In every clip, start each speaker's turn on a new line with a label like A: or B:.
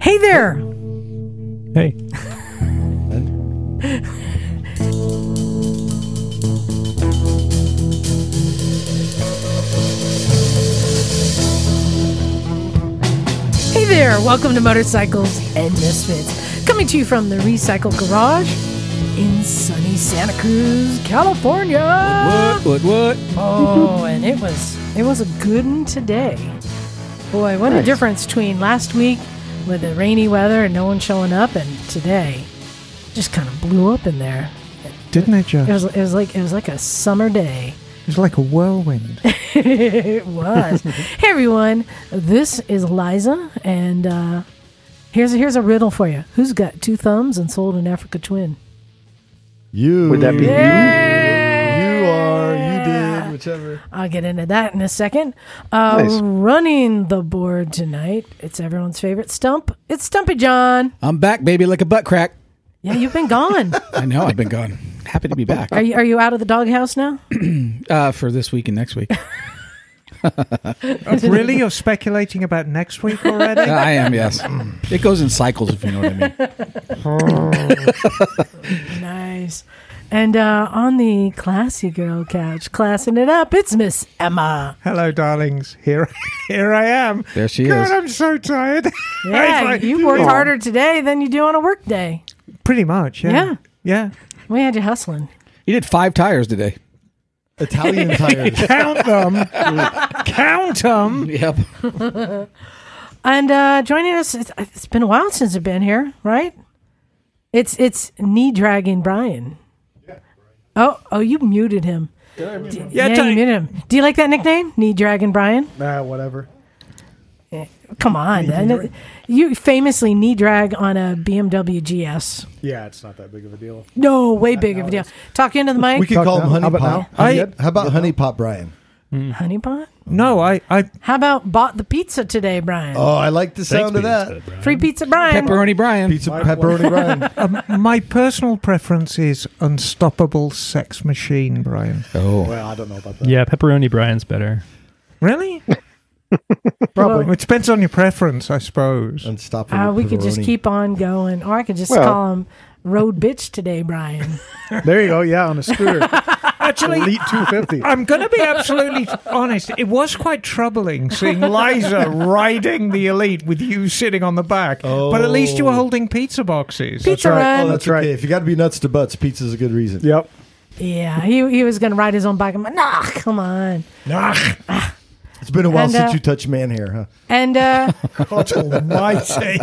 A: there.
B: Hey.
A: Hey there. Welcome to Motorcycles and Misfits. Coming to you from the Recycle Garage in sunny Santa Cruz, California.
B: What, what, what?
A: Oh, and it was it was a good one today. Boy, what a difference between last week with the rainy weather and no one showing up and today. Just kind of blew up in there.
B: Didn't it just?
A: It was it was like it was like a summer day.
B: It was like a whirlwind.
A: It was. hey everyone, this is Liza, and uh, here's here's a riddle for you. Who's got two thumbs and sold an Africa twin?
C: You.
D: Would that be
C: You are. You did. Whichever.
A: I'll get into that in a second. Uh,
D: Nice.
A: Running the board tonight. It's everyone's favorite stump. It's Stumpy John.
E: I'm back, baby, like a butt crack.
A: Yeah, you've been gone.
E: I know I've been gone. Happy to be back
A: Are you are you out of the doghouse now?
E: uh, for this week and next week.
B: really? You're speculating about next week already?
E: Uh, I am, yes. It goes in cycles, if you know what I mean.
A: Nice. And uh, on the classy girl couch, classing it up, it's Miss Emma.
B: Hello, darlings. Here, here I am.
E: There she
B: God,
E: is.
B: I'm so tired.
A: Yeah,
B: It's like-
A: you worked harder today than you do on a work day.
B: Pretty much.
A: Yeah.
B: Yeah. Yeah.
A: We had you hustling.
E: You did five tires today.
C: Italian tires.
B: Count them. Count them.
E: Yep.
A: And uh, joining us, it's, it's been a while since I've been here, right? It's it's knee dragging Brian. Oh, oh, you muted him. Yeah,
B: tell-
A: you muted him. Do you like that nickname, knee dragging Brian? Eh,
C: nah, whatever.
A: Come on, then. you famously knee drag on a BMW GS.
C: Yeah, it's not that big of a deal.
A: No, way big of a deal. Talk into the mic,
C: We could call him Honey Pop.
B: I-
C: How about Honey Pop Brian?
A: honey pot.
B: No, I, I,
A: How about bought the pizza today, Brian?
C: Oh, I like the sound of that.
A: Free pizza, Brian.
E: Pepperoni Brian.
C: Pizza pepperoni Brian.
B: um, my personal preference is unstoppable sex machine, Brian.
E: Oh.
C: Well, I don't know about that.
F: Yeah, pepperoni Brian's better.
B: Really?
C: probably.
B: Well, it depends on your preference, I suppose.
C: Unstoppable.
A: Uh, we could just
C: pepperoni.
A: keep on going, or I could just
D: Well-
A: call him road bitch today, Brian.
C: There you go. Yeah, on a scooter.
B: Actually,
C: Elite 250.
B: I'm going to be absolutely honest. It was quite troubling seeing Liza riding the elite with you sitting on the back. But at least you
A: Oh.
B: were holding pizza boxes.
A: Pizza run.
C: Oh, that's right. If you got to be nuts to butts, pizza's a good reason.
B: Yep.
A: Yeah, he, he was going to ride his own bike. I'm like, nah, come on.
C: It's been a while
A: And,
C: since
A: uh,
C: you touched man hair, huh?
A: And uh,
B: Almighty.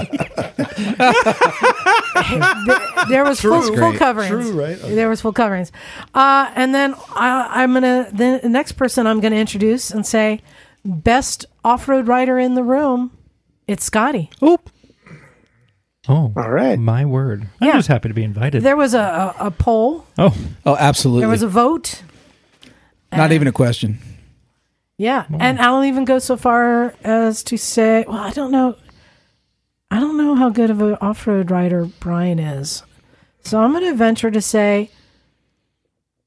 A: there was full,
E: True.
A: full
E: Great.
A: coverings.
C: True, right? Okay.
A: There was full coverings. Uh, and then I, I'm going to, the next person I'm going to introduce and say, best off road rider in the room, it's Scotty.
D: Oop.
F: Oh,
D: All right.
F: my word!
A: Yeah.
F: I'm just happy to be invited.
A: There was a, a, a poll,
F: oh,
E: Oh, absolutely.
A: there was a vote.
E: Not even a question.
A: Yeah, and I'll even go so far as to say, well, I don't know, I don't know how good of an off-road rider Brian is, so I'm going to venture to say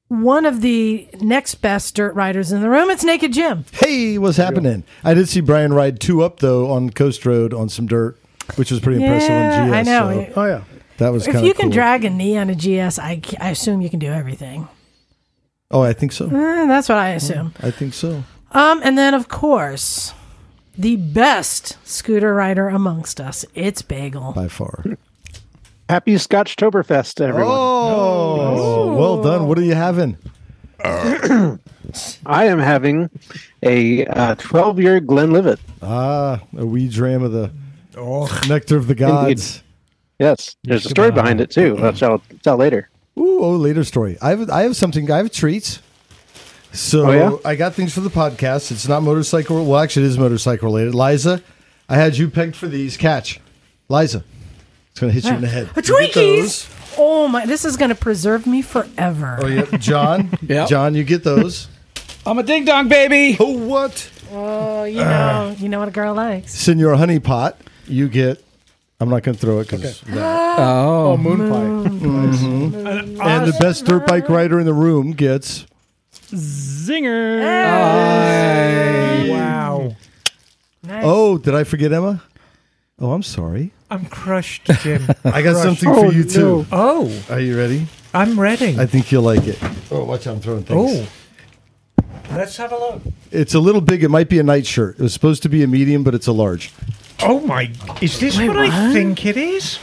A: one of the next best dirt riders in the room. It's Naked Jim.
C: Hey, what's happening? I did see Brian ride two up though on Coast Road on some dirt, which was pretty impressive
A: Yeah,
C: on GS.
A: I know.
C: so- oh yeah, that was kind
A: if
C: of
A: you can
C: cool.
A: drag a knee on a GS, I, c- I assume you can do everything.
C: Oh, I think so.
A: Eh, that's what I assume.
C: I think so.
A: Um, and then of course, the best scooter rider amongst us. It's Bagel.
C: By far.
D: Happy Scotchtoberfest to everyone.
C: Oh, well done. What are you having?
D: I am having a uh, 12-year Glenlivet.
C: Ah, a wee dram of the nectar of the gods.
D: Yes, there's a story behind it too, which I'll tell later.
C: Ooh, oh, later story. I have I have something. I have treats. So
D: Oh, yeah?
C: I got things for the podcast. It's not motorcycle. Well, actually, it is motorcycle related. Liza, I had you pegged for these. Catch, Liza. It's gonna hit you in the head.
A: A
C: You get those.
A: Twinkies. Oh my! This is going to preserve me forever.
C: Oh yeah, John.
E: Yeah.
C: John, you get those.
E: I'm a ding dong baby.
C: oh what,
A: Oh, you know, you know what a girl likes.
C: Senor Honeypot? You get. I'm not going to throw it because.
E: Oh,
C: And the best dirt bike rider in the room gets.
F: zinger!
B: Wow.
A: Nice.
C: Oh, did I forget Emma? Oh, I'm sorry.
B: I'm crushed, Jim.
C: I got
B: Crushed.
C: something for you too.
B: Oh,
C: Are you ready?
B: I'm ready.
C: I think you'll like it. Oh, watch! I'm throwing things.
B: oh, let's have a look.
C: Oh. It's a little big. It might be a nightshirt. It was supposed to be a medium, but it's a large.
B: Oh my! Is this
A: Wait,
B: what,
A: what?
B: I think it is?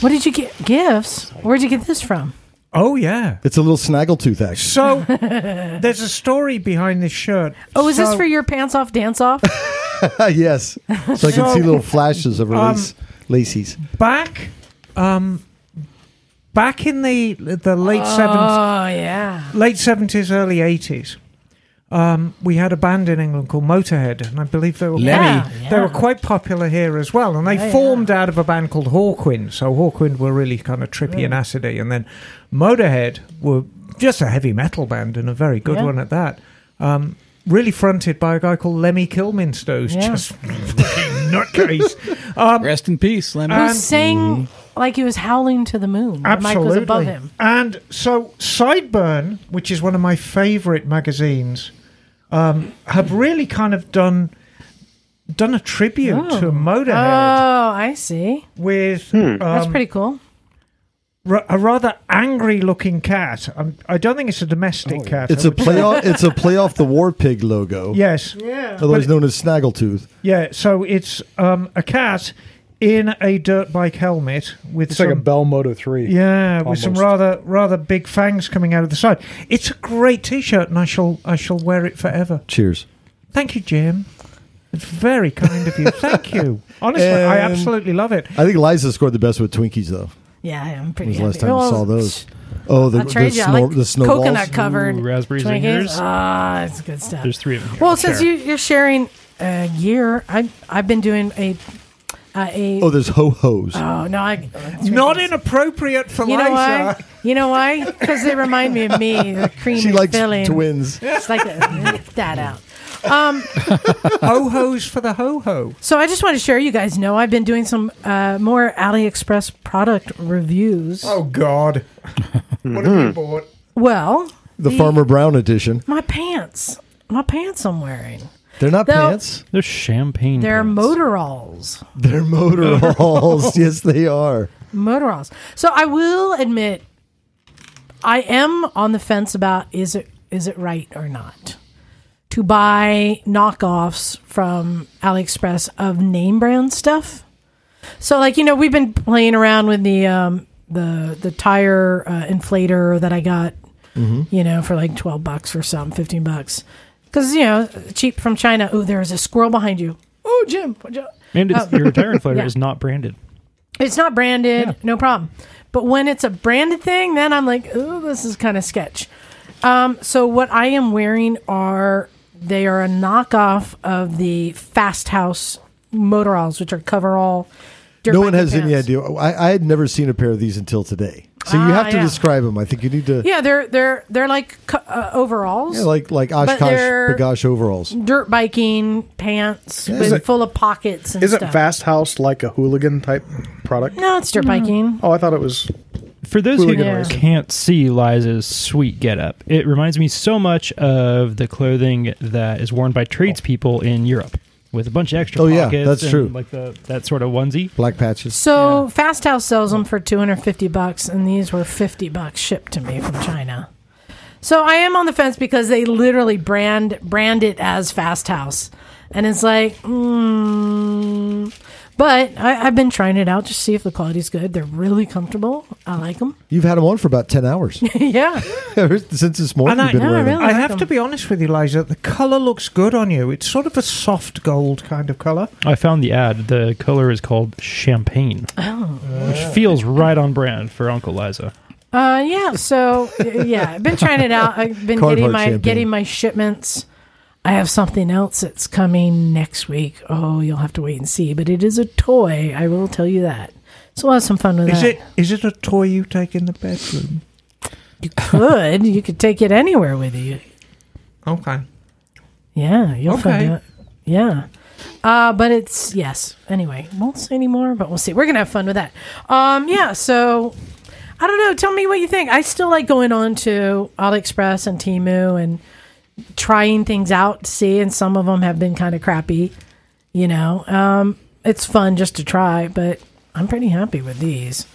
A: What did you get? Gifts? Where'd you get this from?
B: Oh yeah.
C: It's a little snaggletooth, actually.
B: So there's a story behind this shirt.
A: Oh, is this
B: So-
A: for your pants off dance off?
C: yes. So I can
B: So-
C: see little flashes of her
B: Um,
C: lace, laces.
B: back um back in the the late seventies
A: Oh yeah.
B: late seventies, early eighties, um, we had a band in England called Motorhead, and I believe they were
E: Lemmy.
A: Yeah,
B: they were
A: yeah.
B: quite popular here as well. And they
A: Yeah,
B: formed out of a band called Hawkwind. So Hawkwind were really kind of trippy and acidy, and then Motorhead were just a heavy metal band and a very good
A: Yeah.
B: one at that. Um, really fronted by a guy called Lemmy Kilminster, who's
A: Yeah.
B: just fucking nutcase.
E: Rest in peace, Lemmy.
A: Who sang like he was howling to the moon? The mic was above him.
B: And so Sideburn, which is one of my favorite magazines, um, have really kind of done done a tribute to
A: Oh. Oh,
B: Motorhead
A: I see.
B: with
G: Hmm.
A: That's
B: um,
A: pretty cool.
B: ra- a rather angry looking cat. Um, I don't think it's a
G: Oh,
B: domestic cat.
C: It's
B: I
C: a
B: would-
C: play off. it's a play off the war pig logo,
B: yes,
C: otherwise known as snaggletooth.
B: yeah. So it's um, a cat in a dirt bike helmet with
G: It's
B: some
G: like a Bell Moto 3.
B: Yeah, with some
G: Almost.
B: rather rather big fangs coming out of the side. It's a great T-shirt, and I shall I shall wear it forever.
C: Cheers.
B: Thank you, Jim. It's very kind of you. Thank you. Honestly, I
C: Um,
B: absolutely love it.
C: I think Liza scored the best with Twinkies though.
A: Yeah, I'm pretty.
C: When's
A: happy.
C: the last time you
A: Well,
C: saw those? Oh, the
A: I'll
C: the,
A: trade you. I
C: snor-
A: like
C: the snowballs.
A: coconut covered
F: Ooh, raspberry
A: Twinkies.
F: zingers.
A: Ah, it's good stuff.
F: There's three of them. Here.
A: well, since you, you're sharing a year, I I've been doing a uh, a.
C: Oh, there's ho hos.
A: Oh, no, I that's
B: Not
A: ridiculous.
B: inappropriate for
A: You know why?
B: Liza.
A: You know why? Because they remind me of me, the creamy
C: she likes
A: filling.
C: twins.
A: It's like that that out.
B: ho hos for the ho ho.
A: So I just want to share. You guys know I've been doing some uh, more AliExpress product reviews.
B: Oh God, what have you bought?
A: Well,
C: The Farmer Brown edition.
A: my pants, my pants I'm wearing.
C: They're not
A: No.
C: pants.
F: There's champagne.
A: They're
F: pants.
A: Motorals.
C: They're motorholes. yes, they are.
A: Motorals. So I will admit, I am on the fence about is it is it right or not to buy knockoffs from AliExpress of name brand stuff. So like you know we've been playing around with the um, the the tire uh, inflator that I got you know, for like 12 bucks or something, 15 bucks. Because, you know, cheap from China. Oh, there is a squirrel behind you. Oh, Jim. what'd you-
F: And it's, your tire inflator
A: Oh. Yeah.
F: is not branded.
A: It's not branded, no problem. But when it's a branded thing, then I'm like, oh, this is kind of sketch. Um, so what I am wearing are, they are a knockoff of the Fast House Motoralls, which are coverall. dirt
C: No one
A: biking
C: has any
A: pants.
C: idea. I, I had never seen a pair of these until today. So you
A: Ah,
C: have to
A: yeah.
C: describe them. I think you need to.
A: Yeah, they're they're they're like co- uh, overalls,
C: Yeah, like like Oshkosh
A: they're-
C: Bagosh overalls.
A: dirt biking pants, with,
G: it-
A: full of pockets. And
G: Isn't
A: stuff.
G: Fast House like a hooligan type product?
A: No, it's dirt biking.
G: Oh, I thought it was.
F: For those who
G: Hooligan
A: racing.
F: can't see Liza's sweet getup, it reminds me so much of the clothing that is worn by tradespeople in Europe with a bunch of extra
C: Oh, yeah,
F: pockets.
C: that's
F: and
C: true.
F: Like the, that sort of onesie.
C: Black patches.
A: So Fast House sells them for 250 bucks, and these were 50 bucks shipped to me from China. So I am on the fence because they literally brand brand it as Fast House, and it's like, mm. but I, I've been trying it out just to see if the quality's good. They're really comfortable. I like them.
C: You've had them on for about ten hours
A: yeah,
C: Ever since this morning.
B: And I-
C: you've been
A: no,
C: wearing them.
A: really.
B: I
A: like
B: have
A: them.
B: to be honest with you, Liza. The color looks good on you. It's sort of a soft gold kind of color.
F: I found the ad. The color is called champagne,
A: Oh.
F: which feels right on brand for Uncle Liza.
A: uh, yeah. So yeah, I've been trying it out. I've been
C: Card
A: getting
C: heart
A: my
C: champagne.
A: getting my shipments. I have something else that's coming next week. Oh, you'll have to wait and see. But it is a toy. I will tell you that. So we'll have some fun with
B: Is
A: that.
B: it is it a toy you take in the bedroom?
A: You could. you could take it anywhere with you.
B: Okay.
A: Yeah, you'll
B: Okay.
A: find out. Yeah. Uh, but it's yes. Anyway, won't say anymore, but we'll see. We're gonna have fun with that. Um, yeah. So I don't know. Tell me what you think. I still like going on to AliExpress and Timu and trying things out to see. And some of them have been kind of crappy, you know. Um, it's fun just to try, but I'm pretty happy with these.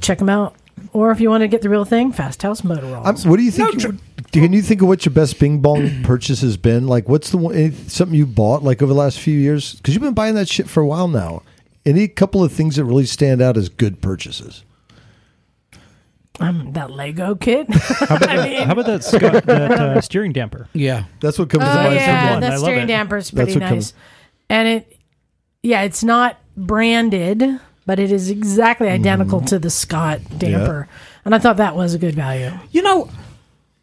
A: Check them out. Or if you want to get the real thing, Fast House Motor
C: I'm,
A: Rolls.
C: what do you think? you- can you think of what your best Bing Bong purchase has been? Like, what's the one, any- something you bought like over the last few years? Because you've been buying that shit for a while now. Any couple of things that really stand out as good purchases?
A: Um, that Lego kit.
F: How about, that, how about that, Scott, that uh, steering damper?
E: Yeah.
C: That's what comes to
A: Oh
C: mind.
A: yeah,
F: one. I
A: that
F: love
A: steering
F: it.
A: damper's pretty
C: what
A: nice,
C: comes-
A: and it, yeah, it's not branded, but it is exactly
F: Mm-hmm.
A: identical to the Scott damper, and I thought that was a good value.
B: You know,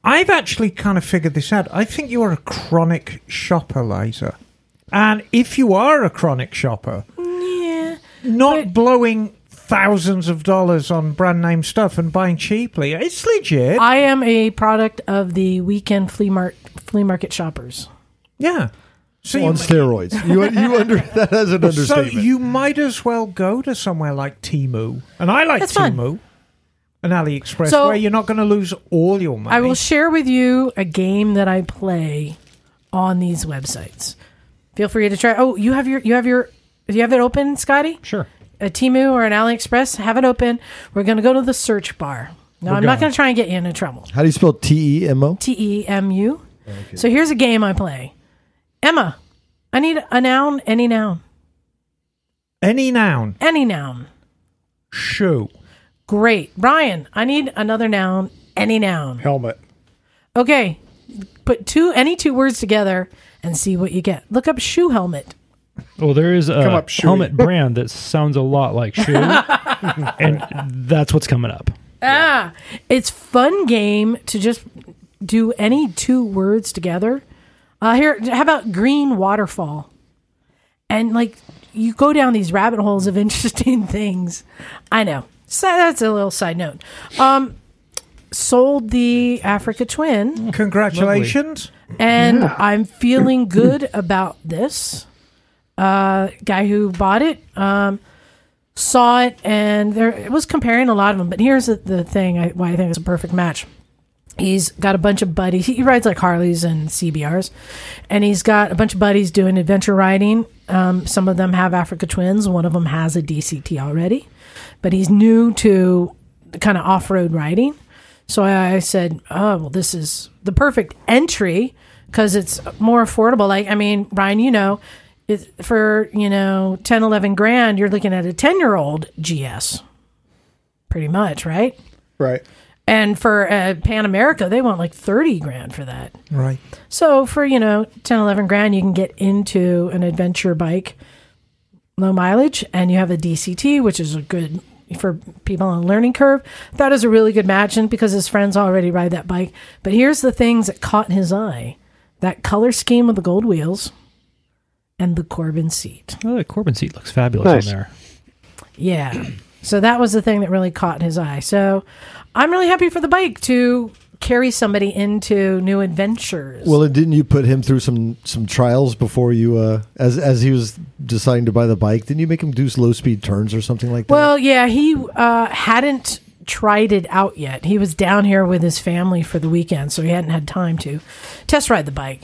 B: I've actually kind of figured this out. I think you are a chronic shopper, Liza. And if you are a chronic shopper,
A: Yeah,
B: not
A: But-
B: blowing thousands of dollars on brand name stuff and buying cheaply, it's legit.
A: I am a product of the weekend flea mart flea market shoppers.
B: yeah. So
C: on
B: you,
C: steroids. You, you under that as an
B: so
C: understatement.
B: you might as well go to somewhere like Timu. And I like
A: That's fun.
B: Timu and AliExpress,
A: So-
B: where you're not going to lose all your money.
A: I will share with you a game that I play on these websites. Feel free to try. Oh, you have your you have your do you have it open, Scotty?
F: Sure.
A: a Timu or an AliExpress, have it open. We're going to go to the search bar. No, I'm not going to try and get you into trouble.
C: How do you spell T E M O?
A: T E M U. So here's a game I play. Emma, I need a noun, any noun,
B: Any noun,
A: any noun.
B: shoe.
A: Great. Brian, I need another noun, any noun.
G: Helmet.
A: Okay. Put two any two words together and see what you get. Look up shoe helmet.
F: Well, there is a
G: Come up, Shui.
F: helmet brand that sounds a lot like shoe, and that's what's coming up.
A: Ah, it's fun game to just do any two words together. Uh, here, how about green waterfall? And like you go down these rabbit holes of interesting things. I know. So that's a little side note. Um, sold the Africa Twin,
B: Congratulations.
A: and I'm feeling good about this. Uh, guy who bought it um, saw it, and there it was comparing a lot of them. But here's the, the thing: I, why I think it's a perfect match. He's got a bunch of buddies. He, he rides like Harleys and CBRs, and he's got a bunch of buddies doing adventure riding. Um, some of them have Africa Twins. One of them has a DCT already, but he's new to kind of off road riding. So I, I said, "Oh, well, this is the perfect entry because it's more affordable." Like, I mean, Brian, you know, it, for you know 10, 11 grand, you're looking at a ten year old GS, pretty much, right?
G: Right.
A: And for uh, Pan America, they want like 30 grand for that.
B: Right.
A: So for, you know, 10, 11 grand, you can get into an adventure bike, low mileage, and you have a DCT, which is a good for people on a learning curve. That is a really good match. And because his friends already ride that bike. But here's the things that caught his eye that color scheme of the gold wheels and the Corbin seat.
F: Oh, the Corbin seat looks fabulous
D: Nice.
F: on there.
A: Yeah. So that was the thing that really caught his eye. So I'm really happy for the bike to carry somebody into new adventures.
C: Well, and didn't you put him through some some trials before you uh, as as he was deciding to buy the bike? Didn't you make him do low speed turns or something like that?
A: Well, yeah, he uh, hadn't tried it out yet. He was down here with his family for the weekend, so he hadn't had time to test ride the bike.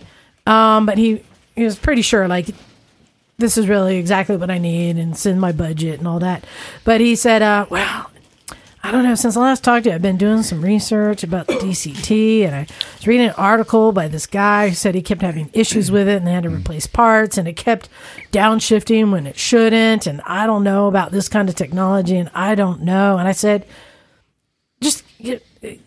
A: Um, but he, he was pretty sure, like, this is really exactly what I need and it's in my budget and all that. But he said, uh, well, I don't know. Since I last talked to you, I've been doing some research about the DCT, and I was reading an article by this guy who said he kept having issues with it, and they had to replace parts, and it kept downshifting when it shouldn't. And I don't know about this kind of technology, and I don't know. And I said, just get,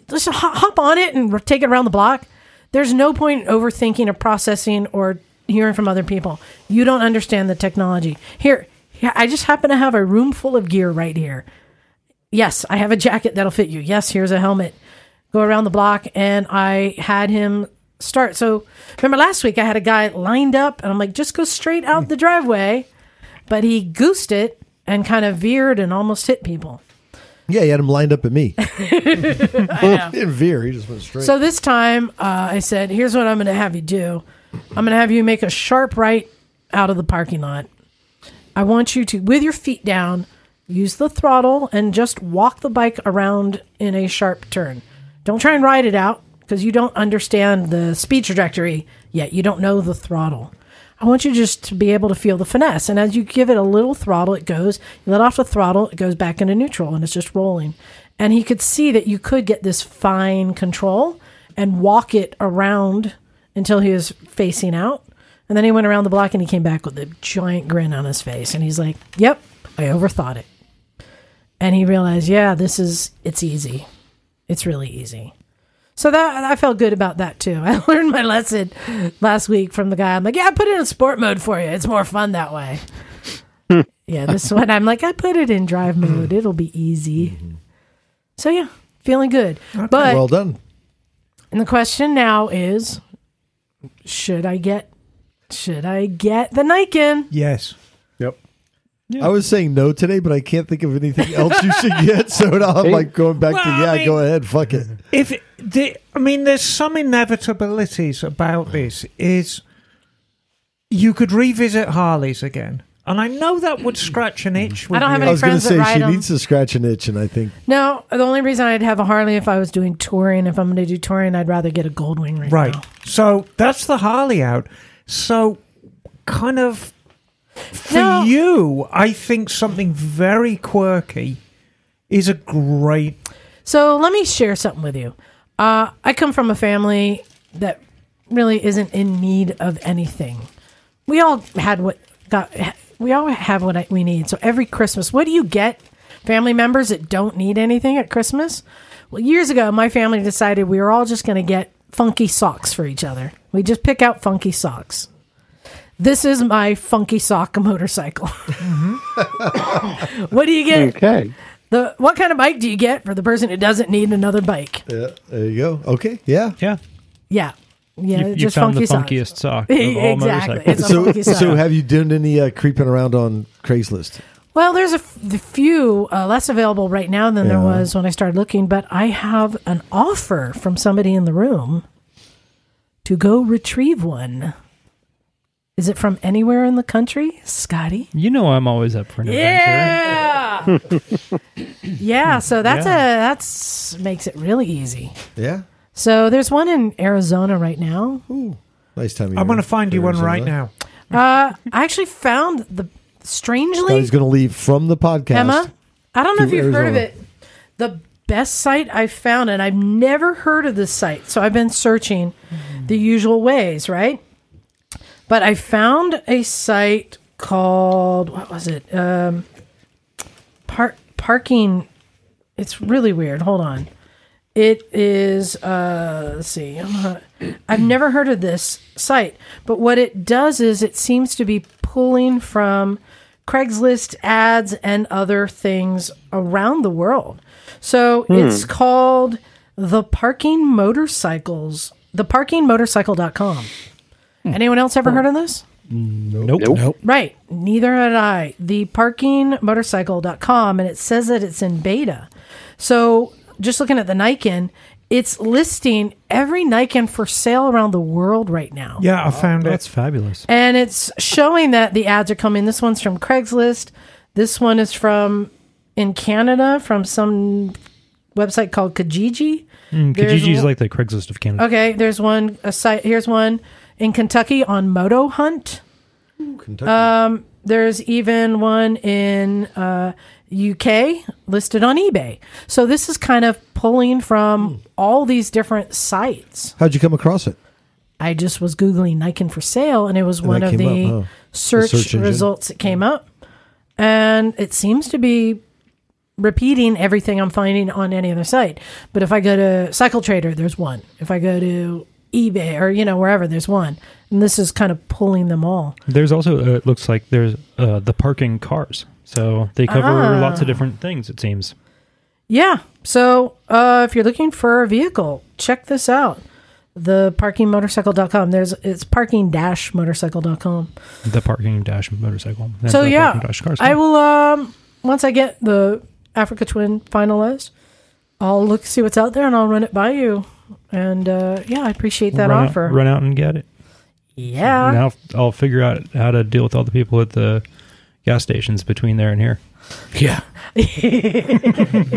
A: let's ho- hop on it and take it around the block. There's no point in overthinking or processing or hearing from other people. You don't understand the technology. Here, I just happen to have a room full of gear right here yes, I have a jacket that'll fit you. Yes, here's a helmet. Go around the block, and I had him start. So remember last week, I had a guy lined up, and I'm like, just go straight out the driveway, but he goosed it and kind of veered and almost hit people.
C: yeah, he had him lined up at me. he didn't veer; he just went straight.
A: So this time, uh, I said, here's what I'm going to have you do. I'm going to have you make a sharp right out of the parking lot. I want you to, with your feet down, use the throttle and just walk the bike around in a sharp turn. Don't try and ride it out because you don't understand the speed trajectory yet. You don't know the throttle. I want you just to be able to feel the finesse. And as you give it a little throttle, it goes. You let off the throttle, it goes back into neutral, and it's just rolling. And he could see that you could get this fine control and walk it around until he was facing out. And then he went around the block and he came back with a giant grin on his face. And he's like, Yep, I overthought it. And he realized, Yeah, this is, it's easy. It's really easy. So that I felt good about that too. I learned my lesson last week from the guy. I'm like, yeah, I put it in sport mode for you. It's more fun that way. yeah, this one I'm like, I put it in drive mode. It'll be easy. So yeah, feeling good. But
C: well done.
A: and the question now is, should I get? Should I get the Nikon?
B: Yes.
G: Yep.
C: I was saying no today, but I can't think of anything else you should get. So now I'm like going back to
B: Well,
C: yeah,
B: I mean-
C: go ahead, fuck it.
B: If the, I mean, there's some inevitabilities about this. Is you could revisit Harleys again, and I know that would scratch an itch. With
A: Mm-hmm. I don't have
B: you.
A: Any
C: I was gonna
A: friends that
C: say
A: ride
C: she
A: 'em?
C: needs to scratch an itch, and I think
A: No, the only reason I'd have a Harley if I was doing touring. If I'm going to do touring, I'd rather get a Goldwing right,
B: Right.
A: now.
B: So that's the Harley out. So, kind of for
A: No.
B: you, I think something very quirky is a great.
A: So let me share something with you. Uh, I come from a family that really isn't in need of anything. We all had what got. We all have what I- we need. So every Christmas, what do you get? Family members that don't need anything at Christmas. Well, years ago, my family decided we were all just going to get funky socks for each other. We just pick out funky socks. This is my funky sock motorcycle. what do you get?
D: Okay.
A: The what kind of bike do you get for the person who doesn't need another bike?
C: yeah, there you go. Okay, yeah.
F: Yeah.
A: Yeah, yeah,
F: you, you
A: just
F: found the
A: funky socks.
F: funkiest sock of all
A: exactly.
F: motorcycles.
A: It's a
C: So,
A: funky sock.
C: so have you done any uh, creeping around on Craigslist?
A: well, there's a f- the few uh, less available right now than there
C: Yeah.
A: was when I started looking, but I have an offer from somebody in the room to go retrieve one. Is it from anywhere in the country, Scotty?
F: You know I'm always up for an adventure.
A: Yeah, yeah. So that's a that's makes it really easy.
C: Yeah,
A: So there's one in Arizona right now.
C: nice time.
B: I'm going to find you one right now.
A: Uh, I actually found the strangely
C: He's going to leave from the podcast.
A: Emma. I don't know if
C: To
A: you've heard of it.
C: Arizona.
A: The best site I found, and I've never heard of this site, so I've been searching the usual ways, right? But I found a site called what was it? Um, park parking. It's really weird. Hold on. It is. Uh, let's see. I'm not- I've never heard of this site, but what it does is it seems to be pulling from Craigslist ads and other things around the world. So it's called the Parking Motorcycles. The parkingmotorcycle.com. Anyone else ever heard of this?
F: Nope.
D: Nope.
A: Right. Neither had I. The parkingmotorcycle.com, and it says that it's in beta. So just looking at the Nikon, it's listing every Nikon for sale around the world right now.
B: Yeah, I found it.
F: That's fabulous.
A: And it's showing that the ads are coming. This one's from Craigslist. This one is from in Canada from some website called Kijiji. There's
F: Kijiji is
A: one-
F: like the Craigslist of Canada.
A: Okay, there's one a site here's one in Kentucky on Moto Hunt.
C: Kentucky.
A: Um there's even one in uh UK listed on eBay. So this is kind of pulling from all these different sites.
C: How'd you come across it?
A: I just was googling Nikon for sale, and it was one
C: that
A: of
C: came
A: the
C: up, huh?
A: search,
C: The search engine.
A: results that came up, and it seems to be repeating everything I'm finding on any other site. But if I go to Cycle Trader, there's one. If I go to eBay or you know wherever, there's one, and this is kind of pulling them all.
F: There's also uh, it looks like there's uh, the parking cars. So they cover
A: Ah.
F: lots of different things. It seems.
A: Yeah. So uh, if you're looking for a vehicle, check this out. The parkingmotorcycle.com. There's it's parking dash motorcycle.com.
F: The parking dash motorcycle. That's
A: so
F: the
A: yeah,
F: parking dash cars.
A: I will. Um, once I get the Africa Twin finalized, I'll look see what's out there and I'll run it by you. And uh, yeah, I appreciate that
F: run
A: offer.
F: Out, run out and get it.
A: yeah,
F: now I'll figure out how to deal with all the people at the gas stations between there and here.
E: Yeah.
D: Yep.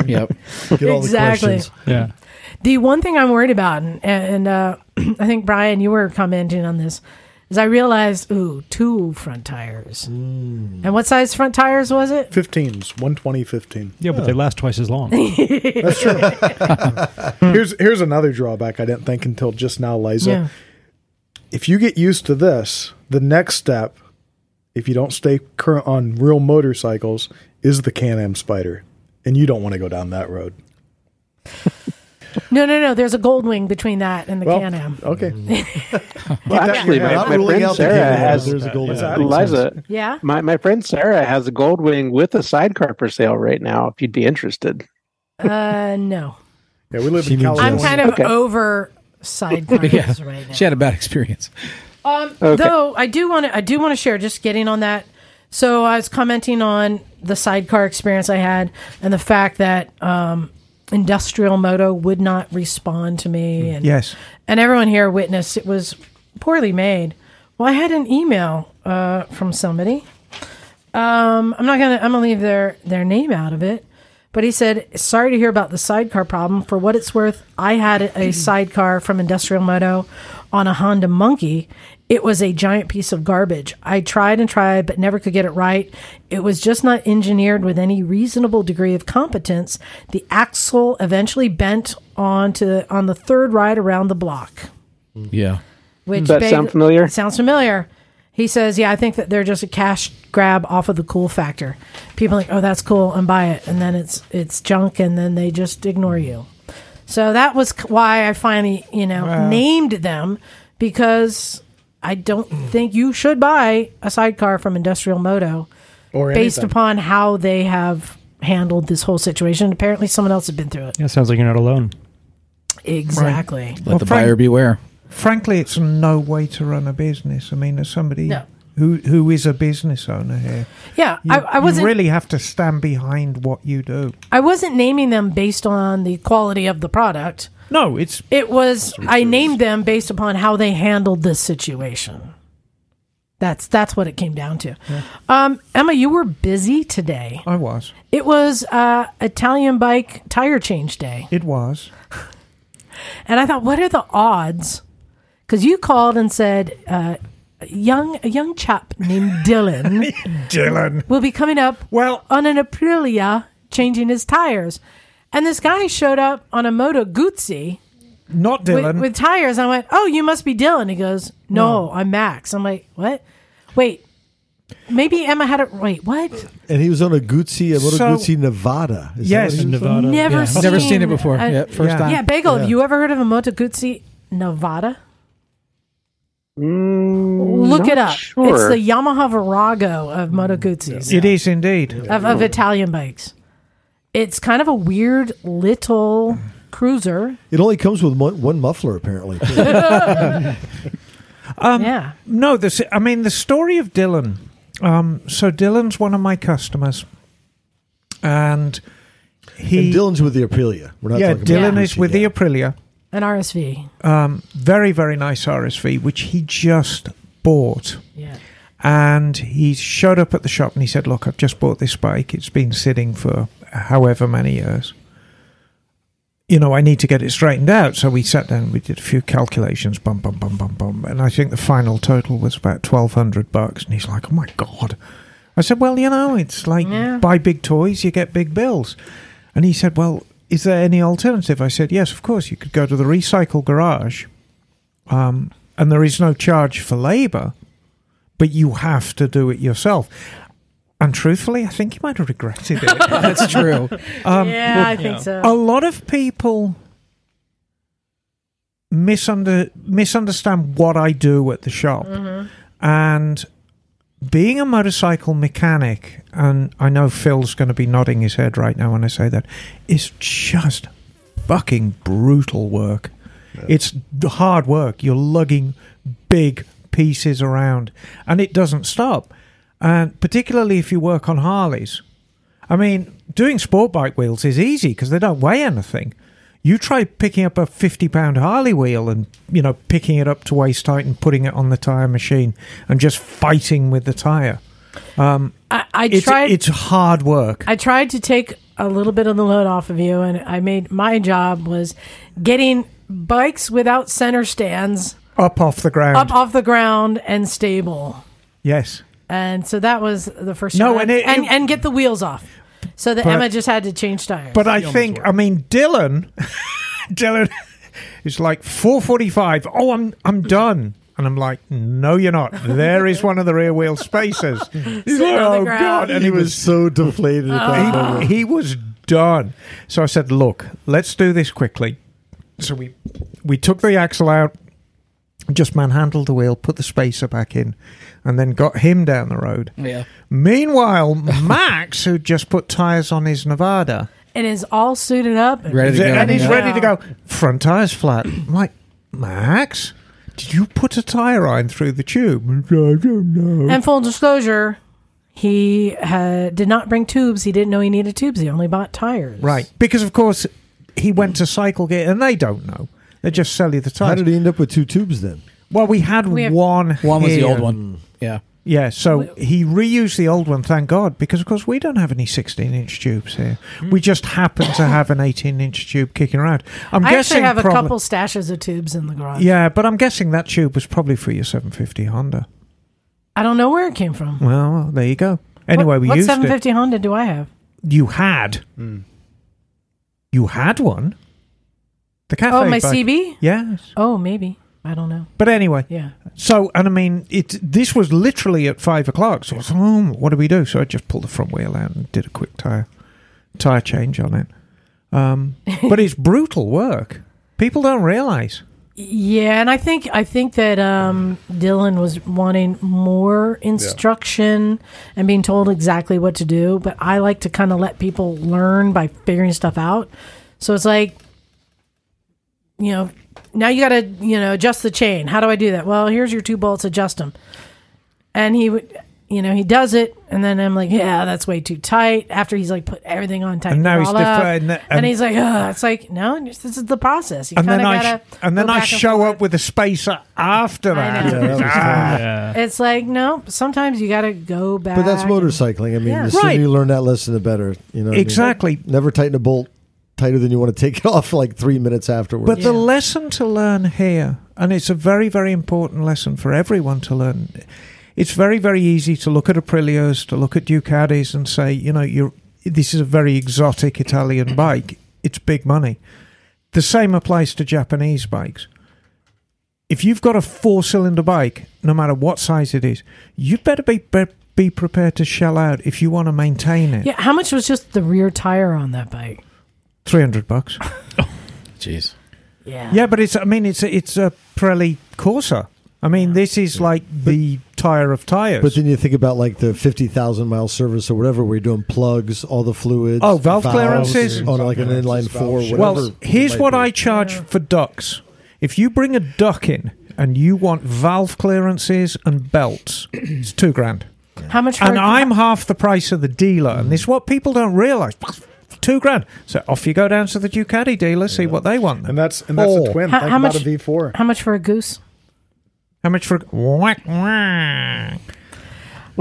C: Get
A: exactly.
C: all the questions.
F: Yeah.
A: The one thing I'm worried about, and, and uh, I think Brian, you were commenting on this, is I realized, ooh, two front tires. And what size front tires was it?
G: 15s, 120, 15.
F: Yeah, but they last twice as long.
G: Here's here's another drawback I didn't think until just now, Liza.
A: Hmm. Yeah.
G: If you get used to this, the next step, if you don't stay current on real motorcycles, is the Can-Am Spider, and you don't want to go down that road.
A: No, no, no. There's a gold wing between that and the
G: Well, oh.
A: Can Am.
G: Okay.
D: Well, actually,
G: yeah,
D: my,
C: Not
D: my
C: ruling
D: friend
C: out the
D: Sarah
C: Canaan.
D: has
C: There's a golden.
G: that-
D: Eliza.
A: Yeah.
D: My my friend Sarah has a Goldwing with a sidecar for sale right now. If you'd be interested,
A: Uh, no.
G: Yeah, we live
C: She
G: in
C: means
G: California.
A: I'm kind of
D: Okay.
A: over sidecars
E: Yeah.
A: right now.
E: She had a bad experience.
A: Um,
D: Okay.
A: Though I do want to, I do want to share. Just getting on that. So I was commenting on the sidecar experience I had, and the fact that um, industrial moto would not respond to me, and
B: Yes.
A: and everyone here witnessed it was poorly made. Well, I had an email uh, from somebody. Um, I'm not gonna. I'm gonna leave their their name out of it. But he said, "Sorry to hear about the sidecar problem. For what it's worth, I had a sidecar from Industrial Moto on a Honda Monkey. It was a giant piece of garbage. I tried and tried, but never could get it right. It was just not engineered with any reasonable degree of competence. The axle eventually bent onto on the third ride around the block."
E: Yeah.
A: Which
D: Does that sound familiar?
A: Sounds familiar. He says, "Yeah, I think that they're just a cash grab off of the cool factor. People are like, oh, that's cool, and buy it, and then it's it's junk, and then they just ignore you." So that was c- why I finally, you know, named them because I don't think you should buy a sidecar from Industrial Moto
G: or
A: based
G: anything.
A: upon how they have handled this whole situation. Apparently, someone else had been through it.
F: That sounds like you're not alone.
A: Exactly.
E: Let
B: Well,
E: the
B: Frank-
E: buyer beware.
B: Frankly, it's no way to run a business. I mean, as somebody
A: No.
B: who who is a business owner here,
A: Yeah,
B: you,
A: I, I
B: you
A: wasn't
B: really have to stand behind what you do.
A: I wasn't naming them based on the quality of the product.
B: No, it's
A: It was I named them based upon how they handled this situation. That's that's what it came down to. Um, Emma, you were busy today.
B: I was,
A: It was uh, Italian bike tire change day,
B: it was.
A: and I thought, what are the odds? Because you called and said, uh, a young a young chap named Dylan
B: Dylan.
A: will be coming up
B: Well,
A: on an Aprilia changing his tires, and this guy showed up on a Moto Guzzi.
B: not
A: with,
B: Dylan.
A: with tires. I went, oh, you must be Dylan. He goes, no, I'm Max. I'm like, what? Wait, maybe Emma had it. Wait, what?
C: And he was on a Gucci, a little
B: So-
C: Gucci Nevada. Is
B: Yes.
C: that what he was on?
F: Nevada.
A: Never
F: yeah.
A: seen,
E: Never seen it before.
A: a-
E: yeah, first
B: Yeah.
E: time.
A: yeah, Bagel. Have you ever heard of a Moto Guzzi Nevada?
D: Mm,
A: Look
D: not
A: it up.
D: Sure.
A: It's the Yamaha Virago of Moto Guzzis
B: it is indeed.
A: of, of Italian bikes. It's kind of a weird little cruiser.
C: It only comes with one, one muffler, apparently.
A: yeah.
B: No, this. I mean, the story of Dylan. Um, so Dylan's one of my customers, and he.
C: and Dylan's with the Aprilia. We're not
B: yeah,
C: talking about
B: Dylan
C: Gucci,
B: is with
C: yeah.
B: the Aprilia.
A: An RSV.
B: Um, very, very nice RSV, which he just bought.
A: Yeah.
B: And he showed up at the shop and he said, Look, I've just bought this bike. It's been sitting for however many years. You know, I need to get it straightened out. So we sat down and we did a few calculations, bum, bum, bum, bum, bum. And I think the final total was about 1200 bucks. And he's like, Oh my God. I said, Well, you know, it's like
A: Yeah.
B: buy big toys, you get big bills. And he said, Well, is there any alternative? I said, Yes, of course. You could go to the recycle garage, um, and there is no charge for labor, but you have to do it yourself. And truthfully, I think you might have regretted it. Um,
E: That's true.
A: yeah, I think so.
B: A lot of people misunder- misunderstand what I do at the shop. And being a motorcycle mechanic, and I know Phil's going to be nodding his head right now when I say that, is just fucking brutal work. It's d- hard work. You're lugging big pieces around, and it doesn't stop. And particularly if you work on Harleys, I mean, doing sport bike wheels is easy because they don't weigh anything. You try picking up a 50 pound Harley wheel and, you know, picking it up to waist height and putting it on the tire machine and just fighting with the tire.
A: I, I
B: It's,
A: tried.
B: it's hard work.
A: I tried to take a little bit of the load off of you, and I made my job was getting bikes without center stands
B: up off the ground.
A: up off the ground and stable.
B: Yes.
A: And so that was the first
B: No,
A: time.
B: and it-
A: and,
B: it-
A: and get the wheels off. So that
B: But-
A: Emma just had to change tires.
B: But I think I mean Dylan. Dylan is like four forty-five. Oh, I'm I'm done. And I'm like, no, you're not. There is one of the rear wheel spaces. He's
A: Sitting
B: like,
A: on the
B: oh
A: ground.
B: god! And he was
C: so deflated at that
B: he, he was done. So I said, "Look, let's do this quickly." So we we took the axle out, just manhandled the wheel, put the spacer back in, and then got him down the road.
E: Yeah.
B: Meanwhile, Max, who just put tires on his Nevada,
A: and is all suited up. and-
E: Ready to go.
B: and he's
E: yeah.
B: ready to go. Front tires flat. I'm like, Max, did you put a tire iron through the tube? I don't know.
A: And full disclosure, he had, did not bring tubes. He didn't know he needed tubes. He only bought tires.
B: Right, because of course he went to Cycle Gear, and they don't know. They just sell you the
C: How
B: tires.
C: did he end up with two tubes then?
B: well, we had
A: We have-
B: one.
E: One was the
B: here.
E: old one. Yeah.
B: Yeah, so he reused the old one, thank God, because of course we don't have any 16-inch tubes here. We
A: Hmm.
B: just happen to have an 18-inch tube kicking around. I'm
A: I
B: guessing
A: actually have a
B: probably-
A: couple stashes of tubes in the garage.
B: Yeah, but I'm guessing that tube was probably for your 750 Honda.
A: I don't know where it came from.
B: Well, there you go. Anyway,
A: what,
B: we
A: what
B: used it.
A: 750 Honda do I have?
B: You had.
E: Hmm.
B: You had one. The cafe.
A: oh, my
B: bike.
A: CB?
B: Yes,
A: Oh, maybe. I don't know.
B: but anyway,
A: Yeah.
B: so and I mean, it. This was literally at five o'clock. So I was, oh, what do we do? So I just pulled the front wheel out and did a quick tire tire change on it. Um, but it's brutal work. People don't realize.
A: Yeah, and I think I think that um, Dylan was wanting more instruction and being told exactly what to do. But I like to kind of let people learn by figuring stuff out. So it's like, you know, now you got to you know adjust the chain. How do I do that? Well, here's your two bolts. Adjust them. And he would, you know, he does it, and then I'm like, yeah, that's way too tight. After he's like put everything on tight,
B: And now
A: it
B: he's
A: all up.
B: deferring that-
A: and,
B: and-
A: he's like, Ugh. it's like no, this is the process. You
B: And then
A: kinda
B: I
A: gotta
B: sh- and then
A: go
B: I
A: back and
B: show
A: forth.
B: up with a spacer after that.
A: know. Yeah, that was
B: Ah.
F: Yeah.
A: It's like no. Sometimes you got to go back.
C: But that's
A: and-
C: motorcycling. I mean,
A: Yeah.
C: the sooner
B: Right.
C: you learn that lesson, the better. You know, what I mean?
B: Exactly.
C: Never tighten a bolt tighter than you want to take it off. Like three minutes afterwards.
B: But the
A: Yeah.
B: lesson to learn here, and it's a very, very important lesson for everyone to learn. It's very, very easy to look at Aprilios, to look at Ducatis, and say, you know, you're this is a very exotic Italian bike. It's big money. The same applies to Japanese bikes. If you've got a four-cylinder bike, no matter what size it is, you better be be prepared to shell out if you want to maintain it.
A: Yeah. How much was just the rear tire on that bike?
B: Three hundred bucks.
E: Jeez.
A: Yeah.
B: Yeah, but it's. I mean, it's a, it's a Pirelli Corsa. I mean, this is like the tire of tires.
C: But then you think about like the fifty thousand mile service or whatever. We're doing plugs, all the fluids.
B: Oh, valve
C: valves
B: clearances?
C: on like an inline four. Whatever.
B: well, here's
C: it
B: what I
C: might
B: charge for ducks. If you bring a duck in and you want valve clearances and belts, it's two grand.
A: How much? For
B: And
A: a-
B: I'm half the price of the dealer. And this is what people don't realize. Two grand. So off you go down to the Ducati dealer, see what they want.
G: And that's and that's
B: Oh.
G: a twin.
A: How-
G: Think
A: how
G: about
A: much-
G: a V four.
A: How much for a goose?
B: How much for. Whack, whack.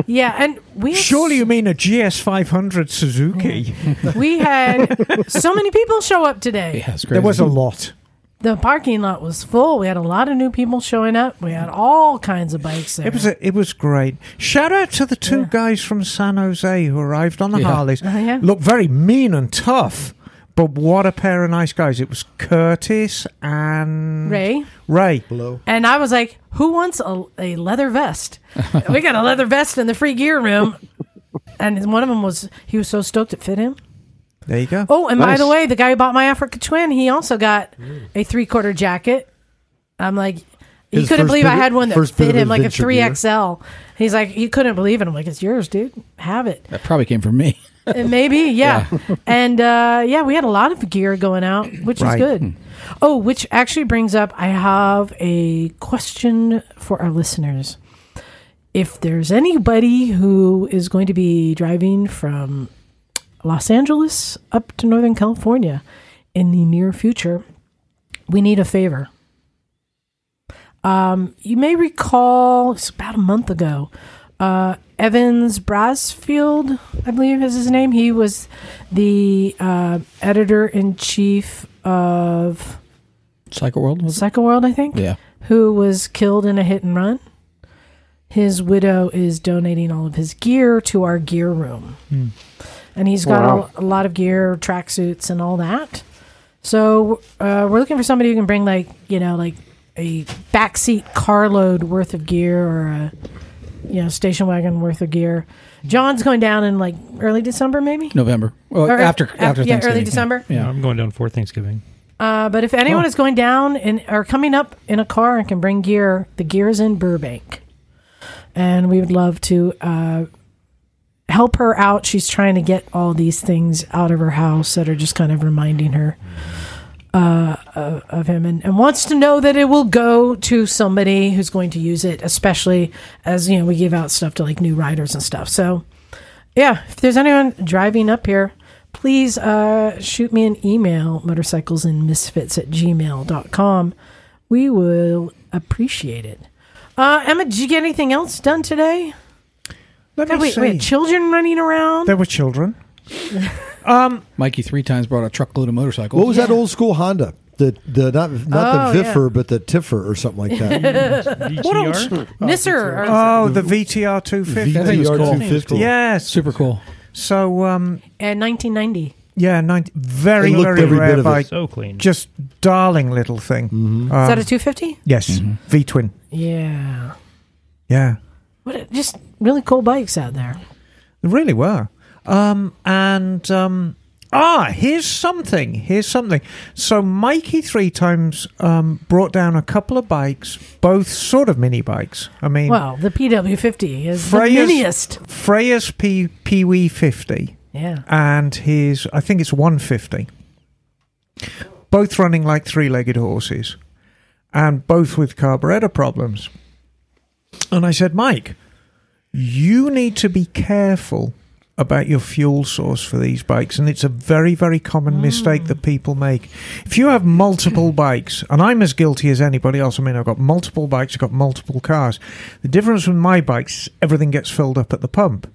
A: Yeah, and we had-
B: Surely you mean a GS500 Suzuki?
A: we had so many people show up today.
E: Yeah, it's crazy.
B: There was a lot.
A: The parking lot was full. We had a lot of new people showing up. We had all kinds of bikes there.
B: It was a, it was great. Shout out to the two guys from San Jose who arrived on the
E: Yeah.
B: Harleys.
A: Oh, yeah.
B: Look very mean and tough, but what a pair of nice guys! It was Curtis and
A: Ray.
B: Ray.
C: Blow.
A: And I was like, who wants a, a leather vest? we got a leather vest in the free gear room. And one of them was, he was so stoked it fit him.
B: There you go.
A: Oh, and by
D: Nice.
A: the way, the guy who bought my Africa Twin, he also got a three quarter jacket. I'm like, he
C: His
A: couldn't
C: first
A: believe I
C: bit-
A: had one that
C: first bit
A: fit
C: of
A: him like a
C: adventure
A: three
C: gear.
A: XL. He's like, you couldn't believe it. I'm like, it's yours, dude. Have it.
E: that probably came from me.
A: It Uh, Maybe, yeah. and uh, yeah, we had a lot of gear going out, which
B: Right.
A: is good. Oh, which actually brings up I have a question for our listeners. If there's anybody who is going to be driving from Los Angeles up to Northern California in the near future, we need a favor. Um, you may recall it's about a month ago, uh, Evans Brasfield, I believe is his name. He was the uh, editor in chief of
E: Cycle World was
A: Psycho World, I think.
E: it? Yeah.
A: who was killed in a hit and run. His widow is donating all of his gear to our gear room. And he's got
D: Wow.
A: a, a lot of gear, tracksuits, and all that. So uh, we're looking for somebody who can bring, like, you know, like a backseat carload worth of gear or a, you know, station wagon worth of gear. John's going down in like early December, maybe?
E: November. Well,
A: Or-
E: after
A: af-
E: after
A: yeah, early
E: Thanksgiving,
A: December?
E: Yeah.
F: I'm going down for Thanksgiving.
A: Uh, but if anyone is going down and or coming up in a car and can bring gear, the gear is in Burbank, and we would love to uh, help her out. She's trying to get all these things out of her house that are just kind of reminding her uh, of, of him, and, and wants to know that it will go to somebody who's going to use it, especially as you know we give out stuff to like new riders and stuff. So yeah if there's anyone driving up here please uh, shoot me an email motorcycles and misfits at gmail.com we will appreciate it uh, emma did you get anything else done today
B: Let
A: God,
B: me
A: wait,
B: see.
A: wait children running around
B: there were children.
E: Mikey three times brought a truckload of motorcycles.
C: What was that old school Honda? The the not not
A: Oh,
C: the
A: yeah.
C: Viffer, but the Tiffer or something like that.
F: DTR?
A: nisser or-
B: Oh, the VTR 250.
E: I think it was
C: VTR
E: cool.
C: two fifty.
B: Yes.
E: Super cool.
B: So, um,
A: and 1990
B: yeah, 90, very,
C: It looked
B: very
C: every bit
B: rare
C: of it. Mm-hmm.
B: bike.
F: So clean.
B: Just darling little thing.
A: is
B: Um,
A: that a 250
B: yes, V twin.
A: yeah
B: Yeah,
A: what a, just really cool bikes out there
B: they really were. Um, and um, ah, here's something. Here's something. So Mikey three times um, brought down a couple of bikes, both sort of mini bikes. I mean,
A: well the pw50 is
B: Freya's-
A: the miniest
B: Freya's P- Pee fifty.
A: yeah
B: and his I think it's 150. Both running like three-legged horses and both with carburetor problems. And I said, "Mike, you need to be careful about your fuel source for these bikes and it's a very very common mistake that people make. If you have multiple bikes, and I'm as guilty as anybody else. I mean, I've got multiple bikes, I've got multiple cars. The difference with my bikes, everything gets filled up at the pump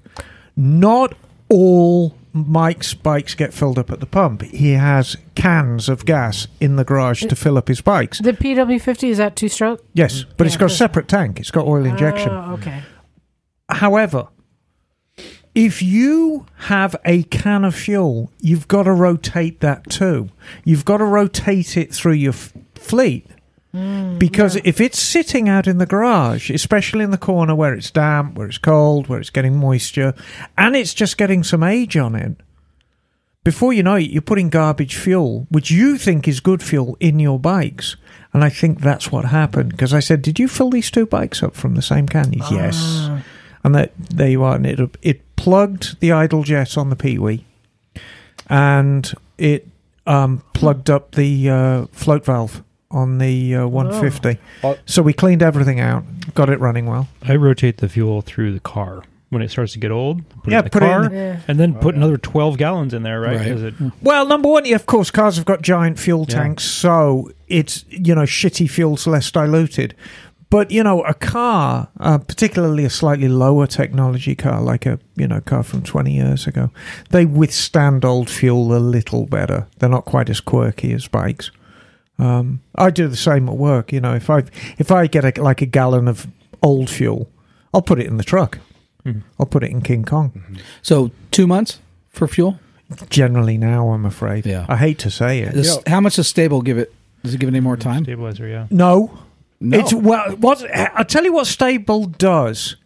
B: not all Mike's bikes get filled up at the pump. He has cans of gas in the garage to fill up his bikes.
A: the pw50 is that two stroke
B: Yes, but it's
A: Yeah,
B: got a
A: sure.
B: separate tank. It's got oil injection.
A: oh, okay
B: However, if you have a can of fuel, you've got to rotate that too. You've got to rotate it through your f- fleet. Because if it's sitting out in the garage, especially in the corner where it's damp, where it's cold, where it's getting moisture, and it's just getting some age on it, before you know it, you're putting garbage fuel, which you think is good fuel, in your bikes. And I think that's what happened. Because I said, Did you fill these two bikes up from the same can? He's, Yes. And that, there you are. And it, it plugged the idle jet on the Pee Wee and it um, plugged up the uh, float valve on the uh, 150.
G: Oh.
B: So we cleaned everything out, got it running well.
F: I rotate the fuel through the car. When it starts to get old, put
B: Yeah,
F: it in the
B: put it in
F: car,
A: the- Yeah.
F: and then put another 12 gallons in there, right?
E: Right.
F: 'Cause it-
B: Well, number one, of course, cars have got giant fuel
F: Yeah.
B: tanks, so it's you know shitty fuel's less diluted. But you know, a car, uh, particularly a slightly lower technology car, like a you know car from twenty years ago, they withstand old fuel a little better. They're not quite as quirky as bikes. Um, I do the same at work. You know, if I if I get a, like a gallon of old fuel, I'll put it in the truck. I'll put it in King Kong.
E: So two months for fuel.
B: Generally, now I'm afraid.
E: Yeah.
B: I hate to say it.
E: This- how much does stable give it? Does it give it any
F: Mm,
E: more time?
F: Stabilizer, yeah.
B: No,
E: No.
B: It's well, what I tell you what stable does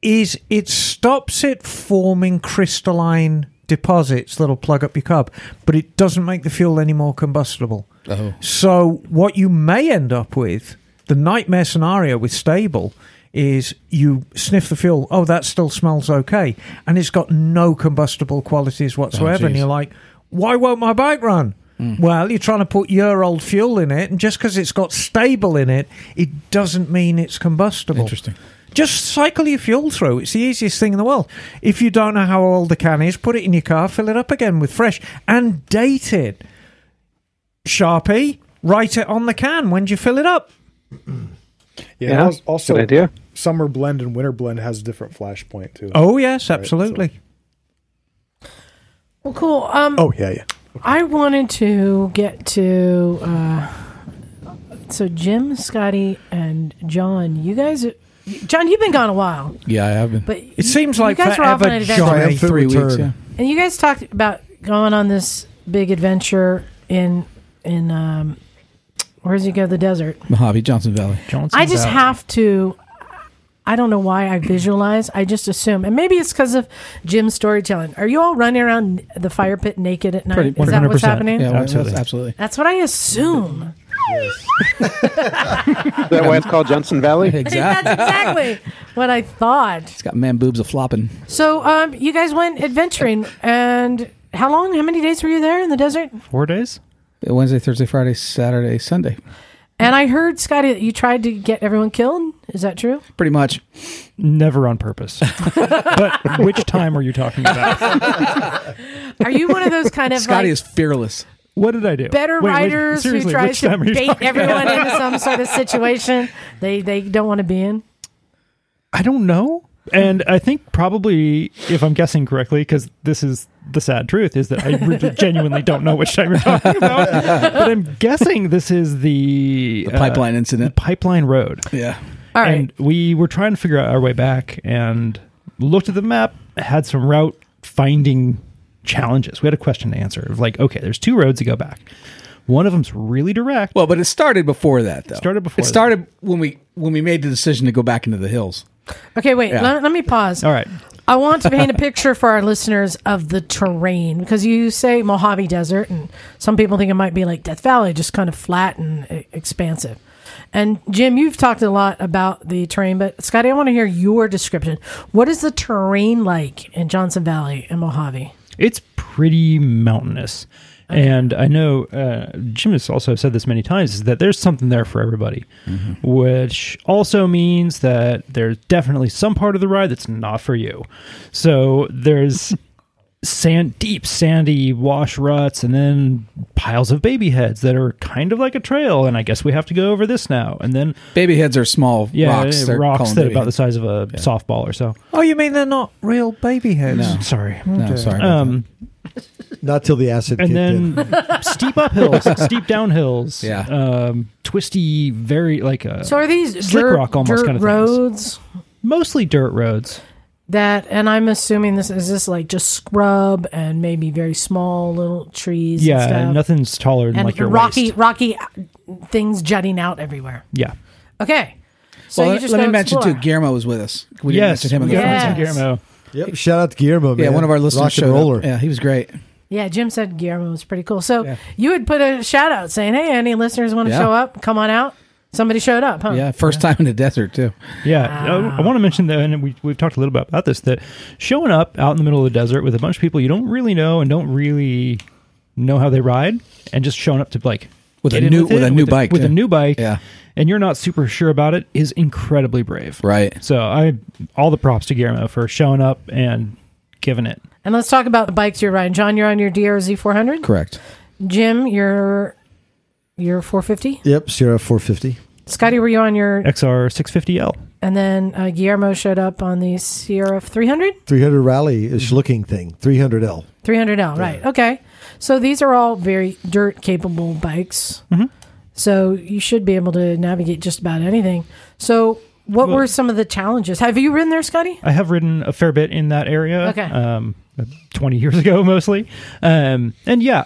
B: is it stops it forming crystalline deposits that'll plug up your carb, but it doesn't make the fuel any more combustible.
E: oh.
B: So what you may end up with the nightmare scenario with stable is you sniff the fuel, oh that still smells okay, and it's got no combustible qualities whatsoever, and
E: geez.
B: you're like, why won't my bike run? Well, you're trying to put year old fuel in it, and just because it's got stable in it, it doesn't mean it's combustible.
E: Interesting.
B: Just cycle your fuel through. It's the easiest thing in the world. If you don't know how old the can is, put it in your car, fill it up again with fresh, and date it. Sharpie, write it on the can. When do you fill it up?
G: Yeah.
D: Yeah,
G: al- also,
D: good idea.
G: summer blend and winter blend has a different flash point too.
B: Oh yes, absolutely.
A: well cool um
C: oh,
G: Oh, yeah, yeah.
A: I wanted to get to uh, So Jim, Scotty, and John, you guys, John, you've been gone a while,
E: Yeah, I haven't.
A: but
B: It seems like
A: you guys were off on an
B: forever,
A: adventure,
B: Johnny.
C: Triumphant
E: Three
C: return.
E: weeks. Yeah.
A: and you guys talked about going on this big adventure in in um, where does he go? The desert.
E: Mojave, Johnson Valley.
F: Johnson
A: I just
F: Valley.
A: have to. I don't know why I visualize. I just assume, and maybe it's because of Jim's storytelling. Are you all running around the fire pit naked at night?
E: Pretty-
A: Is that what's
F: 100%,
A: happening?
E: Yeah, well,
F: Absolutely.
E: that's- absolutely.
A: That's what I assume.
D: Is that why it's called Johnson Valley?
E: Exactly.
A: That's exactly what I thought.
E: It's got man boobs a flopping.
A: So, um, you guys went adventuring, and how long? How many days were you there in the desert?
F: four days.
E: Uh, Wednesday, Thursday, Friday, Saturday, Sunday.
A: And I heard Scotty that you tried to get everyone killed. Is that true?
E: Pretty much.
F: Never on purpose. but which time are you talking about?
A: Are you one of those kind of
E: Scotty
A: like,
E: is fearless.
F: What did I do?
A: better
F: Wait, wait,
A: writers who
F: seriously,
A: tries
F: which
A: to
F: time are you
A: bait
F: talking
A: everyone into some sort of situation they they don't want to be in.
F: I don't know. And I think probably, if I'm guessing correctly, because this is the sad truth, is that I really genuinely don't know which time you're talking about. But I'm guessing this is the,
E: The
F: uh,
E: pipeline incident.
F: pipeline road.
E: yeah.
A: All right.
F: And we were trying to figure out our way back and looked at the map, had some route finding challenges. We had a question to answer of like, okay, there's two roads to go back. One of them's really direct.
E: Well, but it started before that, though.
F: Started before
E: It
F: that.
E: started when we when we made the decision to go back into the hills.
A: okay, wait.
E: yeah.
A: Let, let me pause.
F: All right.
A: I want to paint a picture for our listeners of the terrain because you say Mojave Desert, and some people think it might be like Death Valley, just kind of flat and uh, expansive. And Jim, you've talked a lot about the terrain, but Scotty, I want to hear your description. What is the terrain like in Johnson Valley and Mojave?
F: It's pretty mountainous. And I know uh, Jim has also said this many times is that there's something there for everybody, which also means that there's definitely some part of the ride that's not for you. So there's sand, deep sandy wash ruts, and then piles of baby heads that are kind of like a trail. And I guess we have to go over this now. And then
E: Baby heads are small
F: yeah,
E: rocks.
F: rocks,
E: They're calling
F: that are
E: baby
F: about the
E: heads.
F: size of a softball or so.
B: Oh, you mean they're not real baby heads?
E: No.
F: Sorry.
E: No, sorry. about
F: Um,
C: Not till the acid
F: and
C: kicked in.
F: then steep uphills, steep downhills,
E: Yeah.
F: um, twisty, very like uh
A: So are these
F: Slick
A: dirt,
F: rock almost
A: dirt
F: kind of things.
A: roads?
F: mostly dirt roads.
A: That and I'm assuming this is this like just scrub and maybe very small little trees.
F: Yeah,
A: and, stuff.
F: and nothing's taller than
A: and
F: like your
A: rocky
F: waist.
A: rocky uh, things jutting out everywhere.
F: Yeah,
A: Okay, so
E: that. Well,
A: you just
E: let
A: go
E: me mention too.
A: explore.
E: Guillermo was with us. We didn't
F: yes,
E: mention him in
F: we
E: the
A: got
E: front.
A: Yes.
F: got Guillermo.
C: Yep. Shout out to Guillermo, man.
E: Yeah, one of our listeners
C: Rock
E: showed
C: and roller.
E: up. Yeah, he was great.
A: Yeah, Jim said Guillermo was pretty cool. So you would put a shout out saying, "Hey, any listeners want to
E: Yeah.
A: show up? Come on out." Somebody showed up, huh?
E: Yeah, first time in the desert too.
F: Yeah, I- I want to mention though, and we, we've talked a little bit about this that showing up out in the middle of the desert with a bunch of people you don't really know and don't really know how they ride, and just showing up to like
E: With a
F: get in
E: new- with a
F: it,
E: new bike,
F: with
E: too.
F: a new bike,
E: Yeah.
F: and you're not super sure about it is incredibly brave,
E: Right.
F: So I all the props to Guillermo for showing up and giving it.
A: And let's talk about the bikes you're riding. John, you're on your DRZ 400.
E: Correct.
A: Jim, you're you're 450.
C: Yep, Sierra 450.
A: Scotty, were you on your?
F: XR 650L.
A: And then uh, Guillermo showed up on the Sierra 300.
C: 300 rally
E: Mm-hmm.
C: ish looking thing. 300L.
A: 300L, right. Okay. So these are all very dirt capable bikes.
B: Mm-hmm.
A: So you should be able to navigate just about anything. So, what were some of the challenges? Have you ridden there, Scotty?
F: I have ridden a fair bit in that area.
A: Okay.
F: Um, 20 years ago, mostly. Um, and yeah,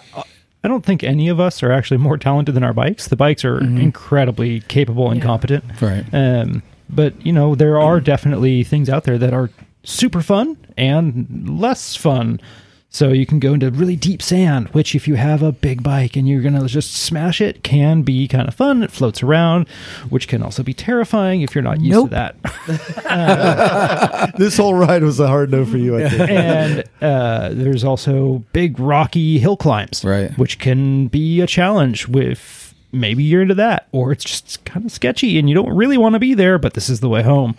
F: I don't think any of us are actually more talented than our bikes. The bikes are incredibly capable and
A: Yeah.
F: competent.
E: Right.
F: Um, but, you know, there are definitely things out there that are super fun and less fun. So you can go into really deep sand, which if you have a big bike and you're going to just smash it, can be kind of fun. It floats around, which can also be terrifying if you're not
A: Nope.
F: used to that.
C: This whole ride was a hard no for you, I think.
F: and uh, there's also big rocky hill climbs,
E: Right.
F: Which can be a challenge with maybe you're into that, or it's just kind of sketchy and you don't really want to be there, but this is the way home.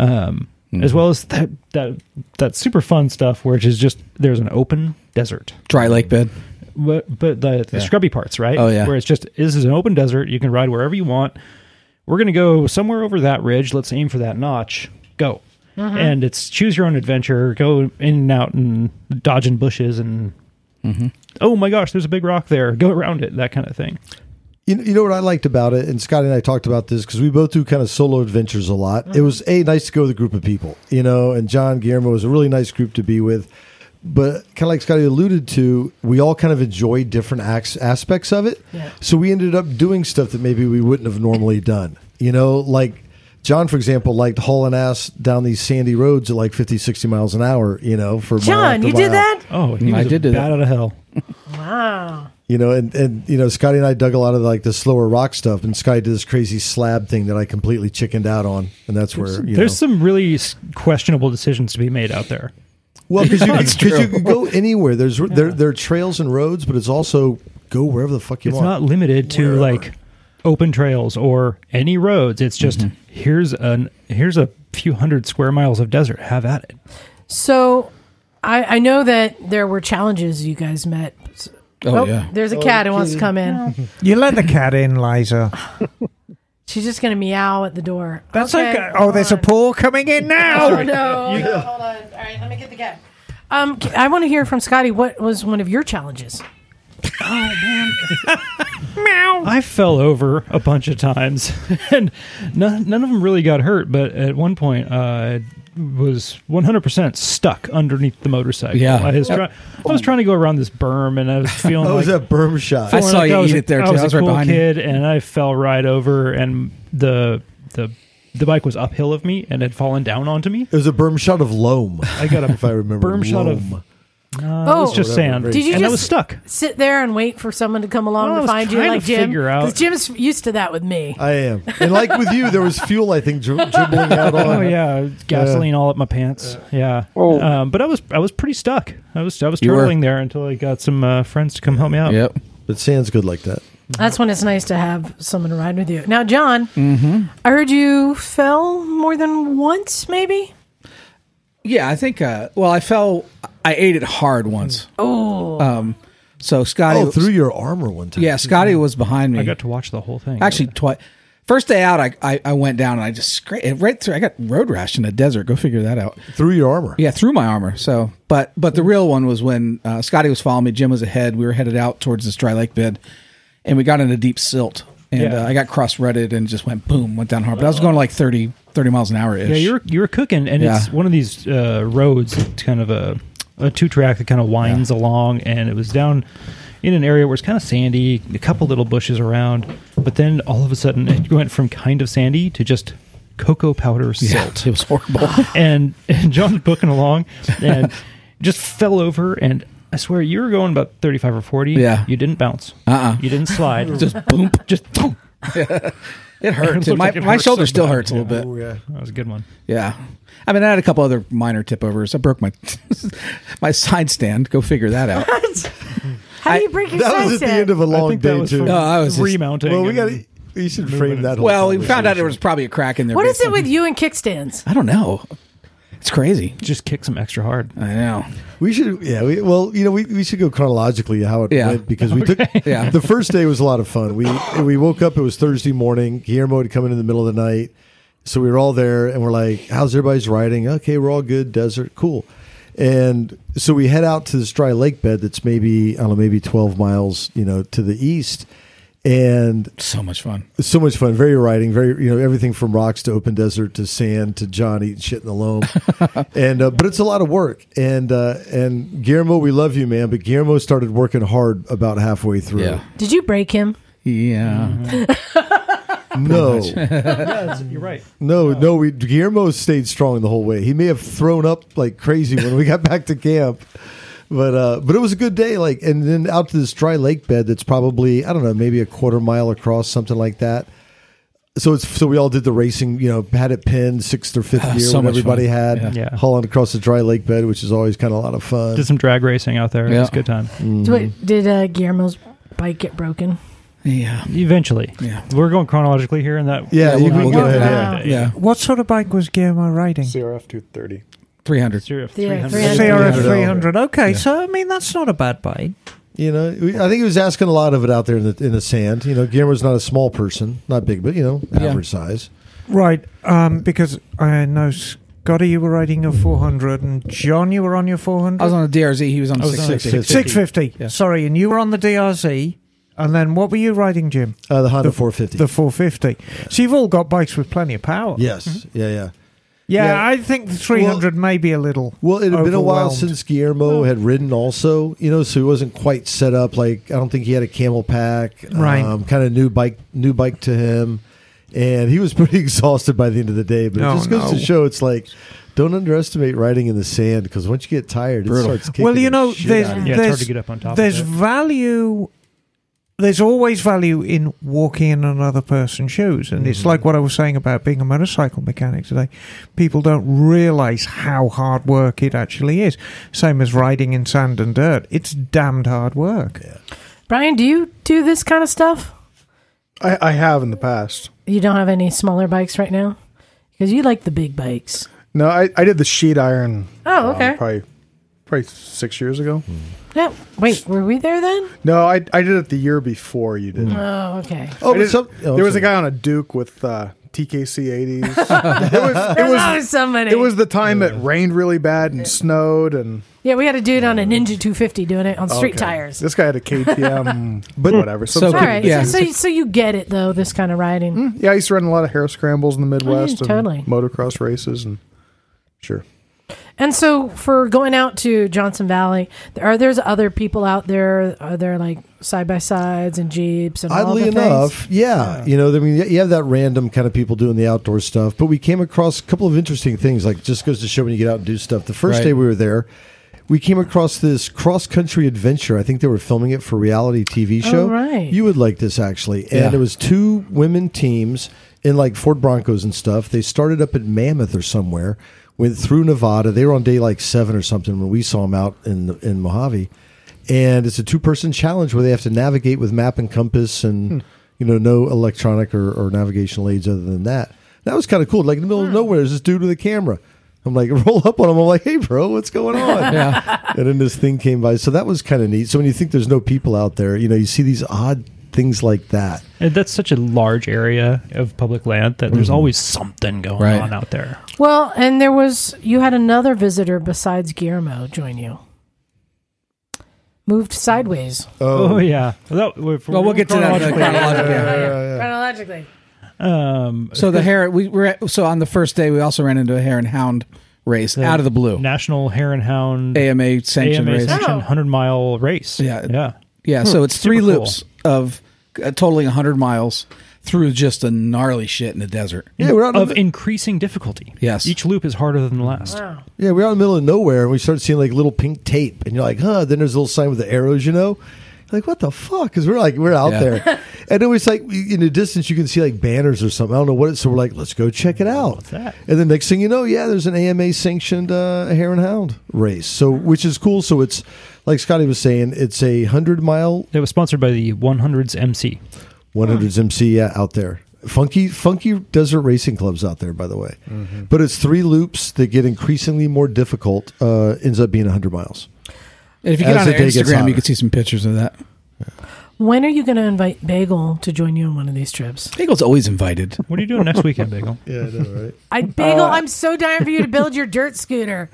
F: Um, As well as that that that super fun stuff, which is just there's an open desert,
E: Dry lake bed.
F: but but the, the scrubby parts, right?
E: Oh, yeah.
F: where it's just this is an open desert. You can ride wherever you want. We're gonna go somewhere over that ridge. Let's aim for that notch. Go. And it's choose your own adventure. Go in and out and
E: Mm-hmm. Mm,
F: dodging bushes and oh my gosh, there's a big rock there. Go around it. That kind of thing.
C: You know, you know what I liked about it, and Scotty and I talked about this because we both do kind of solo adventures a lot.
A: Mm-hmm.
C: It was a nice to go with a group of people, you know, and John Guillermo was a really nice group to be with. But kind of like Scotty alluded to, we all kind of enjoyed different acts, aspects of it.
A: Yeah.
C: So we ended up doing stuff that maybe we wouldn't have normally done. You know, like John, for example, liked hauling ass down these sandy roads at like 50, 60 miles an hour, you know, for mile
A: John,
C: after
A: you did
C: mile.
A: that?
F: Oh, he
E: I
F: was
E: did do that.
F: bad out of hell.
A: Wow.
C: you know, and, and you know, Scotty and I dug a lot of like the slower rock stuff, and Scotty did this crazy slab thing that I completely chickened out on, and that's where you
F: There's
C: know,
F: some really s- questionable decisions to be made out there.
C: well, because you,
E: That's
C: 'cause you
E: true.
C: can go anywhere. There's there there are trails and roads, but it's also go wherever the fuck you
F: It's
C: want.
F: not limited to like open trails or any roads. It's just
E: Mm-hmm.
F: here's an here's a few hundred square miles of desert. Have at it.
A: So I, I know that there were challenges you guys met.
E: Oh, yeah.
A: There's a cat who wants to come in.
B: You let the cat in, Liza.
A: She's just going to meow at the door.
B: That's
A: okay.
B: okay. Oh, there's a
A: hold
B: paw coming in now.
A: on. Oh, no. no, Hold on. All right, let me get the cat. Um, c- I want to hear from Scotty. What was one of your challenges?
F: I fell over a bunch of times, and none, none of them really got hurt. But at one point, uh, I was 100% stuck underneath the motorcycle.
E: Yeah.
F: I was, try- I was trying to go around this berm, and I was feeling.
C: Oh,
F: like,
C: was that berm shot?
E: I
F: feeling
E: saw
F: like
E: you
F: was
E: eat
F: a-
E: it there,
F: I
E: too.
F: was,
E: I was
F: a
E: right
F: cool
E: behind you.
F: kid, and I fell right over, and the the the bike was uphill of me and had fallen down onto me.
C: it was a berm shot of loam. I
F: got a
C: if I remember.
F: berm shot of-
C: loam.
F: Uh, it was
A: Oh.
F: just sand.
A: Did you
F: and I
A: just-
F: was stuck.
A: Sit there and wait for someone to come along
F: Well, I
A: to
F: was
A: find you,
F: trying
A: like
F: to
A: Jim.
F: figure out-
A: 'Cause Jim's used to that with me.
C: I am, and like with you, there was fuel. I think dri- dribbling out on.
F: Oh yeah, gasoline all up my pants. yeah,
D: Oh.
F: um, but I was I was pretty stuck. I was I was
E: You were.
F: turtling there until I got some uh, friends to come help me out.
E: Yep.
C: But sand's good like that.
A: That's when it's nice to have someone to ride with you. Now, John,
C: Mm-hmm.
A: I heard you fell more than once, maybe.
E: Yeah, I think. Uh, well, I fell. I ate it hard
A: Mm.
E: once. Oh. Um. So Scotty.
C: Oh, through your armor one time.
E: yeah, Scotty was behind me.
F: I got to watch the whole thing.
E: Actually, twice. First day out, I, I I went down and I just scraped right through. I got road rash in the desert. Go figure that out.
C: through your armor.
E: Yeah, through my armor. So, but but the real one was when uh, Scotty was following me. Jim was ahead. We were headed out towards this dry lake bed, and we got in a deep silt. And
F: Yeah.
E: uh, I got cross rutted and just went boom, went down hard. But I was going like 30, 30 miles an hour ish.
F: yeah, you were you were cooking, and it's
E: Yeah.
F: one of these uh, roads, it's kind of a a two track that kind of winds along, and it was down in an area where it's kind of sandy, a couple little bushes around, but then all of a sudden it went from kind of sandy to just cocoa powder
E: Yeah,
F: silt.
E: It was horrible.
F: and, and John's booking along and just fell over and I swear you were going about 35 or 40.
E: Yeah.
F: You didn't bounce.
E: Uh-uh.
F: You didn't slide. just
E: just boom.
F: just boom.
E: It hurts.
F: looked
E: my
F: like it
E: my
F: hurt
E: shoulder
F: so
E: still
F: bad.
E: hurts a little
F: Yeah.
E: bit.
C: Oh,
F: That was a good one.
E: Yeah. I mean, I had a couple other minor tip overs. I broke my my side stand. Go figure that out.
A: How
E: I-
A: do you break your
C: That was
A: side
C: at the
A: stand?
C: end of a
F: I
C: long
F: think that
C: day
F: was
C: too. Uh,
F: from
E: No, Oh, I was just-
F: remounting.
C: well, we
F: and-
C: got. to We should frame that. whole
E: well, we found out
C: conversation.
E: there was probably a crack in there.
A: What
E: but
A: is it with you and kickstands?
E: I don't know. It's crazy.
F: just kick some extra hard.
E: I know.
C: We should, yeah. We, well, you know, we, we should go chronologically how it
E: Yeah.
C: went because we took
E: Yeah.
C: the first day was a lot of fun. We we woke up. It was Thursday morning. Guillermo had come in in the middle of the night, so we were all there and we're like, "How's everybody's riding? Okay, we're all good. Desert, cool." And so we head out to this dry lake bed that's maybe I don't know, maybe twelve miles, you know, to the east, and
E: So much fun.
C: it's so much fun. Very riding. Very you know everything from rocks to open desert to sand to John eating shit in the loam, and uh, but it's a lot of work. And uh, and Guillermo, we love you, man. But Guillermo started working hard about halfway through.
E: Yeah.
A: Did you break him?
E: Yeah.
C: No,
F: You're right.
C: no, no. We Guillermo stayed strong the whole way. He may have thrown up like crazy when we got back to camp. But uh, but it was a good day, like and then out to this dry lake bed that's probably I don't know maybe a quarter mile across, something like that. so it's so we all did the racing, you know, had it pinned sixth or fifth
E: Ah,
C: year
E: so
C: when
E: much
C: everybody had
E: fun. Yeah.
F: Yeah.
C: hauling across the dry lake bed, which is always kind of a lot of fun.
F: Did some drag racing out there. It was a
E: Yeah.
F: good time.
A: So
C: Mm-hmm.
A: wait, Did uh, Guillermo's bike get broken?
E: Yeah.
F: Eventually.
E: Yeah.
F: We're going chronologically here and that.
C: yeah, you
E: we'll-
C: can
E: we'll
C: go
E: go
C: ahead.
A: with
C: yeah.
A: that.
E: Yeah.
B: What sort of bike was Guillermo riding?
G: CRF 230.
E: 300.
F: Serious
A: Yeah,
F: 300.
B: CRF
C: 300.
B: 300. Okay, so I mean that's not a bad bike.
C: You know, we, I think he was asking a lot of it out there in the in the sand. You know, Guillermo's not a small person, not big, but you know,
E: Yeah.
C: average size.
B: Right, um, because I know Scotty, you were riding your 400, and John, you were on your 400?
E: I was on a DRZ. He was on a
F: was on a
E: 650.
B: 650.
E: Yeah.
B: Sorry, and you were on the DRZ. And then what were you riding, Jim?
C: Uh, the Honda
B: The-
C: 450.
B: The 450. So you've all got bikes with plenty of power.
C: yes. Yeah, yeah.
B: Yeah,
C: Yeah.
B: I think the 300 may be a little.
C: Well, it had been a while
B: overwhelmed.
C: since Guillermo had ridden, also, you know, so he wasn't quite set up. Like I don't think he had a camel pack,
B: Right.
C: kind of new bike, new bike to him, and he was pretty exhausted by the end of the day. But
B: No,
C: it just goes
B: no.
C: to show, it's like don't underestimate riding in the sand because once you get tired, it
E: Brutal.
C: starts kicking.
B: Well, you
C: the
B: know,
C: shit
B: there's,
C: out of
F: Yeah,
C: you.
F: it's
B: there's,
F: hard to get up on top.
B: there's
F: of it.
B: value. There's always value in walking in another person's shoes. And
C: Mm-hmm.
B: it's like what I was saying about being a motorcycle mechanic today. People don't realize how hard work it actually is. Same as riding in sand and dirt. It's damned hard work.
A: Brian, do you do this kind of stuff?
G: I, I have in the past.
A: You don't have any smaller bikes right now because you like the big bikes.
G: No, I, I did the sheet iron.
A: Oh,
G: um,
A: okay.
G: probably, probably six years ago.
A: Yeah. Wait, were we there then?
G: No, I I did it the year before you did. it.
A: Oh, okay.
C: Oh,
G: I
C: but
G: did-
C: some, oh,
G: there was
C: sorry.
G: a guy on a Duke with uh, TKC 80s.
C: Uh,
G: it was it
A: There's
G: was
A: always somebody.
G: it was the time it rained really bad and snowed and
A: yeah, we had a dude on a Ninja 250 doing it on street
G: Okay.
A: tires.
G: This guy had a KTM,
C: But-
G: but whatever.
E: So
G: So
A: All right.
E: Yeah.
A: So, so, you- so you get it though, this kind of riding.
G: yeah, I used to run a lot of hair scrambles in the Midwest and
A: Oh, totally.
G: motocross races and sure.
A: And so for going out to Johnson Valley, there are there's other people out there? Are there like side by sides and jeeps and all
C: Oddly
A: the
C: enough,
A: things?
C: yeah, you know, I mean, you have that random kind of people doing the outdoor stuff, but we came across a couple of interesting things. Like, just goes to show when you get out and do stuff. The first
E: Right.
C: day we were there, we came across this cross country adventure. I think they were filming it for a reality
A: Oh,
C: TV show.
A: right.
C: You would like this actually, and
E: Yeah.
C: it was two women teams in like Ford Broncos and stuff. They started up at Mammoth or somewhere, went through Nevada. They were on day like seven or something when we saw them out in the, in Mojave, and it's a two person challenge where they have to navigate with map and compass and you know no electronic or, or navigational aids other than that. That was kind of cool. Like in the middle of nowhere, there's this dude with a camera. I'm like, roll up on him. I'm like, hey, bro, what's going on? and then this thing came by. So that was kind of neat. So when you think there's no people out there, you know, you see these odd things like that.
F: And that's such a large area of public land that there's always something going
E: Mm. Right.
F: on out there.
A: Well, and there was you had another visitor besides Guillermo join you. Moved sideways.
F: Oh, yeah. Well, that- if
E: Well, we'll get to that in the
F: chronologically-
E: chronological.
A: Chronologically.
F: Um,
E: So the hare, we were at, so on the first day, we also ran into a hare and hound race out of the blue.
F: National Hare and Hound
E: AMA sanctioned
F: AMA
E: race.
F: sanctioned
A: Oh.
F: 100 mile race.
E: Yeah.
F: Yeah.
E: Yeah, so it's three
F: Super cool.
E: loops of uh, totaling 100 miles through just a gnarly shit in the desert.
C: Yeah, we're out in
F: of
C: the,
F: increasing difficulty.
E: Yes.
F: Each loop is harder than the last.
A: Wow.
C: yeah, we're out in the middle of nowhere, and we start seeing like little pink tape, and you're like, huh? Then there's a little sign with the arrows, you know. Like what the fuck? Because we're like we're out
E: Yeah.
C: there, and it was like in the distance you can see like banners or something. I don't know what it's. So we're like, let's go check it out.
F: What's that?
C: And the next thing you know, yeah, there's an AMA sanctioned uh, hare and hound race. So which is cool. So it's like Scotty was saying, it's a hundred mile
F: It was sponsored by the 100s MC.
C: 100s MC yeah, out there. Funky, funky desert racing clubs out there, by the way. But it's three loops that get increasingly more difficult. Uh, ends up being 100 miles.
E: And if you get
C: As
E: on
C: the day gets
E: Instagram,
C: hotter.
E: you can see some pictures of that.
A: When are you going to invite Bagel to join you on one of these trips?
E: Bagel's always invited.
F: What are you doing next weekend, Bagel?
C: Yeah, I know, right?
A: I Bagel, I'm so dying for you to build your dirt scooter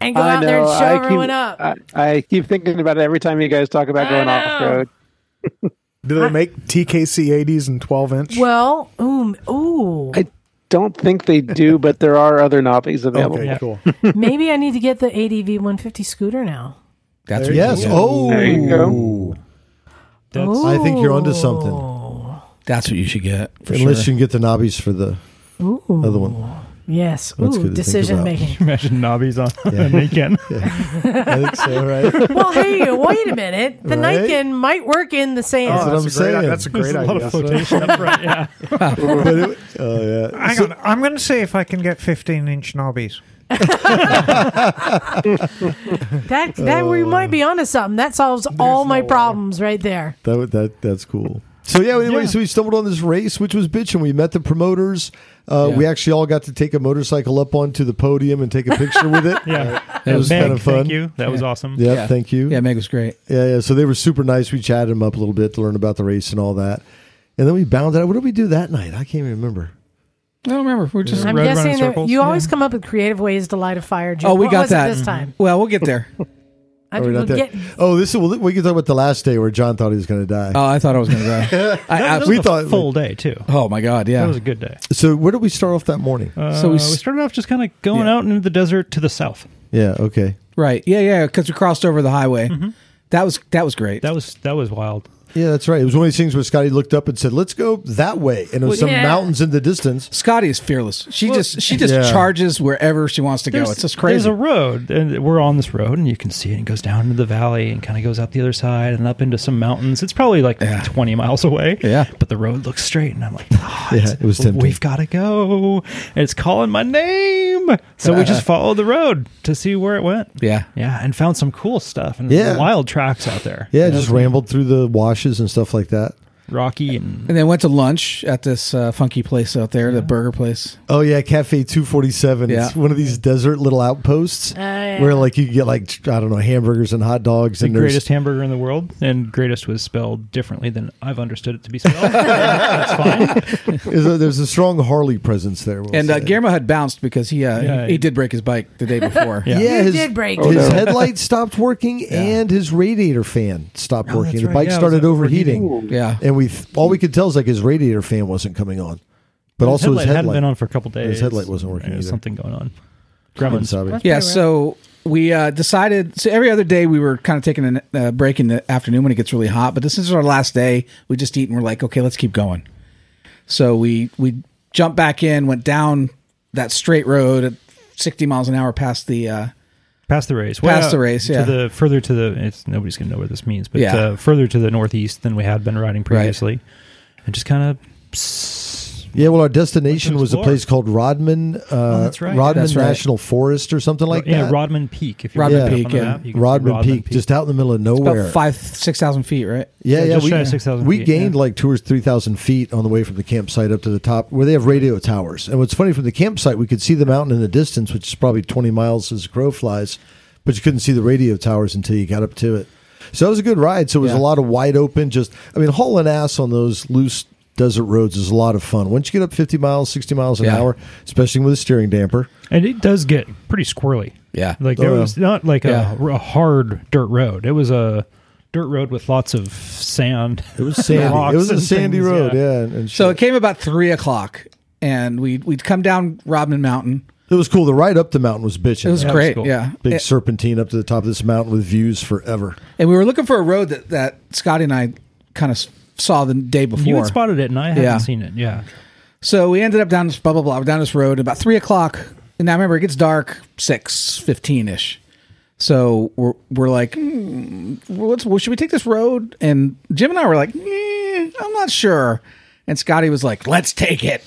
A: and go out there and show everyone
D: keep,
A: up.
D: I, I keep thinking about it every time you guys talk about
A: I
D: going
A: know.
D: off road.
G: Do they make TKC 80s and 12 inch?
A: well, ooh, ooh.
D: I don't think they do, but there are other knobbies available.
G: okay, cool. Oh,
A: maybe I need to get the ADV 150 scooter now.
E: That's
C: There yes.
E: what you,
C: Oh,
D: There you go.
F: That's
C: I think you're onto something.
A: Ooh.
E: that's what you should get. For
C: Unless
E: sure.
C: you can get the knobbies for the
A: Ooh.
C: other one.
A: Yes.
C: That's good to
A: Ooh,
C: think
A: decision
C: about.
A: making.
F: imagine knobbies on a weekend.
C: I think so, right? That's
A: well, hey, wait a minute. The
C: Right?
A: Nikin might work in the sand.
G: Oh,
C: what I'm
G: that's a great-
C: saying.
G: That's a great
F: a lot
G: idea.
F: of flotation up front. Yeah.
C: But it- oh, yeah.
B: Hang on, I'm going to see if I can get 15 inch knobbies.
A: that that we might be onto something. That solves all my problems right there.
C: That would that that's cool. So yeah, anyway,
F: Yeah.
C: so we stumbled on this race, which was bitching. We met the promoters. Uh,
E: Yeah.
C: We actually all got to take a motorcycle up onto the podium and take a picture with it.
F: Yeah.
C: That was
F: Meg,
C: kind of fun.
F: Thank you. That was awesome.
C: Yeah,
E: Yeah.
C: thank you.
E: yeah, Meg was great.
C: Yeah, yeah. So they were super nice. We chatted them up a little bit to learn about the race and all that. And then we bounded out. What did we do that night? I can't even remember.
E: I don't remember. We We're just.
A: I'm
F: Road running
A: guessing that
F: circles?
A: you always come up with creative ways to light a fire. Jim.
E: Oh,
C: Mm-hmm.
E: we
A: What
E: got
A: was
E: that
A: it this time.
E: Well, we'll get there.
A: I
C: Are we
A: will
C: not there?
A: get
C: Oh, this is well, we can talk about the last day where John thought he was going to die.
E: Oh, I thought I was going to go. I
F: That
E: abs-
F: was
C: we
F: a
C: thought-
F: full day too.
E: oh my god,
F: That
E: yeah.
F: was a good day.
C: so where did we start off that morning?
F: Uh,
E: So
F: so
E: we
F: we,
E: s-
F: started off just kind of going
E: Yeah.
F: out into the desert to the south.
C: yeah, okay.
E: Right. Yeah, yeah, cuz we crossed over the highway. That was that was great.
F: Mm-hmm. That was that was wild.
C: Yeah, that's right. It was one of these things where Scotty looked up and said, "Let's go that way," and it was
A: Well,
C: some
A: yeah.
C: mountains in the distance.
E: Scotty is fearless. She just she just
C: Yeah.
E: charges wherever she wants to go. It's just
F: There's
E: crazy.
F: a road, and we're on this road, and you can see it. And it goes down into the valley, and kind of goes out the other side, and up into some mountains. It's probably like 20 miles away.
E: Yeah.
F: but the road looks straight, and I'm like, "Ah, it's-
C: it was tempting.
F: We've got to go. And it's calling my name, so we just followed the road to see where it went.
E: yeah.
F: Yeah, and found some cool stuff and
C: Yeah.
F: wild tracks out there.
C: Yeah, just rambled through the washes and stuff like that.
F: rocky and
E: And then went to lunch at this uh, funky place out there, the burger place.
C: Oh yeah, Cafe Two Forty Seven. It's
E: Yeah.
C: one of these desert little outposts
A: Oh, yeah.
C: where like you get like I don't know hamburgers and hot dogs
F: the
C: and there's-
F: greatest hamburger in the world, and greatest was spelled differently than I've understood it to be spelled. That's fine.
C: there's a, there's a strong Harley presence there. we'll
E: And uh,
C: say.
E: Guillermo had bounced because he, uh,
F: Yeah,
E: he
F: he-
E: he did break his bike the day before.
F: Yeah.
C: yeah,
A: You
C: his,
A: did break.
C: his headlight stopped working and his radiator fan stopped
F: Oh,
C: working.
F: that's
C: The
F: right.
C: bike
F: Yeah, it was
C: started
F: overheating.
C: overheating,
E: Yeah.
C: and we th- all we could tell is like his radiator fan wasn't coming on, but also his headlight.
F: hadn't been on for a couple days.
C: His headlight wasn't working
F: There was
C: either.
F: Something going on.
C: I'm
F: Gremlins.
C: sorry.
E: Yeah,
A: pretty
E: so we uh, decided. So every other day we were kind of taking a uh, break in the afternoon when it gets really hot. But this is our last day. We just eat and we're like, okay, let's keep going. So we we jumped back in, went down that straight road at sixty miles an hour past the. Uh,
F: Past the race.
E: Past
F: out
E: the race,
F: to
E: yeah.
F: the further to the. It's nobody's gonna know what this means, but
E: Yeah.
F: uh, further to the northeast than we had been riding previously, and just kind of.
C: Yeah, well, our destination
F: Let's
C: was a
F: explore.
C: place called Rodman, uh,
F: Oh, that's right.
C: Rodman
E: That's right.
C: National Forest or something like
F: yeah,
C: that.
F: Rodman Peak. If you
E: Rodman
F: look it up
E: Peak,
F: on the
E: yeah.
F: map, you can see
C: Rodman, Peak, just out in the middle of
E: about
C: nowhere.
E: five six thousand feet, right?
C: yeah, yeah,
F: just
C: we,
F: shy of 6,000
C: we
F: feet,
C: gained
F: yeah.
C: like two or three thousand feet on the way from the campsite up to the top, where they have radio towers. And what's funny from the campsite, we could see the mountain in the distance, which is probably twenty miles as a crow flies, but you couldn't see the radio towers until you got up to it. So it was a good ride. So it was
E: Yeah.
C: a lot of wide open. Just, I mean, hauling ass on those loose desert roads is a lot of fun. Once you get up fifty miles, sixty miles an
E: Yeah.
C: hour, especially with a steering damper.
F: And it does get pretty squirrely.
E: Yeah.
F: Like there
C: Oh, yeah.
F: was not like
E: Yeah.
F: a, a hard dirt road. It was a dirt road with lots of sand.
C: It was sandy. it was a
F: Rocks and
C: sandy
F: things,
C: road.
F: yeah.
C: Yeah, and, and
E: So
C: shit.
E: it came about three o'clock, and we we'd come down Rodman Mountain.
C: It was cool. The ride up the mountain was bitching.
E: It was
C: man.
F: was
E: great,
F: cool.
E: yeah.
C: Big
E: And-
C: serpentine up to the top of this mountain with views forever.
E: And we were looking for a road that that Scotty and I kind of saw the day before.
F: You had spotted it, and I hadn't
E: Yeah.
F: seen it. Yeah.
E: So we ended up down this blah blah blah down this road about three o'clock. And now remember, it gets dark six fifteen ish. So we're we're like, hmm, what's, well, should we take this road? And Jim and I were like, eh, I'm not sure. And Scotty was like, let's take it.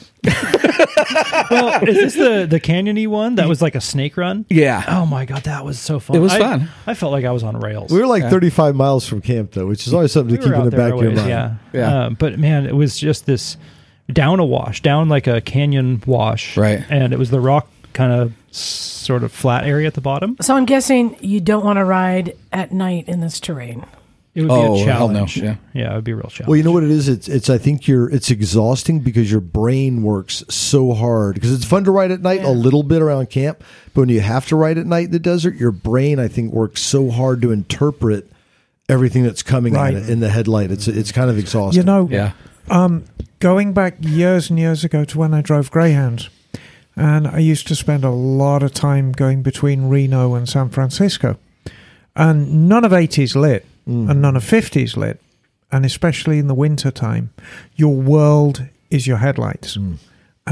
F: well, is this the the canyony one that was like a snake run?
E: Yeah.
F: Oh my god, that was so fun.
E: It was
F: I-
E: fun.
F: I felt like I was on rails.
C: We were like 35 miles from camp, though, which is always something
F: We
C: to
F: were
C: keep
F: out
C: in the
F: there
C: back
F: a
C: of your
F: ways,
C: mind.
F: Yeah.
E: Yeah.
F: Uh, but man, it was just this down a wash, down like a canyon wash.
E: Right.
F: And it was the rock kind of sort of flat area at the bottom.
A: So I'm guessing you don't want to ride at night in this terrain.
F: It would
E: Oh,
F: be a
E: hell no,
F: challenge.
E: yeah.
F: Yeah, it would be a real challenge.
C: Well, you know what it is? It's, it's I think you're it's exhausting because your brain works so hard because it's fun to ride at night a little bit around camp, but when you have to ride at night in the desert, your brain I think works so hard to interpret everything that's coming
B: Right.
C: at it in the headlight. It's it's kind of exhausting.
B: You know,
E: Yeah.
B: um, going back years and years ago to when I drove Greyhounds, and I used to spend a lot of time going between Reno and San Francisco, and none of 80s lit and none of 50s lit, and especially in the winter time, your world is your headlights, and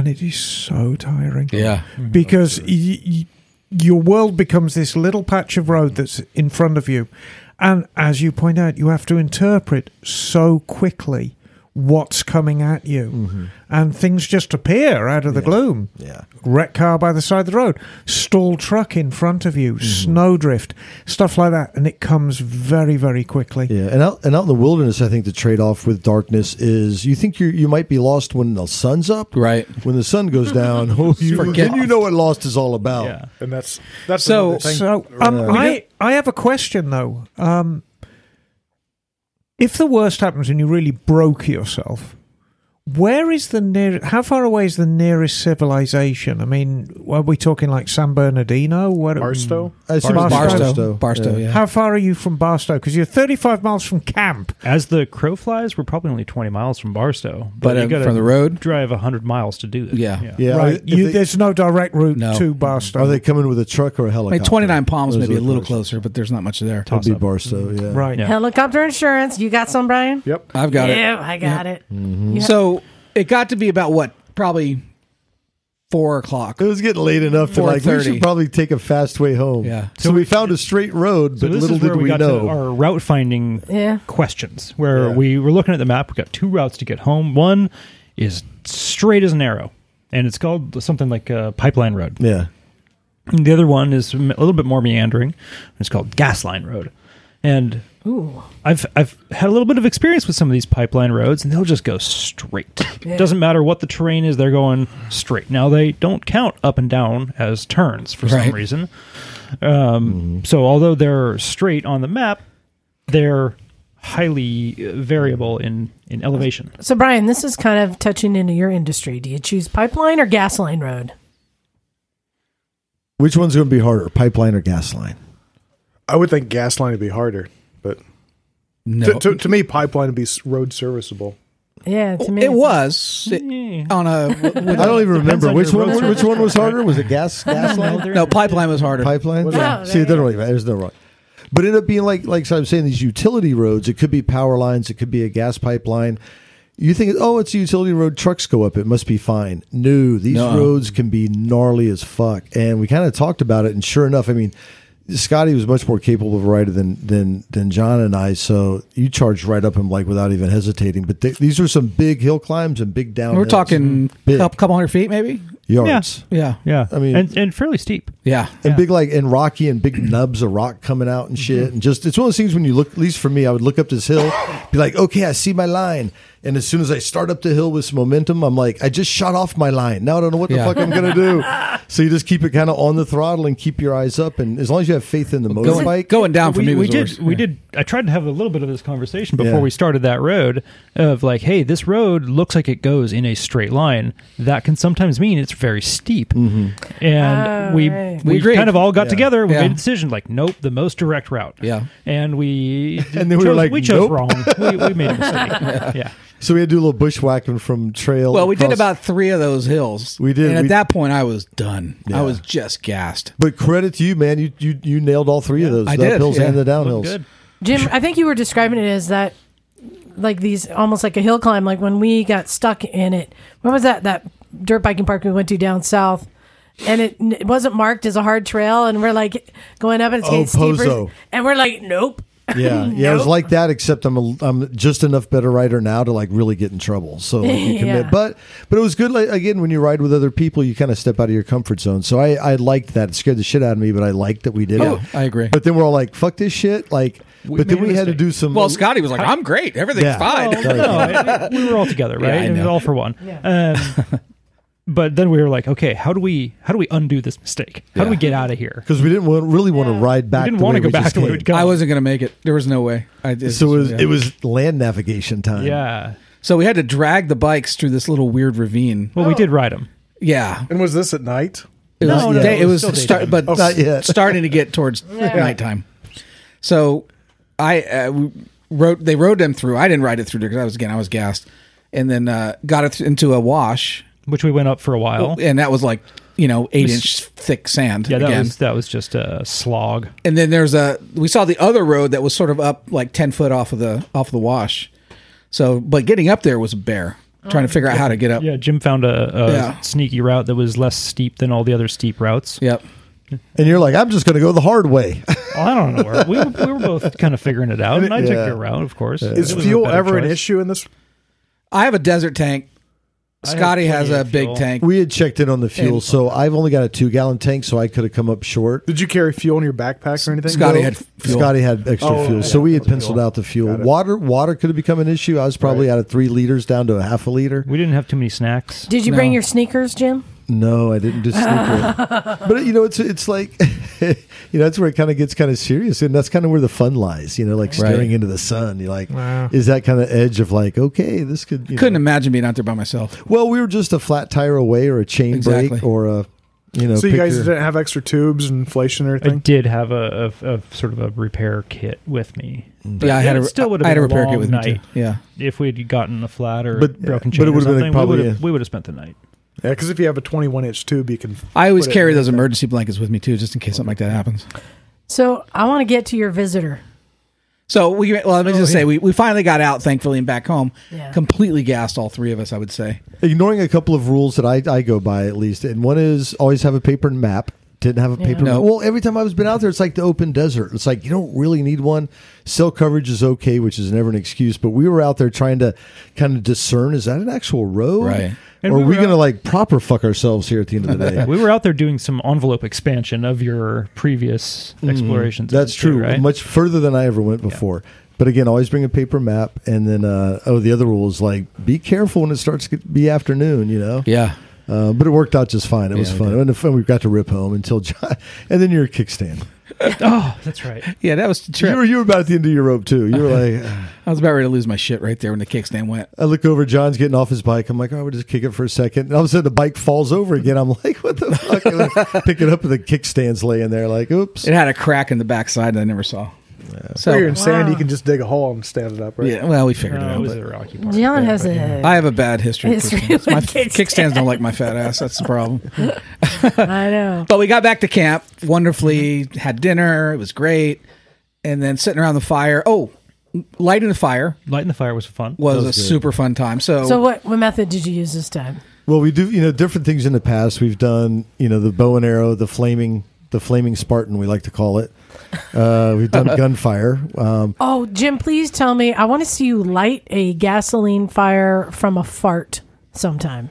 B: it is so tiring.
E: Yeah.
B: because y- y- your world becomes this little patch of road that's in front of you. And as you point out, you have to interpret so quickly what's coming at you. And things just appear out of the gloom.
C: Mm-hmm. yeah.
B: Wrecked car by the side of the road, stalled truck in front of
C: Mm-hmm.
B: you, snowdrift, stuff like that. And it comes very, very quickly.
C: Yeah, and out and out in the wilderness, I think the trade off with darkness is you think you you might be lost when the sun's up,
E: Right.
C: When the sun goes down, oh, you,
E: Forget-
C: then you know what lost is all about.
F: yeah.
G: And that's that's
E: So-
G: another thing.
B: So um, I, I have a question though. Um, if the worst happens and you really broke yourself, where is the near? How far away is the nearest civilization? mm. I mean, are we talking like San Bernardino? Where,
G: Barstow.
C: I I assume
B: Barstow.
C: it's
E: Barstow. Barstow, yeah.
B: How far are you from Barstow? Because you're 35 miles from camp.
F: As the crow flies, we're probably only 20 miles from Barstow.
E: But, uh,
F: gotta
E: from the road?
F: drive 100 miles to do this.
E: Yeah.
C: Yeah,
B: right.
C: if
B: You,
C: they-
B: there's no direct route
E: No.
B: to Barstow.
C: Are they coming with a truck or a
E: I
C: helicopter?
E: mean, 29 Palms
C: Those
E: may be
C: are
E: a
C: the
E: little
C: first.
E: closer, but there's not much there.
F: Toss
C: It'd
F: up.
C: be Barstow,
F: Mm-hmm.
C: yeah.
B: right.
F: Yeah.
A: Helicopter insurance. You got some, Brian?
G: Yep.
E: I've got it.
A: yeah, I got it.
E: So it got to be about what? Probably four o'clock.
C: It was getting late enough to like we
E: 4:30.
C: should probably take a fast way home.
E: Yeah.
C: So, we found a straight road,
F: So
C: but
F: this
C: little
F: is where
C: did
F: we,
C: we,
F: got to
C: know.
F: our route finding
A: Yeah.
F: questions, where
C: Yeah.
F: we were looking at the map. We got two routes to get home. One is straight as an arrow, and it's called something like uh, Pipeline Road.
C: yeah.
F: And the other one is m- a little bit more meandering. It's called Gasline Road, and
A: Ooh.
F: I've I've had a little bit of experience with some of these pipeline roads, and they'll just go straight.
A: Yeah.
F: Doesn't matter what the terrain is, they're going straight. Now they don't count up and down as turns for
E: Right.
F: some reason. Um, So although they're straight on the map, they're highly uh, variable in in elevation.
A: So, Brian, this is kind of touching into your industry. Do you choose pipeline or gas line road?
C: Which one's going to be harder, pipeline or gas line?
G: I would think gas line would be harder, but
E: No.
G: to, to, to me, pipeline would be s- road serviceable.
A: Yeah, to me,
E: Oh, it
A: it's-
E: was it- on a with
C: I don't even
F: Depends
C: remember
F: on
C: which
F: your
C: one.
F: road
C: Which one was harder? Was it gas gas line?
E: no pipeline was harder.
C: pipeline.
A: Yeah. Oh,
C: See, it
A: there
C: doesn't really matter. There's no right. But it ended up being like like so I'm saying these utility roads. It could be power lines. It could be a gas pipeline. You think, oh, it's a utility road. Trucks go up. It must be fine. No, these
E: No.
C: roads can be gnarly as fuck. And we kind of talked about it. And sure enough, I mean, Scotty was much more capable of a rider than than than John and I. So you charged right up him like without even hesitating. But th- these are some big hill climbs and big down.
E: We're talking
C: big
E: couple, couple hundred feet, maybe.
C: yards.
E: Yeah,
F: Yeah,
C: I mean-
F: and, and fairly steep.
E: yeah. Mm-hmm.
C: and big like and rocky and big nubs of rock coming out and shit and just it's one of those things when you look at least for me i would look up this hill be like okay i see my line and as soon as i start up the hill with some momentum i'm like i just shot off my line now i don't know what the
E: Yeah.
C: fuck i'm gonna do so you just keep it kind of on the throttle and keep your eyes up and as long as you have faith in the
E: Going,
C: motorbike
E: going down for
F: we,
E: me
F: we
E: was
F: did
E: worse.
F: we did i tried to have a little bit of this conversation before
C: Yeah.
F: we started that road of like hey this road looks like it goes in a straight line that can sometimes mean it's very steep and
A: Oh,
F: we
A: right.
E: We
F: we,
E: agreed.
F: kind of all got
C: Yeah.
F: together we
E: Yeah.
F: made a decision like nope the most direct route
E: Yeah.
F: and we
C: And then we were
F: chose,
C: like,
F: we chose
C: nope.
F: wrong we, we made a mistake yeah
C: so we had to do a little bushwhacking from trail
E: Well, we did
C: across-
E: about three of those hills.
C: We did,
E: And at
C: we-
E: that point, I was done.
C: Yeah.
E: I was just gassed.
C: but credit to you man you you, you nailed all three of those
E: I
C: the
E: did,
C: uphills
E: yeah.
C: and the
F: Looked
C: downhills
F: good.
A: Jim, I think you were describing it as that, like these almost like a hill climb. Like when we got stuck in it, what was that? That dirt biking park we went to down south, and it, it wasn't marked as a hard trail, and we're like going up and it's
C: Oh,
A: getting steeper,
C: Pozo.
A: and we're like, nope.
C: Yeah, yeah, it was
A: Nope.
C: like that. Except I'm a, I'm just enough better rider now to like really get in trouble. So like, you commit,
A: Yeah.
C: but but it was good. Like, again, when you ride with other people, you kind of step out of your comfort zone. So I I liked that. It scared the shit out of me, but I liked that we did
E: Oh,
C: it.
E: I agree.
C: But then we're all like, "Fuck this shit!" Like,
F: We
C: but then
F: made a
C: we had to
F: mistake.
C: do some.
E: Well, Scotty was like, "I'm great. Everything's
C: Yeah.
E: fine."
C: Sorry.
F: no, I- we were all together,
E: Yeah,
F: right?
E: I
F: it was
E: know.
F: all for one. Um, but then we were like, okay, how do we how do we undo this mistake? How do we
E: Yeah.
F: get out of here?
C: because we didn't want, really want to ride back.
F: We didn't
C: the
F: want
C: way
F: to go
C: we
F: back
C: just
F: to where
C: came.
F: we'd go.
E: I wasn't going to make it. There was no way. I just,
C: So it was,
E: yeah.
C: it was land navigation time.
F: yeah.
E: So we had to drag the bikes through this little weird ravine.
F: Well,
C: Oh.
F: we did ride them.
E: Yeah,
G: And was this at night?
E: it was.
F: No, no,
E: day,
F: it
E: it
F: was
E: was,
F: still
E: start, but
C: Not yet.
E: starting to get towards nighttime. So I uh, we rode. They rode them through. I didn't ride it through because I was again I was gassed, and then uh, got it th- into a wash,
F: Which we went up for a while.
E: and that was like you know eight inch thick sand.
F: Oh. yeah, that
E: again.
F: was that was just a slog.
E: and then there's a we saw the other road that was sort of up like 10 foot off of the off the wash so but getting up there was a bear trying to figure out how to get up
F: Oh. Yeah, Jim found a, a
E: Yeah.
F: sneaky route that was less steep than all the other steep routes.
E: yep
C: and you're like, "I'm just going to go the hard way."
F: Well, I don't know where we, were- we were both kind of figuring it out, and, I took
C: Yeah.
F: your route, of course.
G: Is
F: It was a
G: fuel
F: better
G: ever an
F: choice.
G: issue in this?
E: i have a desert tank
F: I have
E: scotty has
F: plenty
E: a
F: of
E: big
F: fuel.
E: tank
C: we had checked in on the fuel,
E: And-
C: so I've only got a two gallon tank, so I could have come up short.
G: Did you carry fuel in your backpack or anything?
E: Scotty
G: No.
E: had fuel.
C: Scotty had extra
G: Oh,
C: fuel,
G: yeah,
C: so we had
G: that was
C: penciled
G: fuel.
C: out the fuel.
G: Got it.
C: Water, water could have become an issue. I was probably out of three liters down to a half a liter.
F: We didn't have too many snacks.
A: Did you
E: No.
A: bring your sneakers, Jim?
C: No, I didn't just sneaker. but you know, it's it's like you know, that's where it kind of gets kind of serious, and that's kind of where the fun lies. You know, like
E: Right.
C: staring into the sun. You're like,
B: Wow.
C: is that kind of edge of like, okay, this could you
E: couldn't
C: know.
E: imagine being out there by myself
C: Well, we were just a flat tire away, or a chain
E: Exactly.
C: break, or a You know,
G: so you
C: pick
G: guys
C: your-
G: didn't have extra tubes, inflation or
F: I
G: anything.
F: did have a, a, a sort of a repair kit with me.
C: Mm.
E: yeah, I had
F: it
E: a
F: still would've
E: I had a
F: been a
E: repair
F: long
E: kit with me
F: night.
E: too. Yeah,
F: If we'd gotten a flat or
C: But- yeah, but
F: broken chain
C: it
F: or
C: would've been
F: something,
C: probably,
F: we would have
C: yeah.
F: we would have spent the night.
G: Yeah, because if you have a 21 inch tube, you can.
E: I always
G: Put it
E: carry
G: in
E: those
G: like that.
E: emergency blankets with me too, just in case something like that happens.
A: So I want to get to your visitor.
E: So we well, let me just say we, we finally got out, thankfully, and back home.
A: Yeah.
E: Completely gassed, all three of us. I would say.
C: ignoring a couple of rules that I, I go by at least, and one is always have a paper map. Didn't have a paper.
E: No.
C: map. Well, every time I was been out there, it's like the open desert. It's like you don't really need one. Cell coverage is okay, which is never an excuse. But we were out there trying to kind of discern: is that an actual road,
E: Right.
F: And
C: or
F: we
C: are we
F: were
C: going to
F: out-
C: like proper fuck ourselves here at the end of the day?
F: We were out there doing some envelope expansion of your previous explorations.
C: Mm. That's
F: too,
C: true.
F: right?
C: Much further than I ever went before. But again, always bring a paper map, and then uh, oh, the other rule is like be careful when it starts to be afternoon. You know,
E: Yeah.
C: Uh, but it worked out just fine. It was
E: Yeah, it
C: fun.
E: did.
C: And the fun, we got to rip home until John, and then you're a kickstand.
F: oh, that's right.
E: Yeah, that was the
C: You
E: trip.
C: were, you were about at the end of your rope too. You were like,
E: I was about ready to lose my shit right there when the kickstand went.
C: I look over, John's getting off his bike. I'm like, all right, we'll just kick it for a second. And all of a sudden the bike falls over again. I'm like, what the fuck? And then pick it up and the kickstand's laying there like, oops.
E: It had a crack in the backside that I never saw. So
G: If you're in sand,
A: Wow.
G: you can just dig a hole and stand it up. Right?
E: yeah, well, we figured
F: No, it
E: it
F: was
E: out.
F: a
E: but
F: rocky part.
A: John
F: Yeah,
A: has
F: but-
A: a.
E: I have a bad history. with
A: History
E: kickstands.
A: with
E: My
A: kickstands.
E: kickstands don't like my fat ass. That's the problem.
A: I know.
E: But we got back to camp wonderfully, had dinner. It was great. And then sitting around the fire. Oh, lighting the fire
F: Lighting the fire was fun.
E: was,
C: was
E: a
C: good.
E: super fun time. So,
A: So what what method did you use this time?
C: Well, we do, you know, different things in the past. We've done, you know, the bow and arrow, the flaming, the flaming Spartan, we like to call it. Uh, we've done gunfire. Um,
A: Oh, Jim, please tell me. I want to see you light a gasoline fire from a fart sometime.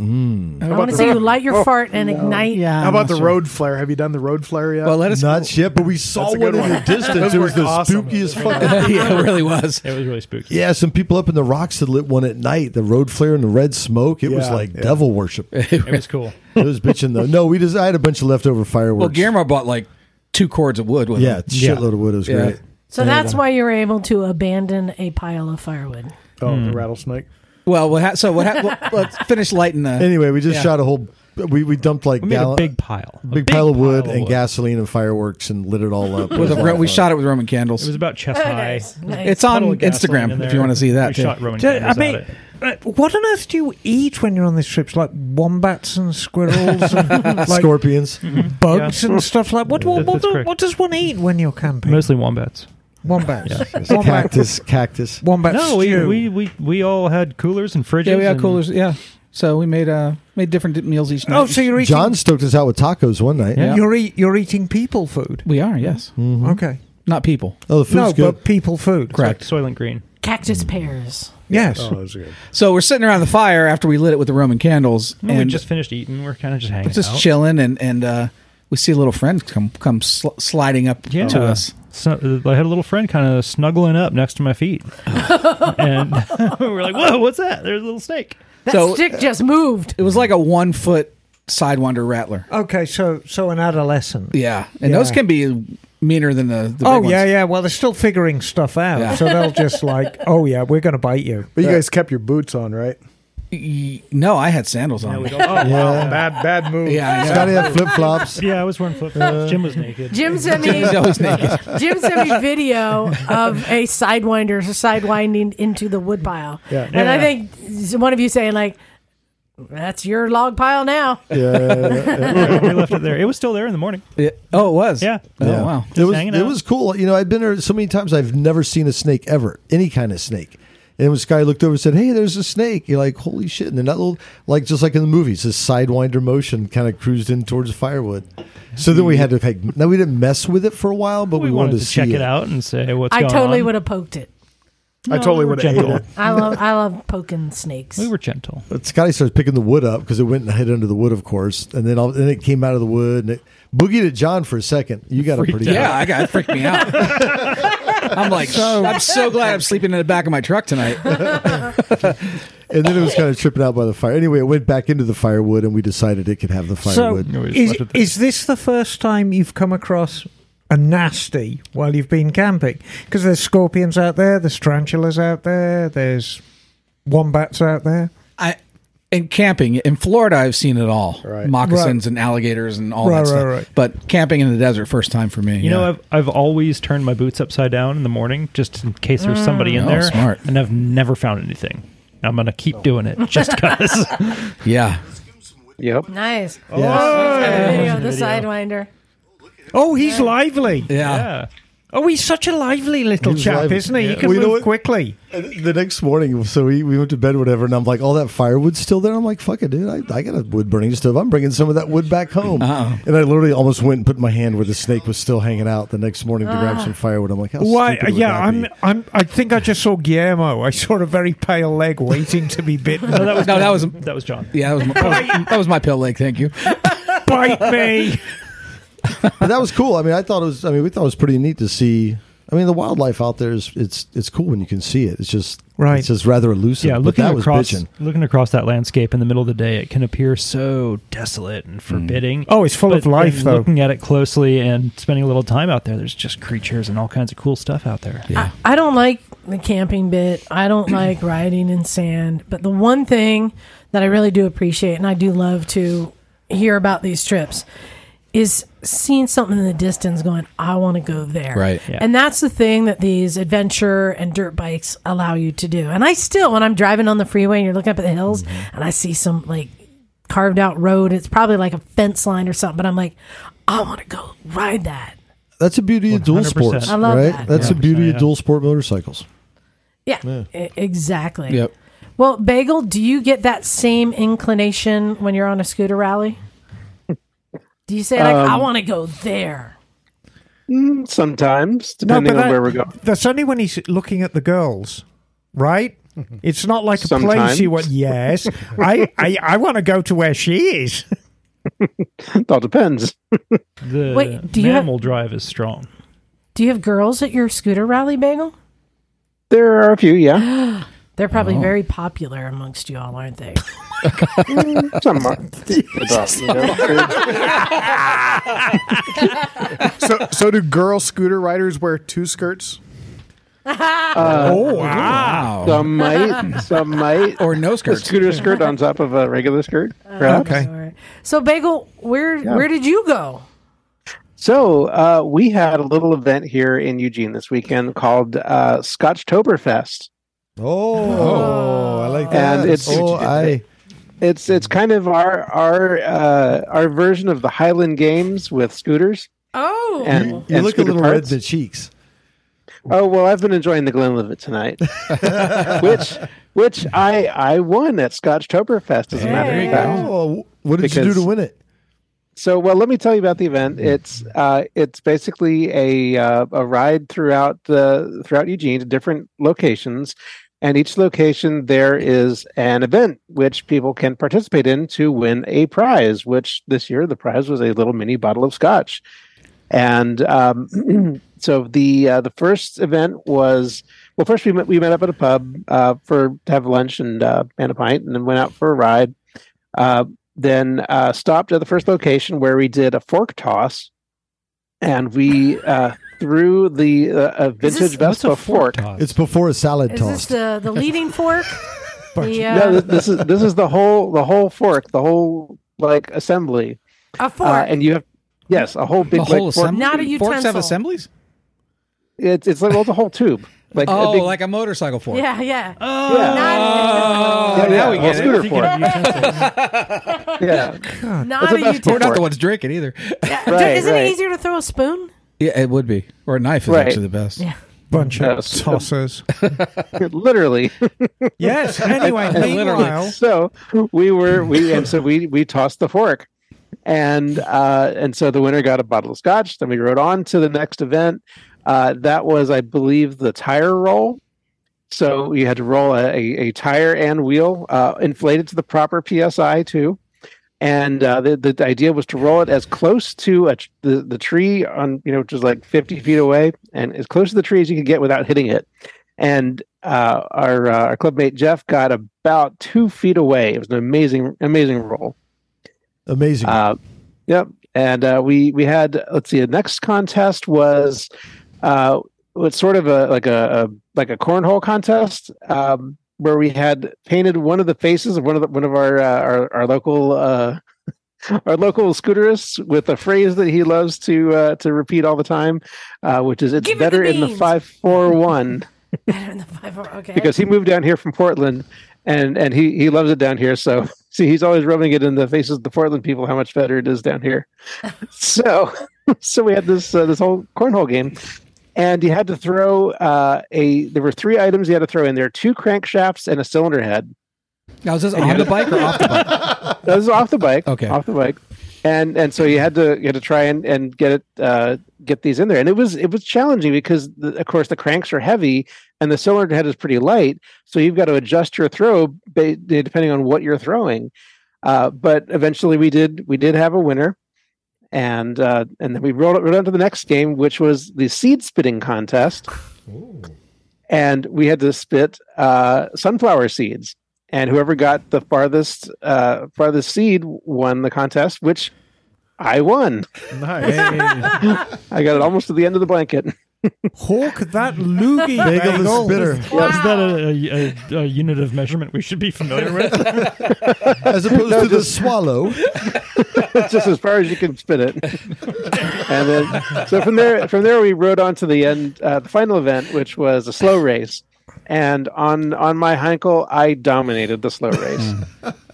A: I want to see you light your fart and ignite.
E: yeah.
G: How
E: I'm
G: about
E: not
G: the
E: sure.
G: road flare? Have you done the road flare yet?
E: Well, let us.
C: not yet, but we saw
G: That's a
C: one
G: good
C: in the
G: one.
C: distance.
G: Those
C: It was
G: were
C: the
G: awesome.
C: spookiest fucking
E: yeah, it really was.
F: It was really spooky.
C: Yeah, some people up in the rocks had lit one at night. The road flare and the red smoke. It was
G: Yeah,
C: like
G: yeah.
C: devil worship. It
F: It was cool.
C: was bitching though. No, we just I had a bunch of leftover fireworks.
E: Well, Guillermo bought like two cords of wood with
C: yeah,
E: him.
C: shitload of wood. It was
E: Yeah.
C: great.
A: So that's why you were able to abandon a pile of firewood.
G: oh,
D: Hmm.
G: the rattlesnake.
E: Well, what ha- so what? Ha- well, let's finish lighting the.
C: Anyway, we just
E: Yeah.
C: shot a whole. We we dumped like
F: We made
C: gallon,
F: a big pile. A
C: big pile of wood and gasoline and fireworks and lit it all up. It
E: with
C: was
E: a,
C: lot
E: ro-
C: of
E: we
C: fun.
E: shot it with Roman candles.
F: It was about chest high.
A: nice. nice.
E: it's on
F: Puddle of gasoline in
E: Instagram if
F: there.
E: you want to see that.
F: We
E: too.
F: shot Roman
B: Do- I
F: candles at
B: mean,
F: it.
B: uh, what on earth do you eat when you're on these trips? Like wombats and squirrels and like
C: scorpions.
B: bugs and stuff like what? What,
F: That-
B: what,
F: that's
B: what,
F: correct.
B: does one eat when you're camping?
F: Mostly wombats.
B: wombats. Wombat,
C: cactus, cactus.
B: wombat
F: No, we,
B: stew.
F: we, we, we all had coolers and fridges.
E: Yeah, we had
F: and-
E: coolers. Yeah, so we made uh made different di- meals each night.
B: oh, so you're eating?
C: John stoked us out with tacos one night.
E: Yeah.
B: You're eat, you're eating people food.
E: we are yes,
F: Hmm.
B: Okay.
E: not people.
C: Oh, the food's
B: No,
C: good.
B: but people food.
F: Correct. Soylent Green.
A: Cactus pears.
B: Yes.
G: Oh, those are good.
E: So we're sitting around the fire after we lit it with the Roman candles,
F: No, we
E: and
F: just finished eating. We're kind of just hanging
E: just
F: out.
E: chilling, and and uh, we see a little friend come come sl- sliding up
F: Yeah.
E: to us.
F: So, I had a little friend kind of snuggling up next to my feet, and we were like, "Whoa, what's that? There's a little snake."
A: That
E: So-
A: stick just moved.
E: It was like a one foot sidewinder rattler.
B: Okay. So so an adolescent.
E: Yeah, and
B: Yeah.
E: those can be meaner than the. the
B: Oh
E: big
B: yeah,
E: ones.
B: yeah. Well, they're still figuring stuff out,
E: Yeah.
B: so they'll just like, oh yeah, we're going to bite you.
G: But you guys kept your boots on, right?
E: Y- No, I had sandals on.
F: Oh, wow, bad, bad move.
E: yeah, I know.
C: Scotty had flip flops.
F: Yeah, I was wearing flip flops. Jim was naked.
A: Jim sent me
E: He's always naked.
A: Jim sent me video of a sidewinder sidewinding into the wood pile.
G: Yeah.
A: and I think one of you saying like, "That's your log pile now."
F: we left it there. It was still there in the morning.
E: Yeah. Oh, it was.
F: Yeah.
E: Oh
C: Yeah.
E: wow.
C: It was
F: hanging
C: it
F: out.
C: was cool. You know, I've been there so many times. I've never seen a snake ever, any kind of snake. And when Sky looked over and said, "Hey, there's a snake," you're like, "Holy shit!" And then that little, like just like in the movies, this sidewinder motion kind of cruised in towards the firewood. So then we had to like, now we didn't mess with it for a while, but we,
F: We
C: wanted, to, see
F: check it out and say what's
A: I
F: going
A: totally
F: on.
A: would have poked it.
G: I totally
F: we were
G: would have
F: gentle.
G: hated it.
A: I love I love poking snakes.
F: We were gentle.
C: But Scotty starts picking the wood up because it went and hid under the wood, of course. And then all, then it came out of the wood and it boogied at John for a second. You got a
F: Freaked
C: pretty
E: Yeah, I got it freaked me out. I'm like, I'm so glad I'm sleeping in the back of my truck tonight.
C: And then it was kind of tripping out by the fire. Anyway, it went back into the firewood, and we decided it could have the
B: So
C: firewood.
F: we just
B: is,
F: left it there.
B: is this the first time you've come across a nasty while you've been camping? Because there's scorpions out there, there's tarantulas out there, there's wombats out there.
E: I and camping in Florida, I've seen it all.
G: Right.
E: Moccasins and alligators and all
B: Right,
E: that stuff.
B: right, right.
E: But camping in the desert, first time for me.
F: You know, I've I've always turned my boots upside down in the morning just in case there's somebody in
E: Oh,
F: there.
E: smart.
F: And I've never found anything. I'm gonna keep doing it just because.
E: yeah.
D: Yep.
A: Nice.
G: Yes.
A: Video, the Sidewinder.
B: Oh, he's lively.
E: Yeah.
F: yeah.
B: Oh, he's such a lively little
C: He's
B: chap,
C: lively.
B: isn't he? He can
C: Well, you know
B: move
C: what-
B: quickly.
C: And the next morning, so we, we went to bed, whatever, and I'm like, all that firewood's still there. I'm like, fuck it, dude. I, I got a wood burning stove. I'm bringing some of that wood back home.
F: Uh-huh.
E: Uh-oh.
C: And I literally almost went and put my hand where the snake was still hanging out the next morning to grab some firewood. I'm like, how
B: Why?
C: stupid would
B: Yeah,
C: that
B: I'm,
C: be?
B: I'm. I think I just saw Guillermo. I saw a very pale leg waiting to be bitten.
F: No, that was
E: No, that was-
F: that was John.
E: Yeah, that was my, that was, that was my pill leg. Thank you.
B: Bite me.
C: But that was cool. I mean, I thought it was. I mean, we thought it was pretty neat to see. I mean, the wildlife out there is it's it's cool when you can see it. It's just
B: Right.
C: It's just rather elusive.
F: Yeah,
C: but
F: looking
C: that
F: across
C: was bitching.
F: looking across that landscape in the middle of the day, it can appear so desolate and forbidding.
B: Oh, it's full
F: But
B: of life,
F: then
B: though.
F: Looking at it closely and spending a little time out there, there's just creatures and all kinds of cool stuff out there.
E: Yeah.
A: I don't like the camping bit. I don't like riding in sand. But the one thing that I really do appreciate, and I do love to hear about these trips, is seeing something in the distance going, I want to go there.
E: Right.
F: Yeah.
A: And that's the thing that these adventure and dirt bikes allow you to do. And I still, when I'm driving on the freeway and you're looking up at the hills and I see some like carved out road, it's probably like a fence line or something, but I'm like, I want to go ride that.
C: That's the beauty of dual
F: 100%.
C: sports,
F: I
A: love
C: right?
A: that.
C: That's the beauty of
F: yeah.
C: dual sport motorcycles.
A: Yeah, e- exactly.
E: Yep.
A: Well, Bagel, do you get that same inclination when you're on a scooter rally? Do you say like, "I
D: Um,
A: want to go there"?
D: Mm, Sometimes, depending on
B: that-
D: where we're going.
B: That's only when he's looking at the girls, right? It's not like a place
D: Sometimes.
B: you want. Yes, I, I, I want to go to where she is.
D: It all depends.
F: The
A: Wait, do you have-
F: mammal drive is strong.
A: Do you have girls at your scooter rally, Bagel?
D: There are a few, yeah.
A: They're probably
D: Oh.
A: very popular amongst you all, aren't they?
D: Some are. About, you know,
G: so, so do girl scooter riders wear two skirts?
B: oh wow!
E: Wow.
D: some might. Some might.
E: Or no
D: a
E: skirts. Uh-huh.
D: scooter skirt on top of a regular skirt. perhaps.
B: Okay.
A: All right. So, Bagel, where where did you go?
D: So uh, we had a little event here in Eugene this weekend called uh, Scotchtoberfest.
C: Oh, I like
D: that. And it's-
C: oh, I
D: It's it's kind of our our uh, our version of the Highland Games with scooters.
A: Oh,
D: And-
C: you look a
D: scooter
C: little red
D: parts.
C: in the cheeks.
D: Oh well, I've been enjoying the Glenlivet tonight, which which I I won at Scotchtoberfest as a matter of fact.
C: Oh, what did you do
D: Because-
C: to win it?
D: So, well, let me tell you about the event. It's uh, it's basically a uh, a ride throughout the throughout Eugene to different locations, and each location there is an event which people can participate in to win a prize. Which this year the prize was a little mini bottle of scotch, and um, so the uh, the first event was well, first we met we met up at a pub uh, for to have lunch and uh, and a pint, and then went out for a ride. Uh, then uh, stopped at the first location where we did a fork toss, and we uh, threw the uh, a
A: Is this-
D: vintage
F: What's a
D: Vespa fork.
F: toss?
C: It's before a salad
A: is this
C: toss.
A: the the leading fork? the, uh,
D: No, th- this is this is the whole the whole fork, the whole like assembly,
A: a fork.
D: uh, and you have yes, a whole big
E: The whole
D: like, fork.
E: assembly.
A: Not a
E: Forks have
A: utensil.
E: assemblies?
D: It's it's like well, it's a whole tube, like
E: Oh,
D: a big,
E: like a motorcycle fork.
A: yeah, yeah.
E: Oh,
D: Yeah,
E: now
D: yeah,
E: we
D: well,
E: get it.
D: scooter
F: Thinking
D: fork.
F: of utensils.
D: yeah,
A: not
D: the
A: a
D: best
A: utensil.
E: We're not the ones drinking either.
D: Right,
A: Isn't
D: right.
A: it easier to throw a spoon?
E: Yeah, it would be. Or a knife is
D: Right.
E: actually the best.
A: Yeah.
B: Bunch of
D: Yes.
B: tossers.
D: literally.
B: yes. Anyway,
E: Literally.
B: meanwhile,
D: so we were we and so we we tossed the fork and uh and so the winner got a bottle of scotch then we rode on to the next event uh that was i believe the tire roll so you had to roll a, a, a tire and wheel uh inflated to the proper psi too and uh, the, the idea was to roll it as close to a, tr- the, the tree on you know which is like 50 feet away and as close to the tree as you could get without hitting it and uh, our uh, our clubmate jeff got about two feet away it was an amazing amazing roll
C: Amazing.
D: uh, yep and uh, we we had let's see the next contest was uh was sort of a like a, a like a cornhole contest um where we had painted one of the faces of one of the, one of our uh, our, our local uh, our local scooterists with a phrase that he loves to uh, to repeat all the time, uh, which is "It's
A: Give it the
D: better in the
A: beans."
D: five four one
A: Better than the five. Okay.
D: because he moved down here from Portland, and and he he loves it down here. So see, he's always rubbing it in the faces of the Portland people how much better it is down here. so so we had this uh, this whole cornhole game, and you had to throw uh, a. There were three items you had to throw in there: two crankshafts and a cylinder head.
E: Now, is this on the bike or off the bike?
D: No, this is off the bike.
E: Okay.
D: off the bike. And and so you had to you had to try and, and get it uh, get these in there, and it was it was challenging because the, of course the cranks are heavy and the cylinder head is pretty light, so you've got to adjust your throw ba- depending on what you're throwing. Uh, but eventually we did we did have a winner, and uh, and then we rolled rolled on to the next game, which was the seed spitting contest, and we had to spit uh, sunflower seeds and whoever got the farthest uh, farthest seed won the contest, which I won.
B: Nice.
D: I got it almost to the end of the blanket.
B: Hawk that loogie
C: Bagel the
B: bagel.
C: spitter,
F: Is that a, a, a, a unit of measurement we should be familiar with?
C: as opposed to the swallow.
D: It's just as far as you can spin it. and then, so from there, from there, we rode on to the end, uh, the final event, which was a slow race. And on on my Heinkel, I dominated the slow race.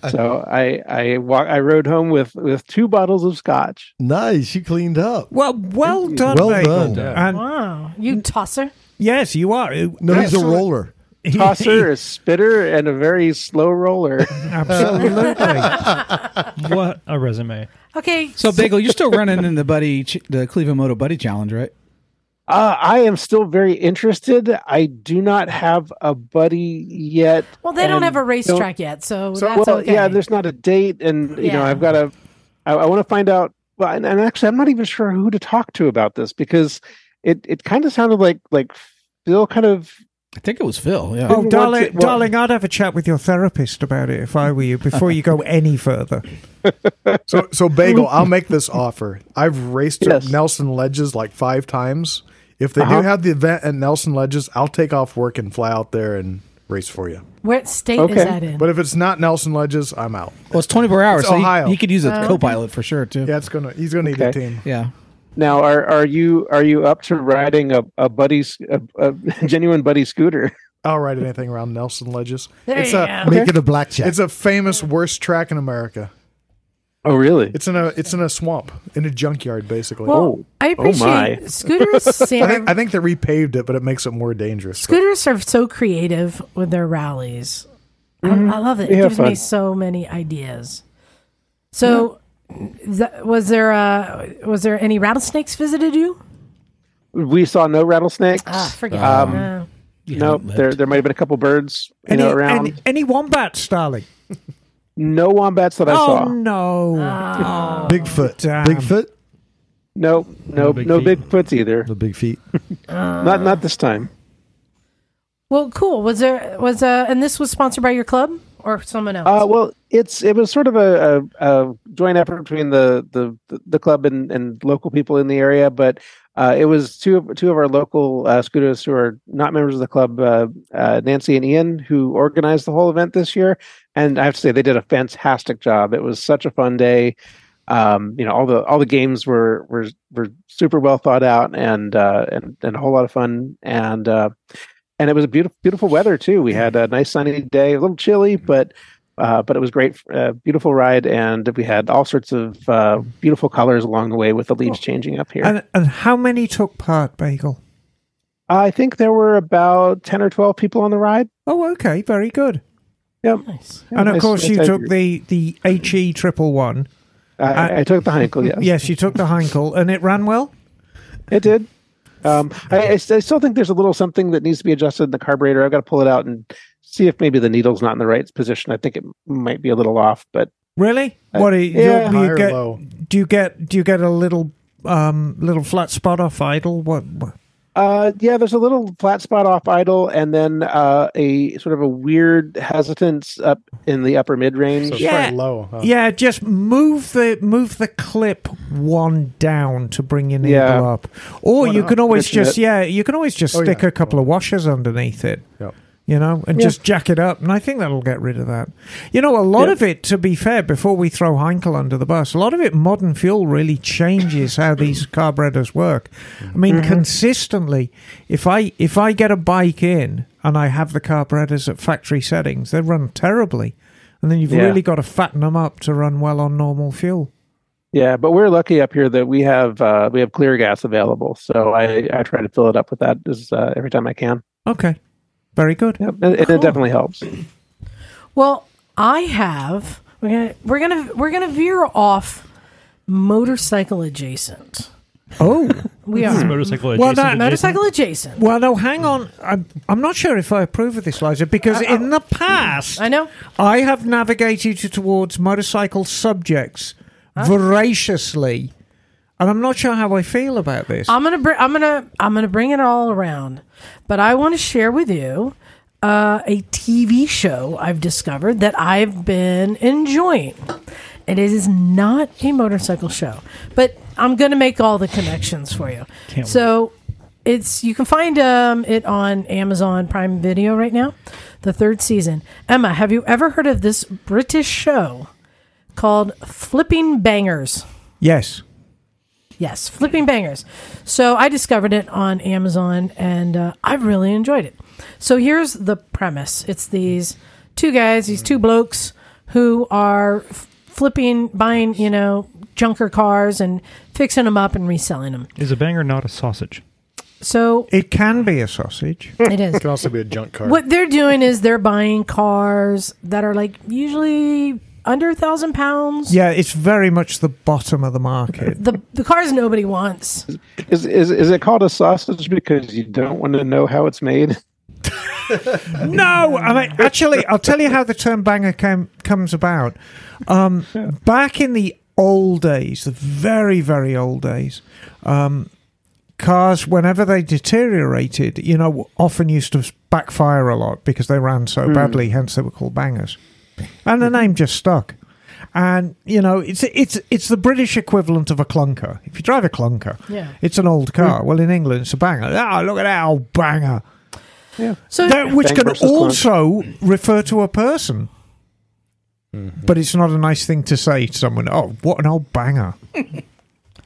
D: so I I wa- I rode home with with two bottles of scotch.
C: Nice, you cleaned up.
B: Well, well done,
C: Well
B: bagel.
C: done.
B: And
A: wow, you tosser.
B: yes, you are.
C: No, he's a
B: Excellent.
C: roller.
B: He-
D: Tosser, a spitter, and a very slow roller.
C: Uh,
B: Absolutely.
F: what a resume.
A: Okay.
E: So, Bagel, you're still running in the buddy, ch- the Cleveland Moto Buddy Challenge, right?
D: Uh, I am still very interested. I do not have a buddy yet.
A: well, they don't
D: and
A: have a racetrack yet, so, that's
D: well,
A: okay.
D: yeah, there's not a date, and you know,
A: Yeah.
D: I've got to. I, I want to find out. Well, and, and actually, I'm not even sure who to talk to about this because it it kind of sounded like like Phil kind of.
E: I think it was Phil. Yeah.
B: oh,
D: Didn't
B: darling,
D: want to- well-
B: darling, I'd have a chat with your therapist about it if I were you before you go any further.
G: So, so bagel, I'll make this offer. I've raced
D: Yes. Uh-huh.
G: at Nelson Ledges like five times. If they do have the event at Nelson Ledges, I'll take off work and fly out there and race for you.
A: What state
D: Okay.
A: is that in?
G: But if it's not Nelson Ledges, I'm out.
E: Well, it's 24 hours.
G: It's
E: so he-
G: Ohio.
E: He, could use
A: Oh,
E: a co-pilot for sure too.
G: Yeah, it's gonna. He's gonna need a
D: Okay.
G: team.
E: Yeah.
D: Now, are are you are you up to riding a a buddy s- a, a genuine buddy scooter?
G: I'll ride anything around Nelson Ledges.
A: There
G: it's
A: you
G: a
A: go.
C: Make it a blackjack.
G: it's a famous worst track in America.
D: Oh, really?
G: It's in a it's in a swamp in a junkyard basically.
A: well,
D: oh,
A: I
D: oh my.
A: appreciate scooters.
G: I
A: Sam,
G: think I think they repaved it, but it makes it more dangerous.
A: Scooters are so creative with their rallies. I- I, love it. It
D: Yeah,
A: gives me
D: fun.
A: so many ideas. So, th- was there uh, was there any rattlesnakes visited you?
D: We saw no rattlesnakes.
A: Ah, forget.
D: Um,
A: it. Uh,
D: no, there there might have been a couple birds, you
B: Any,
D: know, around.
B: any, any wombats, darling?
D: no wombats that I
B: oh,
D: saw.
B: no.
D: Ah.
C: Bigfoot.
B: Damn.
C: Bigfoot.
D: No, no,
F: big
D: no
F: feet.
D: big foots either.
C: The big feet.
D: Not not this time.
A: well, cool. Was there was uh, and this was sponsored by your club or someone else?
D: Uh, well, it's it was sort of a, a, a joint effort between the the, the club and, and local people in the area, but uh, it was two of two of our local uh, scooters who are not members of the club, uh, uh, Nancy and Ian, who organized the whole event this year. And I have to say, they did a fantastic job. It was such a fun day. Um, you know, all the all the games were were were super well thought out and uh, and and a whole lot of fun. And uh, and it was a beautiful beautiful weather too. We had a nice sunny day, a little chilly,
B: Mm-hmm.
D: but uh, but it was great, uh, beautiful ride, and we had all sorts of uh, beautiful colors along the way with the leaves changing up here.
B: And, and how many took part, Bagel?
D: I think there were about ten or twelve people on the ride.
B: Oh, okay. Very good.
D: Yep.
A: nice.
B: and of
D: Nice-
B: course,
D: nice
B: you
D: idea.
B: took the, the HE triple one.
D: I, I took the Heinkel. Yes,
B: Yes, you took the Heinkel, and it ran well.
D: it did. Um, I, I st- I still think there's a little something that needs to be adjusted in the carburetor. I've got to pull it out and see if maybe the needle's not in the right position. I think it might be a little off, but
B: Really? What do you,
D: Uh, yeah.
B: do
G: High
B: you
G: or
B: get?
G: low?
B: Do you get? Do you get a little um little flat spot off idle? What? what-
D: Uh, yeah, there's a little flat spot off idle, and then uh, a sort of a weird hesitance up in the upper mid range.
G: So it's
B: Yeah.
G: pretty low. huh?
B: Yeah, just move the move the clip one down to bring your needle
D: Yeah.
B: up, or you can always
D: Listen
B: just yeah you can always just
G: Oh,
B: stick
G: yeah.
B: a couple of washers underneath it.
G: Yep.
B: you know, and just jack it up. And I think that'll get rid of that. You know, a lot of it, to be fair, before we throw Heinkel under the bus, a lot of it, modern fuel really changes how these carburetors work. I mean,
D: Mm-hmm.
B: consistently, if I if I get a bike in and I have the carburetors at factory settings, they run terribly. And then you've
D: Yeah.
B: really got to fatten them up to run well on normal fuel.
D: Yeah, but we're lucky up here that we have uh, we have clear gas available, so I, I try to fill it up with that as, uh, every time I can.
B: Okay. Very good.
D: Yep, and, and it definitely helps.
A: Well, I have. We're gonna we're gonna we're gonna veer off motorcycle adjacent.
B: Oh.
A: We
F: This is
A: are
F: motorcycle
B: Well,
F: adjacent.
B: that-
F: adjacent.
A: motorcycle adjacent.
B: Well, no, hang on. I'm, I'm not sure if I approve of this, Liza, because in the past,
A: Uh, I know.
B: I have navigated towards motorcycle subjects voraciously, and I'm not sure how I feel about this.
A: I'm gonna bring I'm gonna I'm gonna bring it all around, but I want to share with you uh, a TV show I've discovered that I've been enjoying. It is not a motorcycle show, but I'm gonna make all the connections for you. so it's you can find um, it on Amazon Prime Video right now, the third season. Emma, have you ever heard of this British show called Flipping Bangers?
B: yes.
A: Yes, flipping bangers. So I discovered it on Amazon and uh, I really enjoyed it. So here's the premise it's these two guys, these two blokes who are f- flipping, buying, you know, junker cars and fixing them up and reselling them.
F: Is a banger not a sausage?
A: So
B: It can be a sausage.
A: it is.
G: Can also be a junk car.
A: What they're doing is they're buying cars that are like usually under a thousand pounds.
B: yeah, it's very much the bottom of the market.
A: The, the cars nobody wants.
D: Is, is is it called a sausage because you don't want to know how it's made?
B: No, I mean, actually, I'll tell you how the term banger came, comes about. Um, back in the old days, the very, very old days, um, cars, whenever they deteriorated, you know, often used to backfire a lot because they ran so badly, hence they were called bangers. And the name just stuck. And you know it's it's it's the British equivalent of a clunker. If you drive a clunker,
A: Yeah.
B: it's an old car. Well, in England, it's a banger. Ah, look at that old banger.
A: So
B: That, which
D: Bang
B: can
D: versus clunch.
B: also refer to a person.
D: Mm-hmm.
B: But it's not a nice thing to say to someone. Oh, what an old banger.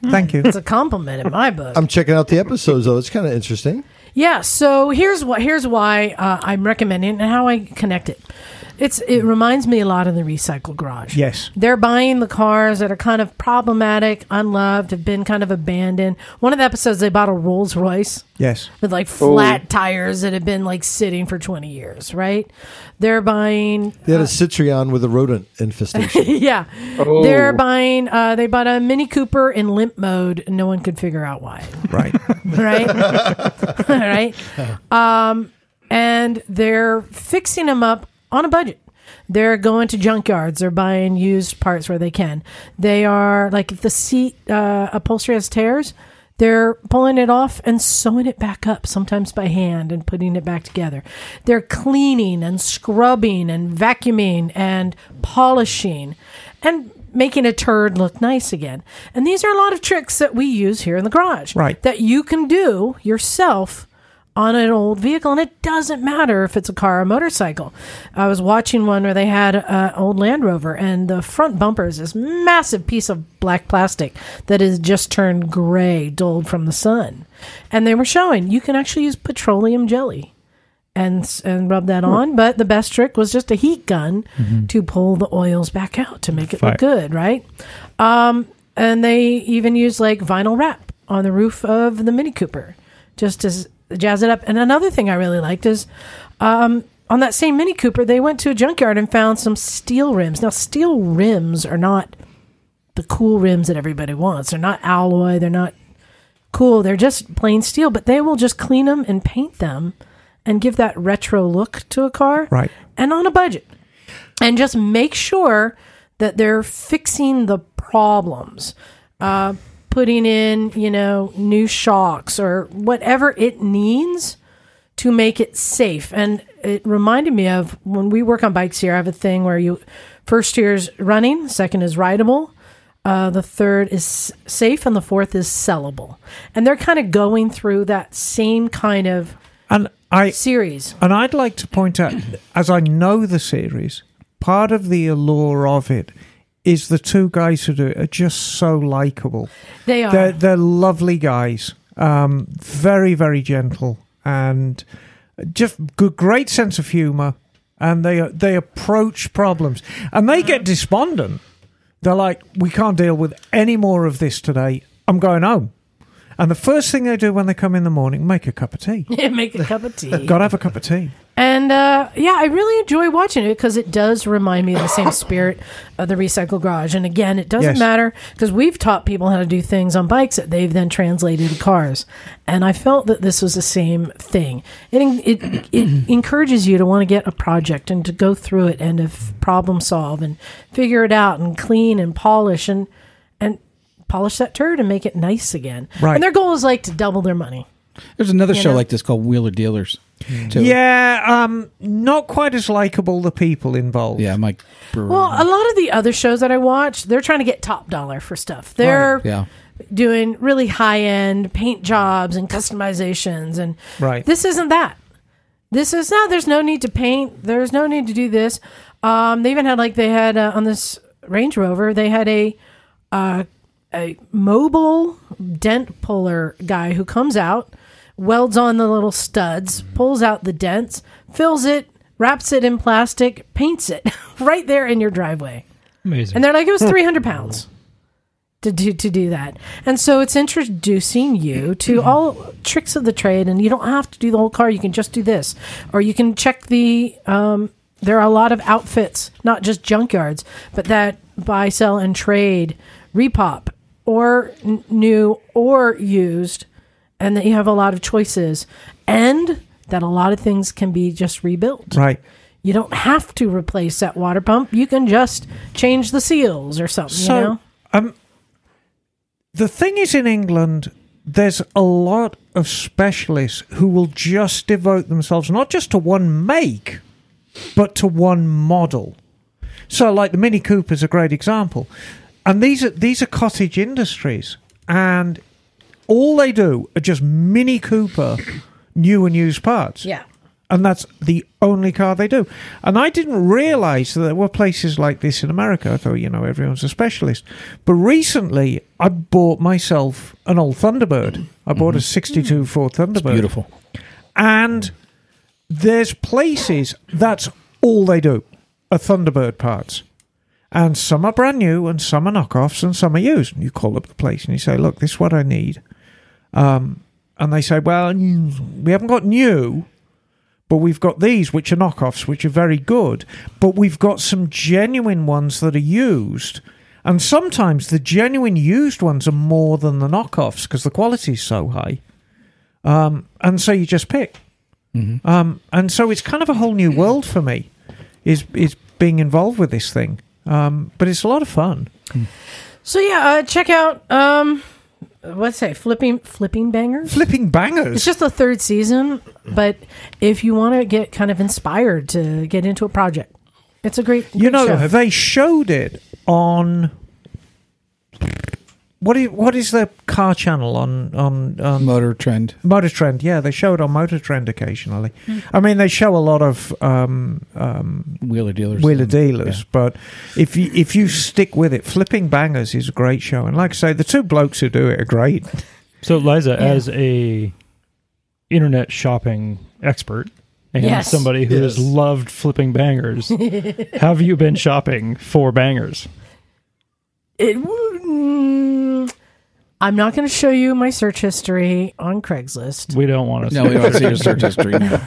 B: Thank you.
A: it's a compliment in my book.
C: I'm checking out the episodes though. It's kind of interesting.
A: Yeah. So here's what here's why uh, I'm recommending it and how I connect it. It's it reminds me a lot of the recycle garage.
B: Yes.
A: They're buying the cars that are kind of problematic, unloved, have been kind of abandoned. One of the episodes they bought a Rolls Royce
B: Yes.
A: with like flat tires that have been like sitting for 20 years, right? They're buying
C: They had a Citrion with a rodent infestation.
A: yeah. They're buying uh, they bought a Mini Cooper in limp mode and no one could figure out why.
B: Right.
A: right? All right. Um, and they're fixing them up on a budget. They're going to junkyards. They're buying used parts where they can. They are like if the seat uh, upholstery has tears, they're pulling it off and sewing it back up, sometimes by hand and putting it back together. They're cleaning and scrubbing and vacuuming and polishing and making a turd look nice again. And these are a lot of tricks that we use here in the garage
B: Right.
A: that you can do yourself on an old vehicle and it doesn't matter if it's a car or motorcycle i was watching one where they had an old land rover and the front bumper is this massive piece of black plastic that has just turned gray dulled from the sun and they were showing you can actually use petroleum jelly and s- and rub that on. But the best trick was just a heat gun to pull the oils back out to make it
F: Fire.
A: look good, right? Um, and they even used like vinyl wrap on the roof of the Mini Cooper just to s- jazz it up. And another thing I really liked is. Um, on that same Mini Cooper, they went to a junkyard and found some steel rims. Now, steel rims are not the cool rims that everybody wants. They're not alloy. They're not cool. They're just plain steel, but they will just clean them and paint them and give that retro look to a car.
B: Right.
A: And on a budget. And just make sure that they're fixing the problems. Uh, putting in, you know, new shocks or whatever it needs to make it safe. And it reminded me of when we work on bikes here, I have a thing where you first year's running, second is rideable, uh, the third is s- safe, and the fourth is sellable. And they're kind of going through that same kind of
B: And I
A: series.
B: and I'd like to point out, as I know the series, part of the allure of it is the two guys who do it are just so likable.
A: They are.
B: They're they're lovely guys, um, very very gentle and just good, great sense of humor. And they they approach problems, and they get despondent. They're like, we can't deal with any more of this today. I'm going home. And the first thing they do when they come in the morning, make a cup of tea.
A: Make a cup of tea.
B: Got to have a cup of tea.
A: And uh, yeah, I really enjoy watching it because it does remind me of the same spirit of the Recycle Garage. And again, it doesn't
B: Yes.
A: matter because we've taught people how to do things on bikes that they've then translated to cars. And I felt that this was the same thing. It it, it encourages you to want to get a project and to go through it and to f- problem solve and figure it out and clean and polish and and polish that turd and make it nice again.
B: Right.
A: And their goal is like to double their money.
E: There's another show
A: know?
E: like this called Wheeler Dealers. too.
B: Yeah, um, not quite as likable the people involved.
E: Yeah, Mike Brewer.
A: Well, a lot of the other shows that I watch, they're trying to get top dollar for stuff. They're
E: yeah.
A: doing really high end paint jobs and customizations, and
B: Right.
A: this isn't that. This is no. There's no need to paint. There's no need to do this. Um, they even had like they had uh, on this Range Rover, they had a uh, a mobile dent puller guy who comes out, welds on the little studs, pulls out the dents, fills it, wraps it in plastic, paints it right there in your driveway.
F: Amazing.
A: And they're like, it was 300 pounds to do, to do that. And so it's introducing you to all tricks of the trade, and you don't have to do the whole car. You can just do this, or you can check the. Um, there are a lot of outfits, not just junkyards, but that buy, sell, and trade, repop, or n- new or used, and that you have a lot of choices, and that a lot of things can be just rebuilt.
B: Right.
A: You don't have to replace that water pump. You can just change the seals or something.
B: So,
A: you know?
B: um, the thing is, in England, there's a lot of specialists who will just devote themselves not just to one make, but to one model. So, like the Mini Cooper is a great example, and these are these are cottage industries, and all they do are just Mini Cooper, new and used parts.
A: Yeah.
B: and that's the only car they do. And I didn't realize that there were places like this in America. I thought, you know, everyone's a specialist. But recently, I bought myself an old Thunderbird. I bought a 62 Ford Thunderbird.
E: Beautiful.
B: And there's places that's all they do are Thunderbird parts. And some are brand new and some are knockoffs and some are used. And you call up the place and you say, look, this is what I need. Um, and they say, well, mm, we haven't got new, but we've got these, which are knockoffs, which are very good. But we've got some genuine ones that are used. And sometimes the genuine used ones are more than the knockoffs because the quality's so high. Um, and so you just pick. Um, and so it's kind of a whole new world for me, is is being involved with this thing. Um, but it's a lot of fun.
A: So yeah, uh, check out um, what's that? Flipping Flipping Bangers.
B: Flipping bangers.
A: It's just the third season, but if you want to get kind of inspired to get into a project, it's a great.
B: you
A: great
B: know,
A: show.
B: they showed it on. What is what is the car channel on on on
E: Motor Trend.
B: Motor Trend? Yeah, they show it on Motor Trend occasionally.
A: Mm.
B: I mean, they show a lot of um, um,
E: Wheeler Dealers.
B: Wheeler dealers, but if you if you stick with it, flipping bangers is a great show, and like I say, the two blokes who do it are great.
F: So, Liza, as a internet shopping expert and
A: Yes.
F: somebody who has
C: Yes.
F: loved flipping bangers, have you been shopping for bangers?
A: It- mm, I'm not going to show you my search history on Craigslist.
F: We don't want to.
E: No, we don't see your search history now.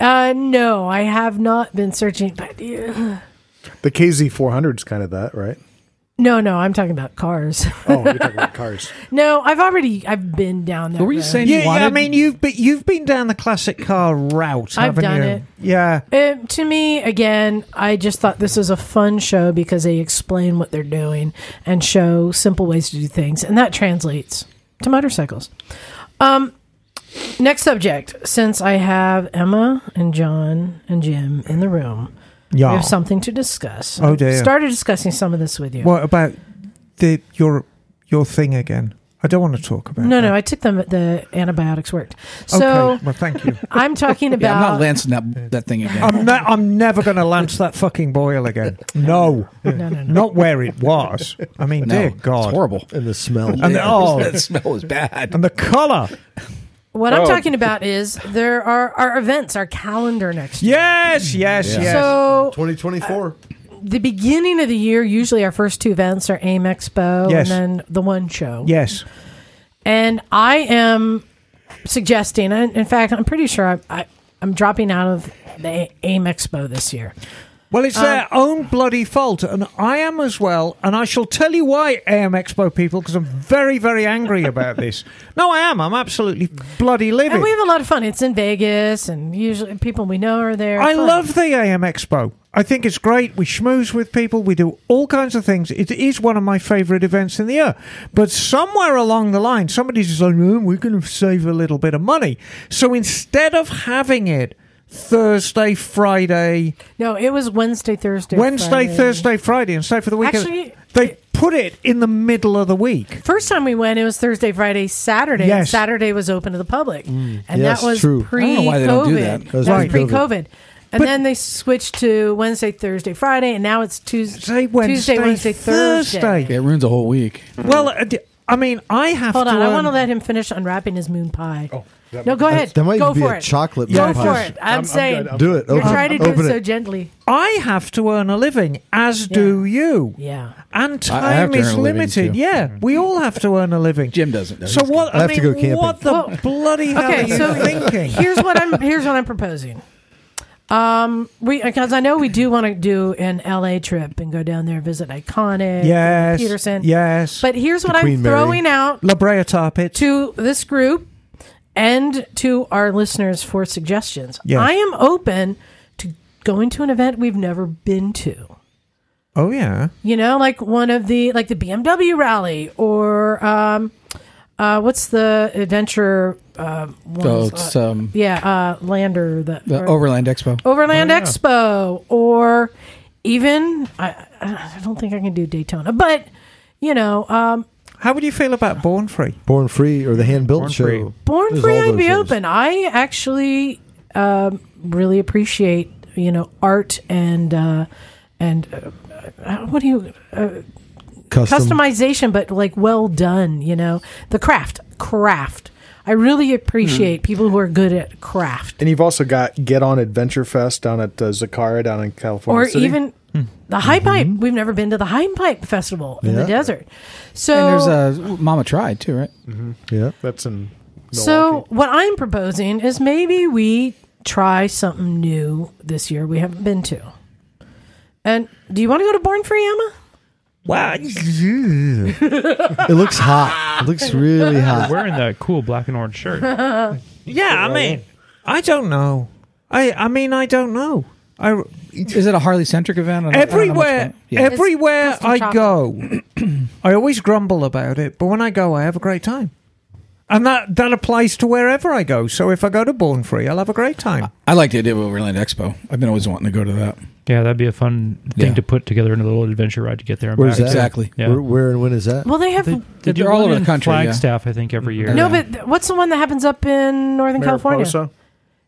A: Uh, no, I have not been searching. But, uh,
G: The KZ400 is kind of that, right?
A: no, no, I'm talking about cars.
G: Oh, you're talking about cars.
A: no, I've already I've been down there.
E: What were you saying?
B: Yeah,
E: you wanted?
B: yeah, I mean, you've been you've been down the classic car route,
A: I've
B: haven't
A: done
B: you?
A: it.
B: Yeah,
A: Um, to me, again, I just thought this was a fun show because they explain what they're doing and show simple ways to do things, and that translates to motorcycles. Um, next subject, since I have Emma and John and Jim in the room, we
B: yeah.
E: Oh.
A: have something to discuss.
B: Oh, dear.
A: Started discussing some of this with you.
B: What about the your your thing again? I don't want to talk about.
A: No,
B: that.
A: no, I took them. The antibiotics worked.
B: Okay.
A: So
B: well, thank you.
A: I'm talking about.
E: Yeah, I'm not lancing that that thing again.
B: uh, I'm, ne- I'm never going to lance that fucking boil again. No,
A: no, no, no.
B: not where it was. I mean,
E: No,
B: dear
E: it's
B: God,
E: horrible.
C: and the smell.
B: And the- oh.
E: that smell is bad.
B: and the color.
A: What
D: Oh.
A: I'm talking about is there are our events, our calendar next year.
B: Yes, yes, yes.
A: So uh,
C: 2024.
A: the beginning of the year, usually our first two events are AIM Expo
B: Yes.
A: and then the one show.
B: yes.
A: And I am suggesting, and in fact, I'm pretty sure I, I, I'm dropping out of the AIM Expo this year.
B: Well,
A: Um,
B: it's their own bloody fault, and I am as well. And I shall tell you why, AM Expo people, because I'm very, very angry about this. No, I am. I'm absolutely bloody
A: And
B: livid.
A: we have a lot of fun. It's in Vegas, and usually people we know are there.
B: I
A: Fun.
B: love the AM Expo. I think it's great. We schmooze with people. We do all kinds of things. It is one of my favorite events in the year. But somewhere along the line, somebody's just like, "Oh, we're going to save a little bit of money. So instead of having it Thursday, Friday,
A: No, it was Wednesday, Thursday,
B: Wednesday,
A: Friday.
B: Thursday, Friday, and so for the weekend,
A: Actually-
B: they put it in the middle of the week.
A: First time we went, it was Thursday, Friday, Saturday.
B: Yes.
A: And Saturday was open to the public, and
C: yes,
A: that was
C: true.
A: pre-COVID.
E: I don't know why they don't do that.
A: That was
B: Right.
A: pre-COVID, and then they switched to Wednesday, Thursday, Friday, and now it's Tuesday,
B: Say Wednesday,
A: Tuesday, Wednesday, Thursday.
E: Yeah, it ruins a whole week.
B: Well, uh, d- I mean, I have
A: Hold
B: to.
A: on, I
B: earn-
A: want to let him finish unwrapping his moon pie. Oh, no, go ahead.
C: That might
A: go
C: be
A: for
C: a
A: it.
C: chocolate
A: Go
C: moon
A: for
C: pie.
A: it. I'm,
G: I'm
A: saying
G: good. I'm-
C: Do it.
A: you're
C: Open,
A: trying to do
C: open
A: it so
C: it.
A: gently.
B: I have to earn a living, as do you.
A: Yeah.
B: And
E: I- I
B: time
E: have to
B: is
E: earn a living,
B: limited.
E: too. Mm-hmm.
B: Yeah, we all have to earn a living.
E: Jim doesn't. Know.
B: So what? I,
C: I have
B: mean,
C: to go camping.
B: what the
A: Well,
B: bloody hell
A: okay,
B: are you
A: so-
B: thinking?
A: here's what I'm here's what I'm proposing. Um, we because I know we do want to do an LA trip and go down there visit iconic,
B: yes,
A: Peterson,
B: Yes,
A: But here's what
C: Queen
A: I'm
C: Mary.
A: throwing out
B: La Brea Tarpit.
A: to this group and to our listeners for suggestions.
B: Yes.
A: I am open to going to an event we've never been to.
B: oh yeah,
A: You know, like one of the like the BMW rally or um, uh, what's the adventure? Uh, one
E: So
A: is-
E: it's um,
A: yeah, uh, Lander the,
E: the
A: or-
E: Overland Expo.
B: Oh.
A: Overland
C: Oh,
A: Expo, or even I, I don't think I can do Daytona, but you know, um,
B: how would you feel about Born Free?
C: Born Free or the hand built
F: Born
C: show.
F: Free.
A: Born
C: There's
A: Free,
C: all
A: I'd
C: those
A: be
C: shows.
A: open. I actually um, really appreciate you know art and uh, and uh, uh, what do you
C: Custom.
A: customization, but like well done. You know, the craft, craft. I really appreciate people who are good at craft,
G: And you've also got Get On Adventure Fest down at uh, Zakara down in California.
A: or
G: City.
A: even. The High Pipe. We've never been to the High Pipe Festival in the
C: Yeah.
A: desert. So
E: And there's uh, a Mama Tried too, right?
C: Yeah.
G: That's in.
A: So
G: Milwaukee.
A: what I'm proposing is maybe we try something new this year we haven't been to. And do you want to go to Born Free, Emma?
B: Wow,
C: It looks hot. It looks really hot.
F: Wearing that cool black and orange shirt.
B: yeah. I mean, I don't know. I I mean, I don't know. I
E: Is it a Harley centric event? I don't- I don't know much about
B: everywhere
E: it. Yeah.
B: everywhere
A: custom
B: I
A: chocolate.
B: go, I always grumble about it, but when I go, I have a great time. And that, that applies to wherever I go. So if I go to Born Free, I'll have a great
A: Uh,
B: time.
E: I like the idea of Overland Expo. I've been always wanting to go to that.
F: Yeah, that'd be a fun thing
E: Yeah.
F: to put together in a little adventure ride to get there. And
C: Where's
F: back.
C: that?
E: Exactly.
F: Yeah.
C: Where, where and when is that?
A: Well, they have
F: They, they do
E: They're all
F: one
E: over
F: in
E: the country, yeah.
F: Flagstaff, I think every year.
A: no, but th- what's the one that happens up in Northern California?
G: Mariposa.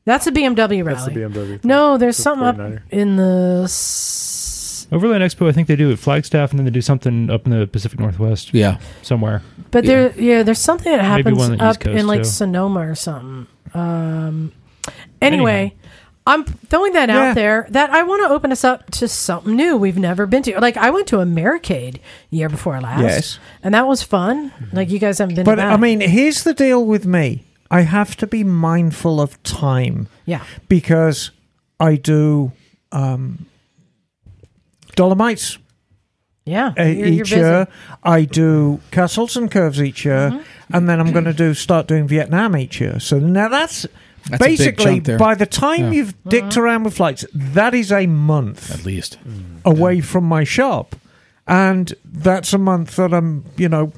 A: That's a BMW rally.
G: That's the BMW. thing.
A: No, there's
G: It's a
A: something up
G: 49er.
A: in the. s-
F: Overland Expo, I think they do at Flagstaff, and then they do something up in the Pacific Northwest
E: Yeah.
F: somewhere.
A: But
E: Yeah.
A: there, yeah, there's something that
F: Maybe
A: happens
F: one on the East
A: up
F: Coast,
A: in like
F: too.
A: Sonoma or something. Um, anyway, I'm throwing that
B: Yeah.
A: out there that I want to open us up to something new we've never been to. Like I went to Americade year before last,
B: Yes. Mm-hmm.
A: and that was fun. Like you guys haven't been,
B: But
A: to that.
B: I mean, here's the deal with me I have to be mindful of time
A: yeah,
B: because I do um, Dolomites
A: yeah,
B: uh,
A: You're- you're
B: each year. I do castles and curves each year,
A: Mm-hmm.
B: and then I'm going to do start doing Vietnam each year. So now that's,
E: That's a big
B: basically
E: chunk there.
B: by the time
E: Yeah.
B: you've dicked
A: Mm-hmm.
B: around with flights, that is a month
E: At least.
B: away from my shop, and that's a month that I'm you know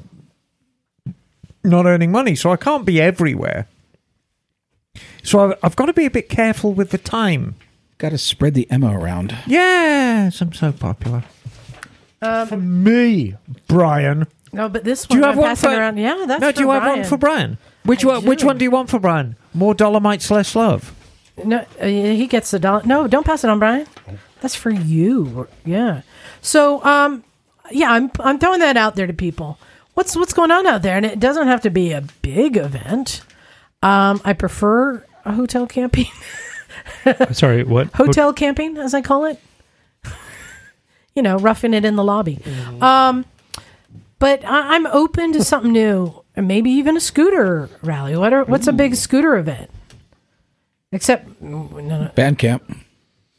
B: not earning money, so I can't be everywhere. So I've, I've got to be a bit careful with the time.
E: Got to spread the Emma around.
A: Um,
B: Yes, I'm so popular. For me, Brian.
A: No, but this
B: Do
A: one
B: you have
A: I'm
B: one
A: passing
B: for-
A: around. Yeah, that's
B: no,
A: for
B: do you have
A: Brian.
B: one for Brian? Which
A: I
B: one? Which
A: do.
B: one do you want for Brian? More Dolomites, less love.
A: No, uh, he gets the dollar. No, don't pass it on, Brian. That's for you. Yeah. So, um, yeah, I'm I'm throwing that out there to people. What's what's going on out there? And it doesn't have to be a big event. Um, I prefer a hotel camping.
F: Sorry, what?
A: hotel camping, as I call it. you know, roughing it in the lobby. Um, but I, I'm open to something new, and maybe even a scooter rally. What are, what's a big scooter event? Except, no, no,
E: Band camp.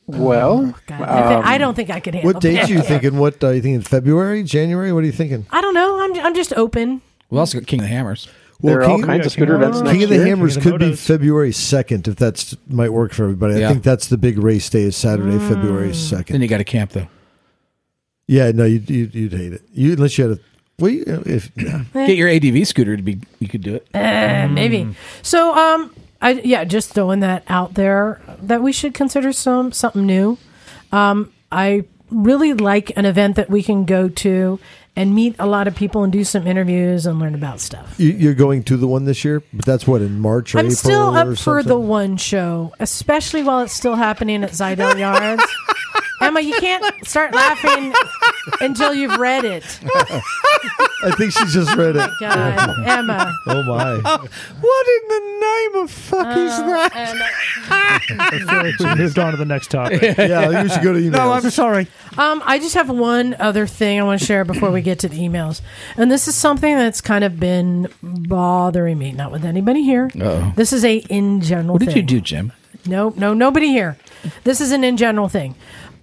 D: Well,
A: God, I thi- I don't think I could handle.
C: um, What date
A: that.
C: are you thinking? What are you thinking? February, January? What are you thinking?
A: I don't know. I'm I'm just open.
E: We also got King of the Hammers.
D: there are all kinds of
F: King
D: scooter
F: of-
D: events
F: King
D: next
C: King of the
D: year.
C: Hammers
F: King of the
C: could be
F: Motos.
C: February second, if that's might work for everybody. I
E: Yeah.
C: think that's the big race day is Saturday,
A: Mm.
C: February
E: Then
C: second.
E: you got to camp though.
C: Yeah, no, you'd, you'd, you'd hate it. You unless you had a well, you, if
B: Eh.
E: Get your ADV scooter to be. You could do it.
A: Eh,
C: Hmm.
A: Maybe. So um, I yeah, just throwing that out there that we should consider some something new. Um, I really like an event that we can go to and meet a lot of people and do some interviews and learn about stuff.
C: you- you're going to the one this year, but that's what in March or
A: I'm
C: April
A: still
C: or
A: up for the
C: something?
A: one show, especially while it's still happening at Zidell Yards. Emma, you can't start laughing until you've read it.
C: I think she just read it.
A: God, Emma.
C: Oh my!
B: What in the name of fuck is
A: Uh,
B: that?
A: Emma.
F: we moved on to the next topic.
C: Yeah, I think we should go to emails.
B: No, I'm sorry.
A: Um, I just have one other thing I want to share before we get to the emails, and this is something that's kind of been bothering me. Not with anybody here.
E: Uh-oh.
A: This is a in general.
E: What did you
A: thing.
E: do, Jim?
A: No, no, nobody here. This is an in general thing.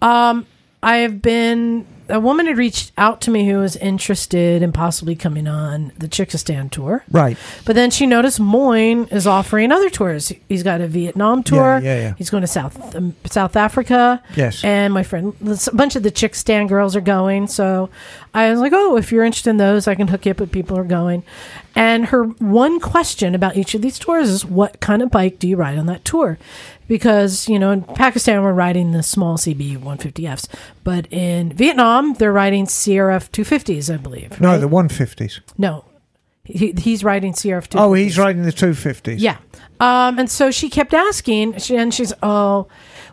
A: Um, I have been a woman had reached out to me who was interested in possibly coming on the Chickistan tour.
B: Right.
A: But then she noticed Moyne is offering other tours. He's got a Vietnam tour.
B: yeah, yeah.
A: He's going to South um, South Africa.
B: Yes.
A: And my friend, a bunch of the chick stand girls are going. So I was like, oh, if you're interested in those, I can hook you up with people who are going. And her one question about each of these tours is, what kind of bike do you ride on that tour? Because, you know, in Pakistan, we're riding the small CB 150Fs. But in Vietnam, they're riding CRF 250s, I believe.
B: No,
A: right?
B: the 150s.
A: no. He, he's riding CRF 250s.
B: Oh, he's riding the 250s.
A: Yeah. Um, and so she kept asking, she, and she's, oh,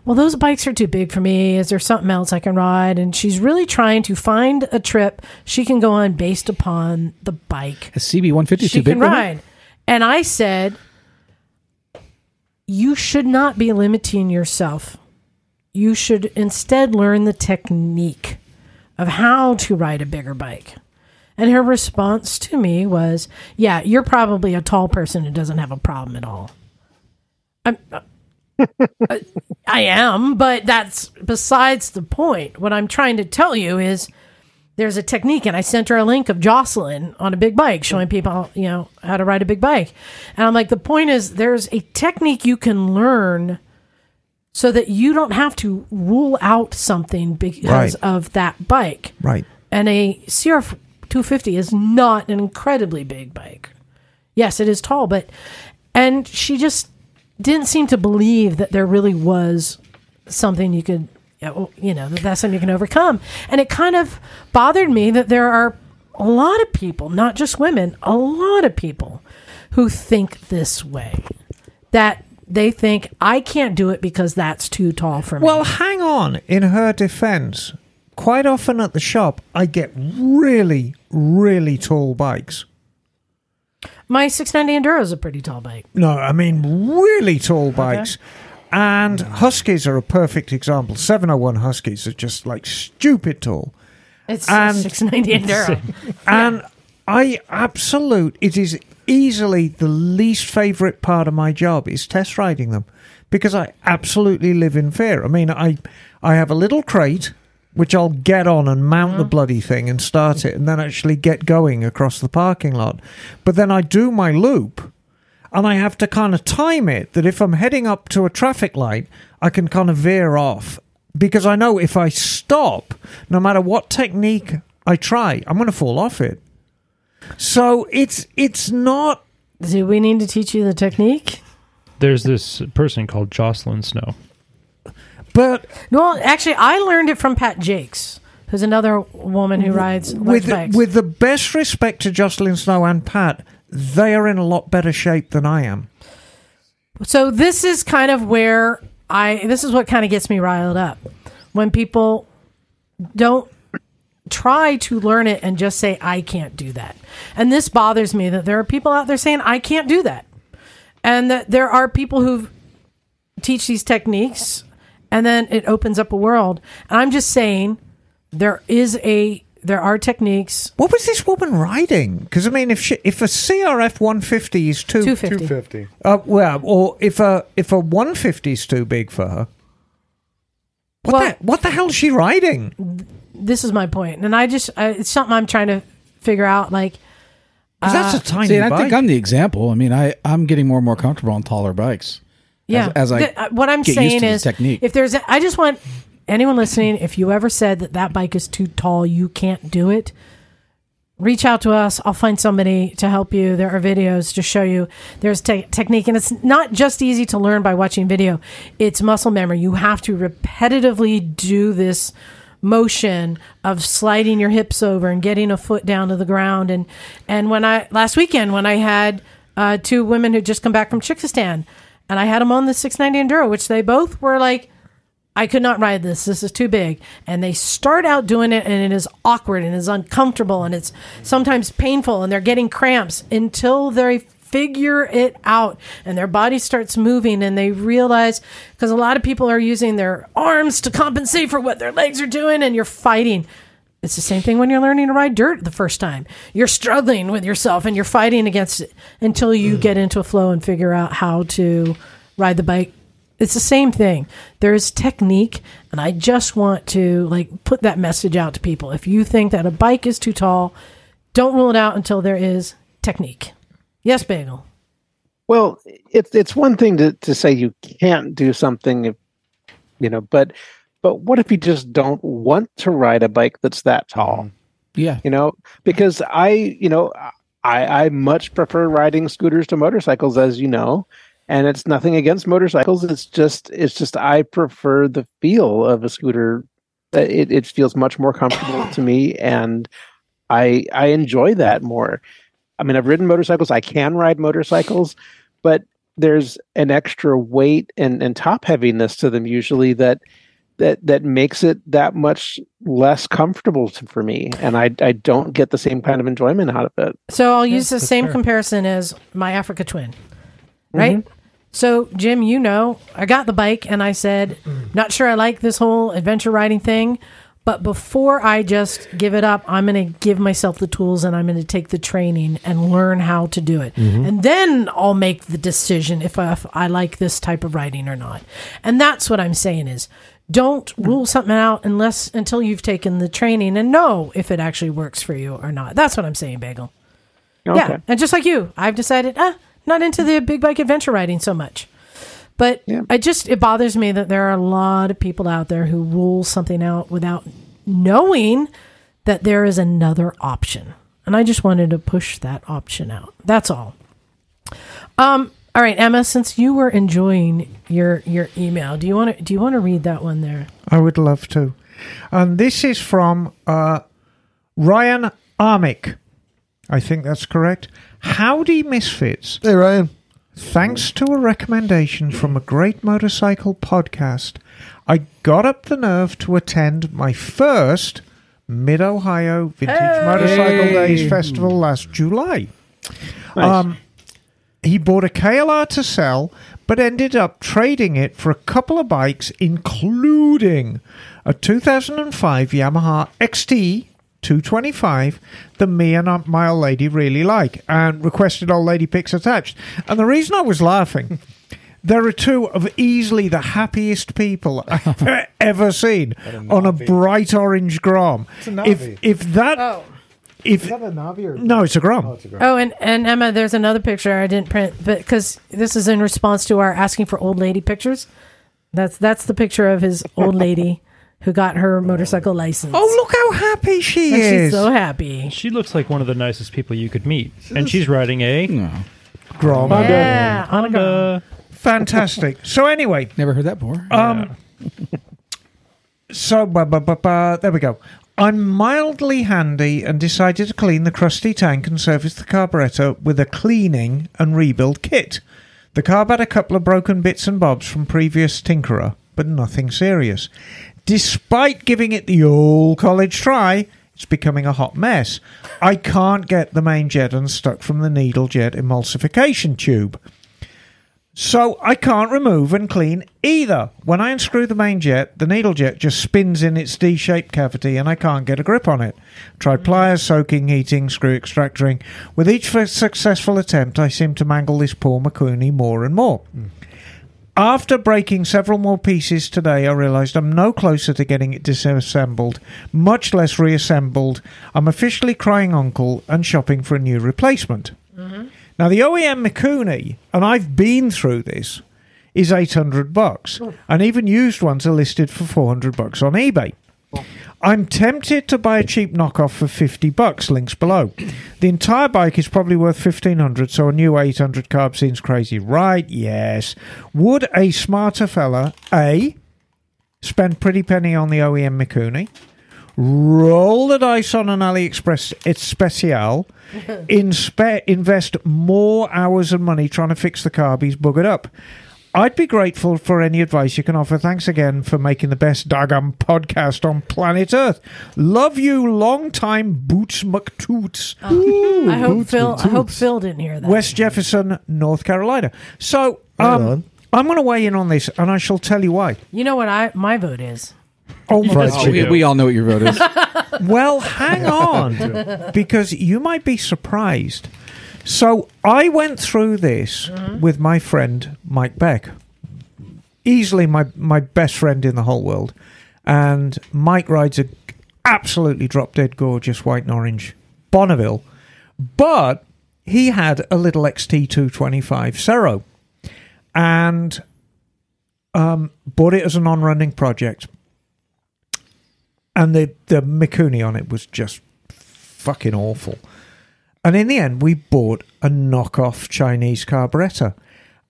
A: well, those bikes are too big for me. Is there something else I can ride? And she's really trying to find a trip she can go on based upon the bike
E: A CB 150
A: she
E: too big.
A: can
E: for me?
A: ride. And I said, you should not be limiting yourself. You should instead learn the technique of how to ride a bigger bike. And her response to me was, yeah, you're probably a tall person who doesn't have a problem at all. I'm, uh, I- I am, but that's besides the point. What I'm trying to tell you is there's a technique and I sent her a link of Jocelyn on a big bike showing people, you know, how to ride a big bike. And I'm like, the point is there's a technique you can learn so that you don't have to rule out something because
B: Right.
A: of that bike.
B: Right.
A: And a CRF 250 is not an incredibly big bike. Yes, it is tall, but and she just didn't seem to believe that there really was something you could you know that that's something you can overcome and it kind of bothered me that there are a lot of people not just women a lot of people who think this way that they think i can't do it because that's too tall for me
B: Well, hang on. In her defense, quite often at the shop, I get really, really tall bikes.
A: my 690 enduro is a pretty tall bike
B: No, I mean really tall bikes. And Huskies are a perfect example. 701 Huskies are just like stupid tall.
A: it's
B: Um,
A: 690 enduro
B: And I absolute it is easily the least favorite part of my job is test riding them because I absolutely live in fear. I mean, I I have a little crate which I'll get on and mount the bloody thing and start it and then actually get going across the parking lot. But then I do my loop and I have to kind of time it that if I'm heading up to a traffic light, I can kind of veer off because I know if I stop, no matter what technique I try, I'm going to fall off it. So it's it's not
A: Do we need to teach you the technique?
F: There's this person called Jocelyn Snow.
B: but
A: No, actually, I learned it from Pat Jakes, who's another woman who rides
B: with
A: with, bikes.
B: with the best respect to Jocelyn Snow and Pat, they are in a lot better shape than I am.
A: so this is kind of where I this is what kind of gets me riled up when people don't try to learn it and just say I can't do that. And this bothers me that there are people out there saying I can't do that. And that there are people who teach these techniques and then it opens up a world. And I'm just saying there is a there are techniques
B: What was this woman riding? Because I mean, if she, if a CRF 150 is too
A: 250.
G: 250.
B: uh, well, or if a if a 150 is too big for her, what
A: Well-
B: the, what the hell is she riding?
A: This is my point. And I just I, it's something I'm trying to figure out like
B: 'Cause that's a tiny
E: See, and I
B: bike.
E: think I'm the example. I mean, I I'm getting more and more comfortable on taller bikes.
A: Yeah.
E: as I
A: The- uh, what I'm
E: get used
A: saying
E: to this
A: is,
E: technique.
A: if there's, a, I just want anyone listening, if you ever said that that bike is too tall, you can't do it. Reach out to us. I'll find somebody to help you. There are videos to show you. There's te- technique, and it's not just easy to learn by watching video. It's muscle memory. You have to repetitively do this motion of sliding your hips over and getting a foot down to the ground. And and when I last weekend when I had uh, two women who just come back from Chickasaw, and I had them on the 690 Enduro, which they both were like, I could not ride this. This is too big. And they start out doing it, and it is awkward and it is uncomfortable and it's sometimes painful, and they're getting cramps until they figure it out and their body starts moving and they realize because a lot of people are using their arms to compensate for what their legs are doing, and you're fighting. It's the same thing when you're learning to ride dirt the first time. You're struggling with yourself and you're fighting against it until you get into a flow and figure out how to ride the bike. It's the same thing. There is technique, and I just want to like put that message out to people. If you think that a bike is too tall, don't rule it out until there is technique. Yes, Bagel.
D: Well, it's it's one thing to, to say you can't do something if you know, but but what if you just don't want to ride a bike that's that tall?
E: Yeah,
D: You know, because I, you know, I I much prefer riding scooters to motorcycles, as you know. And it's nothing against motorcycles. It's just it's just I prefer the feel of a scooter. Uh, It it feels much more comfortable to me and I I enjoy that more. I mean, I've ridden motorcycles. I can ride motorcycles, but there's an extra weight and, and top heaviness to them usually that that that makes it that much less comfortable to, for me, and I I don't get the same kind of enjoyment out of it.
A: So I'll use the
F: that's
A: same
F: fair.
A: comparison as my Africa twin, right? So Jim, you know, I got the bike and I said, not sure I like this whole adventure riding thing, but before I just give it up, I'm going to give myself the tools and I'm going to take the training and learn how to do it, and then I'll make the decision if I, if I like this type of riding or not. And that's what I'm saying is. Don't rule something out unless until you've taken the training and know if it actually works for you or not. That's what I'm saying, Bagel. Yeah, and just like you, I've decided ah, not into the big bike adventure riding so much. But
D: Yeah.
A: I just it bothers me that there are a lot of people out there who rule something out without knowing that there is another option. And I just wanted to push that option out. That's all. Um all right, Emma, since you were enjoying your your email, do you want to do you want to read that one there?
B: I would love to. And this is from uh, Ryan Armick. I think that's correct. Howdy, Misfits.
C: Hey, Ryan.
B: Thanks to a recommendation from a great motorcycle podcast, I got up the nerve to attend my first Mid Ohio Vintage Motorcycle Days Festival last July. Um, he bought a KLR to sell, but ended up trading it for a couple of bikes, including a 2005 Yamaha XT 225 that me and Aunt my old lady really like, and requested old lady pics attached. And the reason I was laughing. There are two of easily the happiest people I've e-, ever seen on a bright orange Grom.
G: a
B: If
G: Navi.
B: if that if
G: Oh. a Navi or
B: no, it's a Grom.
G: a Grom.
A: Oh, and, and Emma, there's another picture I didn't print, but because this is in response to our asking for old lady pictures. That's that's the picture of his old lady who got her motorcycle license.
B: Oh, look how happy she
A: and
B: is!
A: she's so happy.
F: She looks like one of the nicest people you could meet, and she's riding a
B: Grom.
A: Yeah, on a girl.
F: Honda.
B: Fantastic. So anyway,
E: Oh, never heard that before.
B: um, so bu- bu- bu- bu- there we go. I'm mildly handy and decided to clean the crusty tank and service the carburetor with a cleaning and rebuild kit. The carb had a couple of broken bits and bobs from previous tinkerer, but nothing serious. Despite giving it the old college try, it's becoming a hot mess. I can't get the main jet unstuck from the needle jet emulsification tube. So I can't remove and clean either. When I unscrew the main jet, the needle jet just spins in its D shaped cavity and I can't get a grip on it. Tried pliers, soaking, heating, screw extracting. With each f- successful attempt, I seem to mangle this poor Makuni more and more. After breaking several more pieces today, I realized I'm no closer to getting it disassembled, much less reassembled. I'm officially crying uncle and shopping for a new replacement. Now the OEM Mikuni, and I've been through this, is eight hundred bucks, and even used ones are listed for four hundred bucks on eBay. I'm tempted to buy a cheap knockoff for fifty bucks. Links below. The entire bike is probably worth fifteen hundred, so a new eight hundred carb seems crazy, right? Yes. Would a smarter fella a spend pretty penny on the E OEM Mikuni? roll the dice on an AliExpress Especial, inspe- invest more hours and money trying to fix the carb he's buggered up. I'd be grateful for any advice you can offer. Thanks again for making the best daggum podcast on planet Earth. Love you, long time Boots McToots,
A: I hope Phil. I hope Phil didn't hear that.
B: West Jefferson, North Carolina. So
C: Right
B: um,
C: on.
B: I'm going to weigh in on this, and I shall tell you why.
A: You know what? I my vote is.
B: Oh my
C: Fried
E: Oh, we, we all know what your vote is.
B: Well, hang on, because you might be surprised. So I went through this with my friend Mike Beck, easily my my best friend in the whole world, and Mike rides a absolutely drop dead gorgeous white and orange Bonneville, but he had a little XT two twenty five Cero, and um, bought it as a non running project and the the Mikuni on it was just fucking awful. And in the end, we bought a knockoff Chinese carburetor,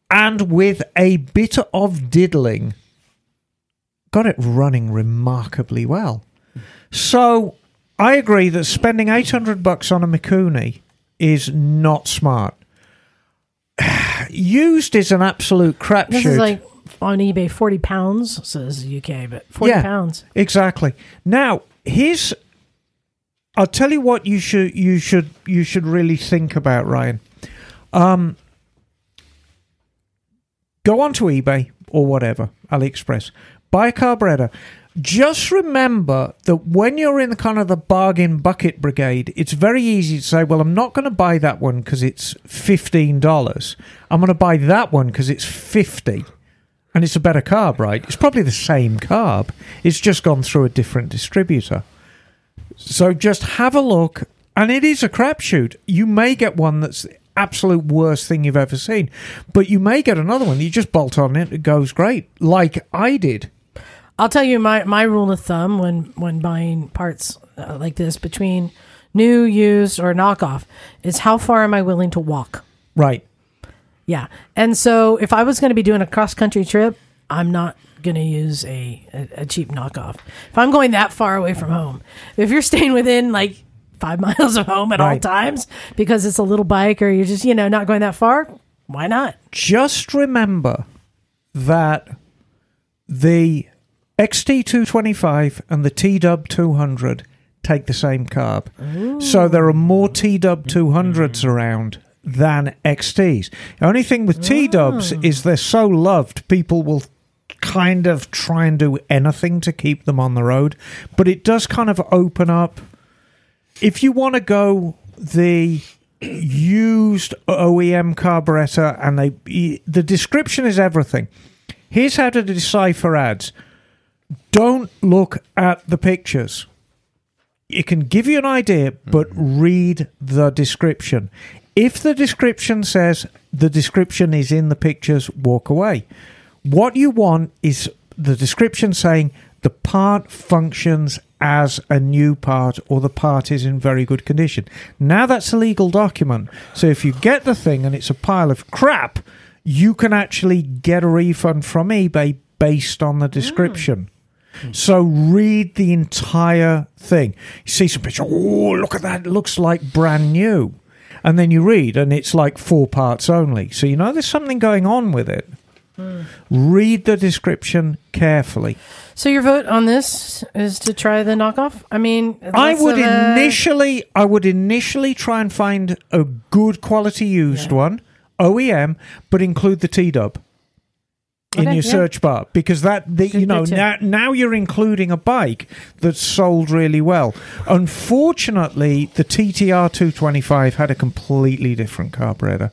B: and with a bit of diddling, got it running remarkably well. So I agree that spending eight hundred bucks on a Mikuni is not smart. Used is an absolute crapshoot.
A: This is like on eBay, forty pounds says UK, but forty pounds.
B: Exactly. Now, here's I'll tell you what you should you should you should really think about, Ryan. Um go onto eBay or whatever, AliExpress. Buy a carburetor. Just remember that when you're in the kind of the bargain bucket brigade, it's very easy to say, "Well, I'm not going to buy that one because it's fifteen dollars. I'm going to buy that one because it's fifty and it's a better carb, right? It's probably the same carb. It's just gone through a different distributor. So just have a look, and it is a crapshoot. You may get one that's the absolute worst thing you've ever seen, but you may get another one. that You just bolt on it; it goes great, like I did.
A: I'll tell you my, my rule of thumb when when buying parts uh, like this between new, used, or knockoff is how far am I willing to walk?
B: Right?
A: Yeah, and so if I was going to be doing a cross country trip, I'm not going to use a, a, a cheap knockoff. If I'm going that far away from home, if you're staying within like five miles of home at all
B: Right.
A: times because it's a little bike or you're just you know not going that far, why not?
B: Just remember that the XT225 and the TW 200 take the same carb. So there are more TW 200s around than XTs. The only thing with TWs is they're so loved, people will kind of try and do anything to keep them on the road. But it does kind of open up. If you want to go the used OEM carburetor, and they e, the description is everything. Here's how to decipher ads. Don't look at the pictures. It can give you an idea, but read the description. If the description says the description is in the pictures, walk away. What you want is the description saying the part functions as a new part or the part is in very good condition. Now that's a legal document. So if you get the thing and it's a pile of crap, you can actually get a refund from eBay based on the description. So read the entire thing. You see some picture. Oh, look at that! It looks like brand new. And then you read, and it's like four parts only. So you know there's something going on with it. Read the description carefully.
A: So your vote on this is to try the knockoff. I mean,
B: I
A: less
B: would
A: of a-
B: initially, I would initially try and find a good quality used one, OEM, but include the T dub in
A: Okay,
B: your
A: yeah.
B: search bar because that the,
A: Good
B: you know
A: bit too.
B: now now you're including a bike that's sold really well. Unfortunately, the TTR 225 had a completely different carburetor.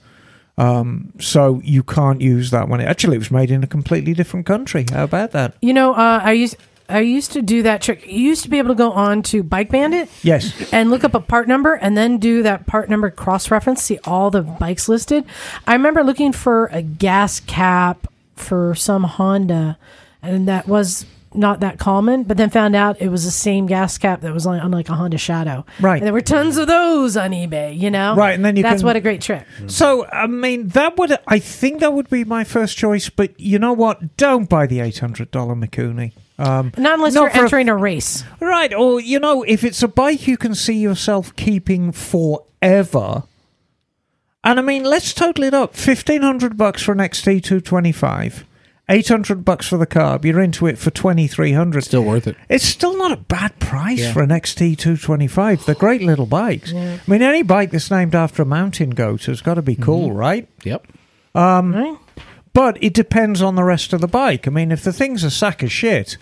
B: Um, so you can't use that one. Actually, it was made in a completely different country. How about that?
A: You know, uh, I used I used to do that trick. You used to be able to go on to Bike Bandit
B: Yes.
A: and look up a part number and then do that part number cross reference, see all the bikes listed. I remember looking for a gas cap for some Honda, and that was not that common, but then found out it was the same gas cap that was on, on like a Honda Shadow.
B: Right.
A: And there were tons of those on eBay, you know?
B: Right, and then you
A: That's
B: can-
A: what a great trick.
B: So I mean, that would I think that would be my first choice. But you know what? Don't buy the eight hundred dollar Mikuni. Um,
A: Not unless
B: Not
A: you're
B: for a-
A: entering a race.
B: right, or you know, if it's a bike you can see yourself keeping forever. And I mean, let's total it up: fifteen hundred bucks for an XT two twenty five. 800 bucks for the carb you're into it for 2300
H: Still worth it.
B: it's still not a bad price for an XT225. They're great little bikes. I mean, any bike that's named after a mountain goat has got to be cool, right?
H: Yep.
A: Right?
B: But it depends on the rest of the bike. I mean, if the thing's a sack of shit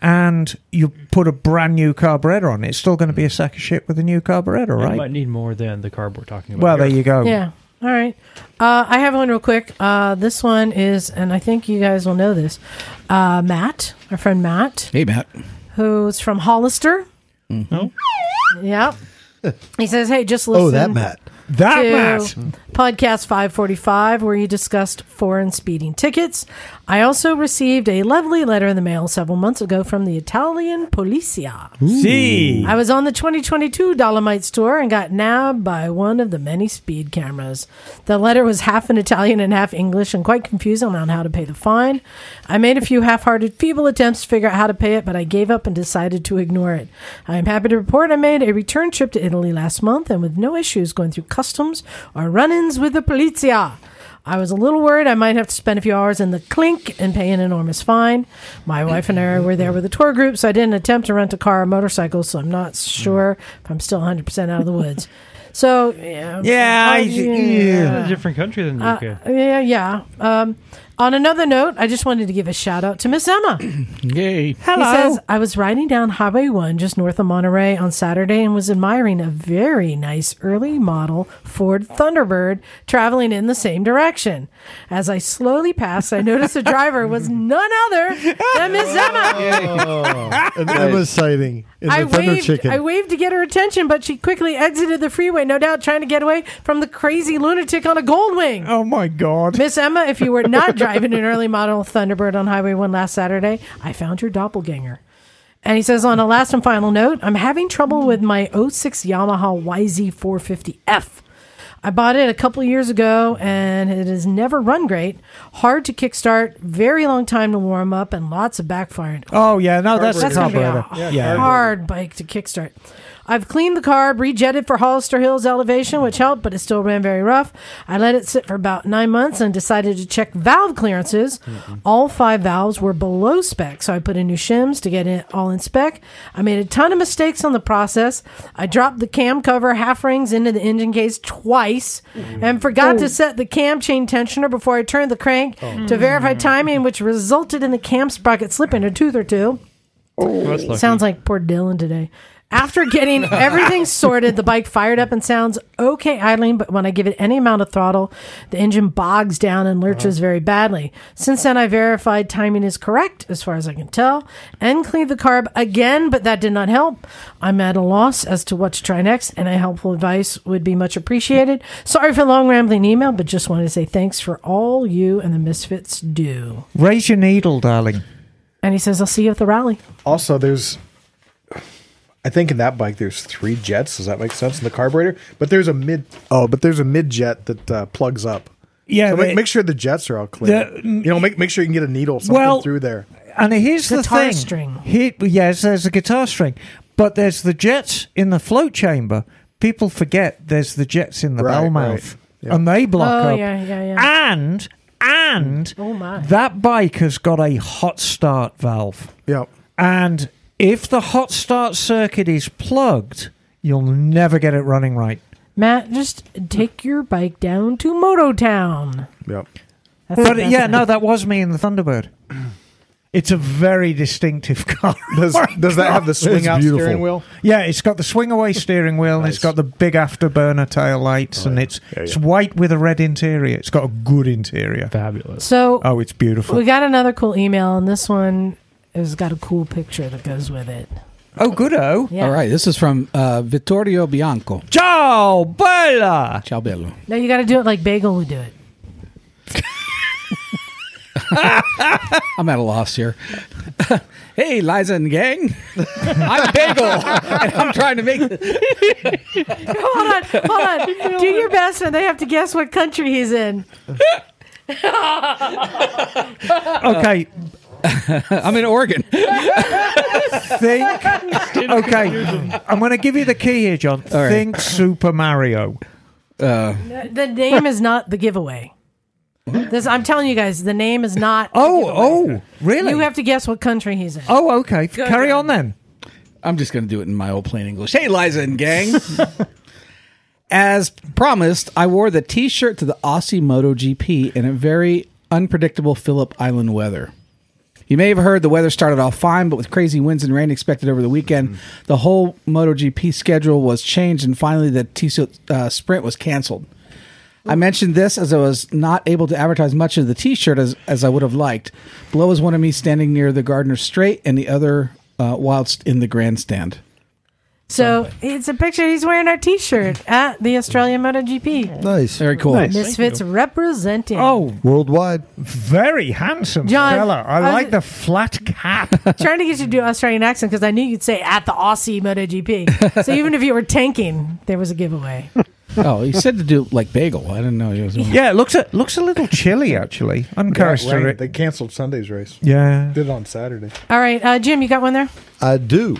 B: and you put a brand new carburetor on it, it's still going to be a sack of shit with a new carburetor,
F: You
B: right?
F: might need more than the carb we're talking about.
B: Well,
F: here.
B: there you go.
A: Yeah. All right. Uh, I have one real quick. Uh, this one is, and I think you guys will know this. Uh, Matt, our friend Matt,
E: Hey, Matt.
A: who's from Hollister. Mm-hmm. Yeah. He says, "Hey, just listen."
C: Oh, that Matt.
B: That
A: to
B: Matt.
A: podcast 545 where you discussed foreign speeding tickets i also received a lovely letter in the mail several months ago from the italian polizia
B: See.
A: I was on the 2022 Dolomites tour and got nabbed by one of the many speed cameras. The letter was half in Italian and half English and quite confusing on how to pay the fine. I made a few half hearted, feeble attempts to figure out how to pay it, but I gave up and decided to ignore it. I am happy to report I made a return trip to Italy last month and with no issues going through customs or run ins with the polizia. I was a little worried I might have to spend a few hours in the clink and pay an enormous fine. My wife and I were there with a tour group, so I didn't attempt to rent a car or motorcycle, so I'm not sure if I'm still 100% out of the woods. So, yeah.
B: Yeah, I-
A: Oh,
B: yeah.
F: It's a different country than the UK.
A: Yeah, yeah. Um, on another note, I just wanted to give a shout out to Miss Emma. He
E: Yay.
A: says, I was riding down Highway 1 just north of Monterey on Saturday and was admiring a very nice early model Ford Thunderbird traveling in the same direction. As I slowly passed, I noticed the driver was none other than Miss Emma.
C: And Emma's sighting in the
A: I
C: Thunder
A: waved,
C: Chicken.
A: I waved to get her attention, but she quickly exited the freeway, no doubt trying to get away from the crazy lunatic on a Goldwing.
B: Oh, my God.
A: Miss Emma, if you were not driving an early model Thunderbird on Highway 1 last Saturday, I found your doppelganger. And he says, on a last and final note, I'm having trouble with my 06 Yamaha YZ450F. I bought it a couple years ago and it has never run great. Hard to kickstart, very long time to warm up, and lots of backfiring.
B: Oh, yeah. No, that's the
A: That's going to be a
B: carburetor.
A: hard, bike to kickstart. I've cleaned the carb, rejetted for Hollister Hills elevation, which helped, but it still ran very rough. I let it sit for about nine months and decided to check valve clearances. All five valves were below spec, so I put in new shims to get it all in spec. I made a ton of mistakes on the process. I dropped the cam cover half rings into the engine case twice
B: Mm.
A: and forgot to set the cam chain tensioner before I turned the crank
B: Oh.
A: to verify timing, which resulted in the cam sprocket slipping a tooth or two.
F: That's lucky.
A: Sounds like poor Dylan today. After getting everything sorted, the bike fired up and sounds okay idling, but when I give it any amount of throttle, the engine bogs down and lurches very badly. Since then, I verified timing is correct, as far as I can tell, and cleaned the carb again, but that did not help. I'm at a loss as to what to try next, and a helpful advice would be much appreciated. Sorry for the long rambling email, but just wanted to say thanks for all you and the Misfits do.
B: Raise your needle, darling.
A: And he says, I'll see you at the rally.
G: Also, there's, I think in that bike there's three jets. Does that make sense? In the carburetor, but there's a mid. Oh, but there's a mid jet that uh, plugs up.
B: Yeah.
G: So make,
B: they-
G: make sure the jets are all clear.
B: The-
G: you know, make make sure you can get a needle something
B: Well-
G: through there.
B: and here's the
A: Guitar
B: thing.
A: string.
B: Here- yes, there's a guitar string, but there's the jets in the float chamber. People forget there's the jets in the
G: Right,
B: bell
G: right.
B: mouth, and they block
A: Oh,
B: up.
A: yeah, yeah, yeah.
B: And and
A: Oh, my.
B: that bike has got a hot start valve,
G: Yep.
B: and if the hot start circuit is plugged, you'll never get it running right.
A: Matt, just take your bike down to Mototown.
G: Yep.
A: That's
B: But
A: that's
B: yeah,
A: it.
B: no, that was me in the Thunderbird. It's a very distinctive car.
G: Does, does that have the swing out
C: beautiful.
G: steering wheel?
B: Yeah, it's got the swing away steering wheel and it's got the big afterburner tail lights and it's
G: Yeah,
B: it's
G: yeah.
B: white with a red interior. It's got a good interior.
F: Fabulous.
A: So
B: Oh, it's
A: we
B: beautiful.
A: got another cool email, and this one has got a cool picture that goes with it.
B: Oh, good oh.
A: Yeah.
E: All right, this is from uh, Vittorio Bianco.
B: Ciao, bella.
E: Ciao bello.
A: No, you got to do it like Bagel would do it.
E: I'm at a loss here. hey, Liza and gang, I'm Bagel, and I'm trying to make.
A: Hold on, hold on. Do your best, and they have to guess what country he's in.
G: Uh,
B: Okay,
E: I'm in Oregon.
B: think. Okay, I'm going to give you the key here, John.
E: right.
B: Think Super Mario.
E: Uh,
A: Uh, The name is not the giveaway. This, I'm telling you guys, the name is not. the giveaway.
B: Oh, oh, really?
A: You have to guess what country he's in.
B: Oh, okay. Carry on then.
E: I'm just going to do it in my old plain English. Hey, Liza and gang. As promised, I wore the T-shirt to the Aussie Moto GP in a very unpredictable Phillip Island weather. You may have heard the weather started off fine, but with crazy winds and rain expected over the weekend, the whole MotoGP schedule was changed, and finally the T uh, Sprint was canceled. I mentioned this as I was not able to advertise much of the T-shirt as, as I would have liked. Below is one of me standing near the Gardner Strait, and the other uh, whilst in the grandstand.
A: So it's a picture. He's wearing our T-shirt at the Australian MotoGP.
C: Nice.
E: Very cool.
D: Nice.
A: Misfits representing.
B: Oh,
C: Worldwide.
B: very handsome
A: John,
B: fella. I,
A: I was-
B: like the flat cap.
A: trying to get you to do an Australian accent because I knew you'd say at the Aussie MotoGP. so even if you were tanking, there was a giveaway.
E: oh, he said to do like bagel. I didn't know he was.
B: yeah, it looks a, looks a little chilly actually.
G: Rain.
B: Uncharacteristic.
G: They canceled Sunday's race.
B: Yeah.
G: Did it on Saturday.
A: All right, uh, Jim, you got one there.
C: I do.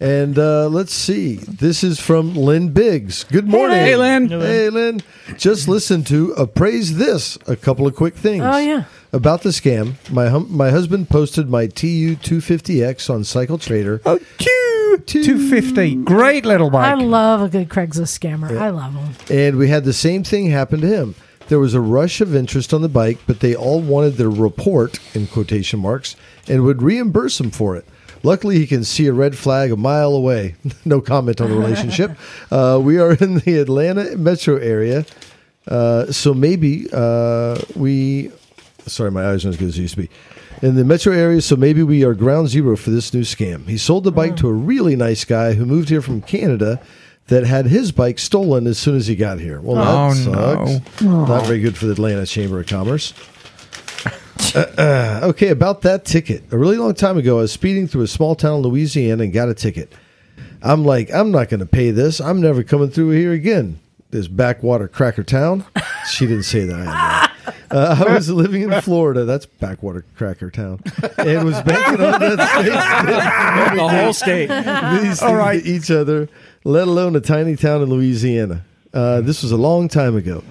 C: And uh, let's see. This is from Lynn Biggs. Good morning.
A: Lynn. Hey,
E: Lynn.
C: Hey, Lynn. Just listen to appraise this. A couple of quick things.
A: Oh, yeah.
C: About the scam, my hum- my husband posted my TU 250X on Cycle Trader.
B: Oh, two,
C: Two.
B: 250. Great little bike.
A: I love a good Craigslist scammer. I love them.
C: and we had the same thing happen to him. There was a rush of interest on the bike, but they all wanted their report in quotation marks and would reimburse him for it. Luckily, he can see a red flag a mile away. no comment on the relationship. uh, we are in the Atlanta metro area, uh, so maybe uh, we. Sorry, my eyes aren't as good as they used to be. In the metro area, so maybe we are ground zero for this new scam. He sold the
B: Hmm.
C: bike to a really nice guy who moved here from Canada that had his bike stolen as soon as he got here. Well, that
B: Oh, no.
C: sucks. Not very good for the Atlanta Chamber of Commerce. Uh, Okay, about that ticket. A really long time ago, I was speeding through a small town in Louisiana and got a ticket. I'm like, I'm not going to pay this. I'm never coming through here again. This backwater cracker town. She didn't say that. I, know. Uh, I was living in Florida. That's backwater cracker town. And was banking on that space.
E: the whole state.
C: these things to each other, let alone a tiny town in Louisiana. Uh, this was a long time ago.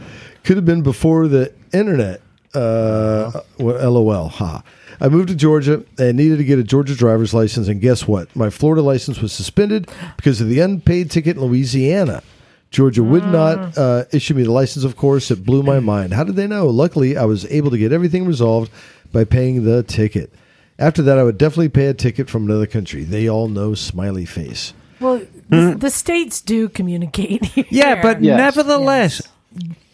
C: Could have been before the internet. Uh, well, LOL, ha. I moved to Georgia and needed to get a Georgia driver's license. And guess what? My Florida license was suspended because of the unpaid ticket in Louisiana. Georgia would
F: Mm.
C: not uh, issue me the license, of course. It blew my mind. How did they know? Luckily, I was able to get everything resolved by paying the ticket. After that, I would definitely pay a ticket from another country. They all know smiley face.
A: Well, the, the states do communicate. Here.
B: Yeah, but
D: Yes.
B: nevertheless,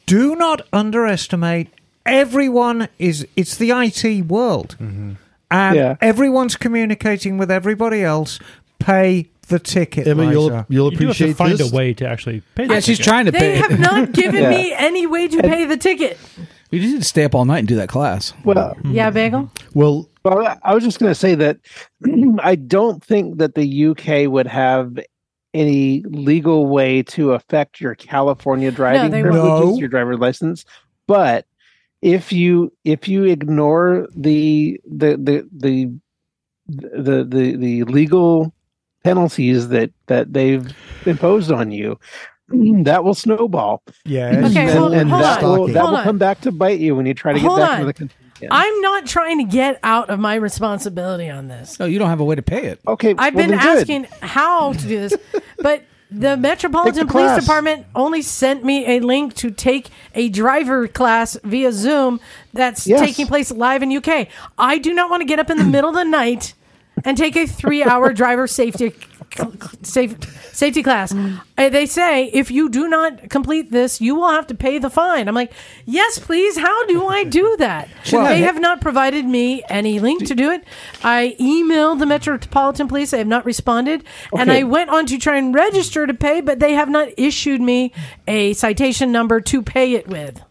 B: do not underestimate. Everyone is it's the IT world, and
D: Yeah.
B: everyone's communicating with everybody else. Pay the ticket,
C: Emma, you'll
B: Liza.
C: you'll
F: You do have to
C: appreciate
F: find
C: this.
F: a way to actually pay.
E: Yeah,
F: the
E: she's
F: ticket.
E: trying to
A: they
E: pay.
A: have not given
D: Yeah.
A: me any way to pay the ticket.
E: we just need to stay up all night and do that class.
D: Well,
A: Yeah, Bagel.
C: Well,
D: Well, I- I was just going to say that I don't think that the UK would have any legal way to affect your California driving
A: they
D: privileges,
B: won't.
D: your driver's license. But if you if you ignore the the the the the the, the legal penalties that that they've imposed on you that will snowball
B: Yeah.
A: Okay,
D: and,
A: hold-
D: and
A: hold
D: that
C: on,
D: will that
A: hold
D: will
A: on.
D: come back to bite you when you try to get
A: Hold
D: back
A: on.
D: into the contingent.
A: I'm not trying to get out of my responsibility on this.
E: No, Oh, you don't have a way to pay it.
D: okay
A: I've
D: well,
A: been
D: then good.
A: asking how to do this, but the Metropolitan
D: Take the
A: Police
D: class.
A: Department only sent me a link to take a driver class via Zoom that's
D: Yes.
A: taking place live in UK. I do not want to get up in the middle of the night and take a three-hour driver safety safe, safety class. Uh, They say if you do not complete this, you will have to pay the fine. I'm like, yes, please. How do I do that? they have not provided me any link to do it. I emailed the Metropolitan Police. They have not responded, and
D: Okay.
A: I went on to try and register to pay, but they have not issued me a citation number to pay it with.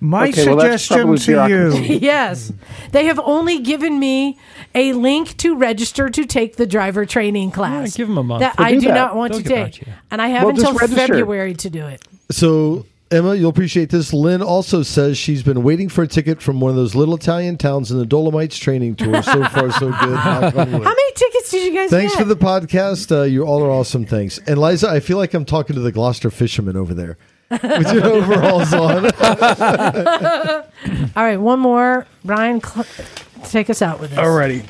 B: My
D: Okay, well, that's
B: suggestion
D: probably
B: to you.
A: Yes. They have only given me a link to register to take the driver training class.
F: give 'em a month.
A: That
F: They'll
A: I
D: do
A: do
D: that.
A: not want
F: They'll
A: to
F: get back
A: take.
F: to you.
A: and I have
D: Well, just
A: until
D: register.
A: February to do it.
C: So, Emma, you'll appreciate this. Lynn also says she's been waiting for a ticket from one of those little Italian towns in the Dolomites training tour. So far, so good. Knock on wood.
A: How many tickets did you guys
C: Thanks
A: get?
C: for the podcast. Uh, you all are awesome. Thanks. And Liza, I feel like I'm talking to the Gloucester fisherman over there with your overalls on.
A: All right, one more. Brian, cl- take us out with this.
G: Alrighty.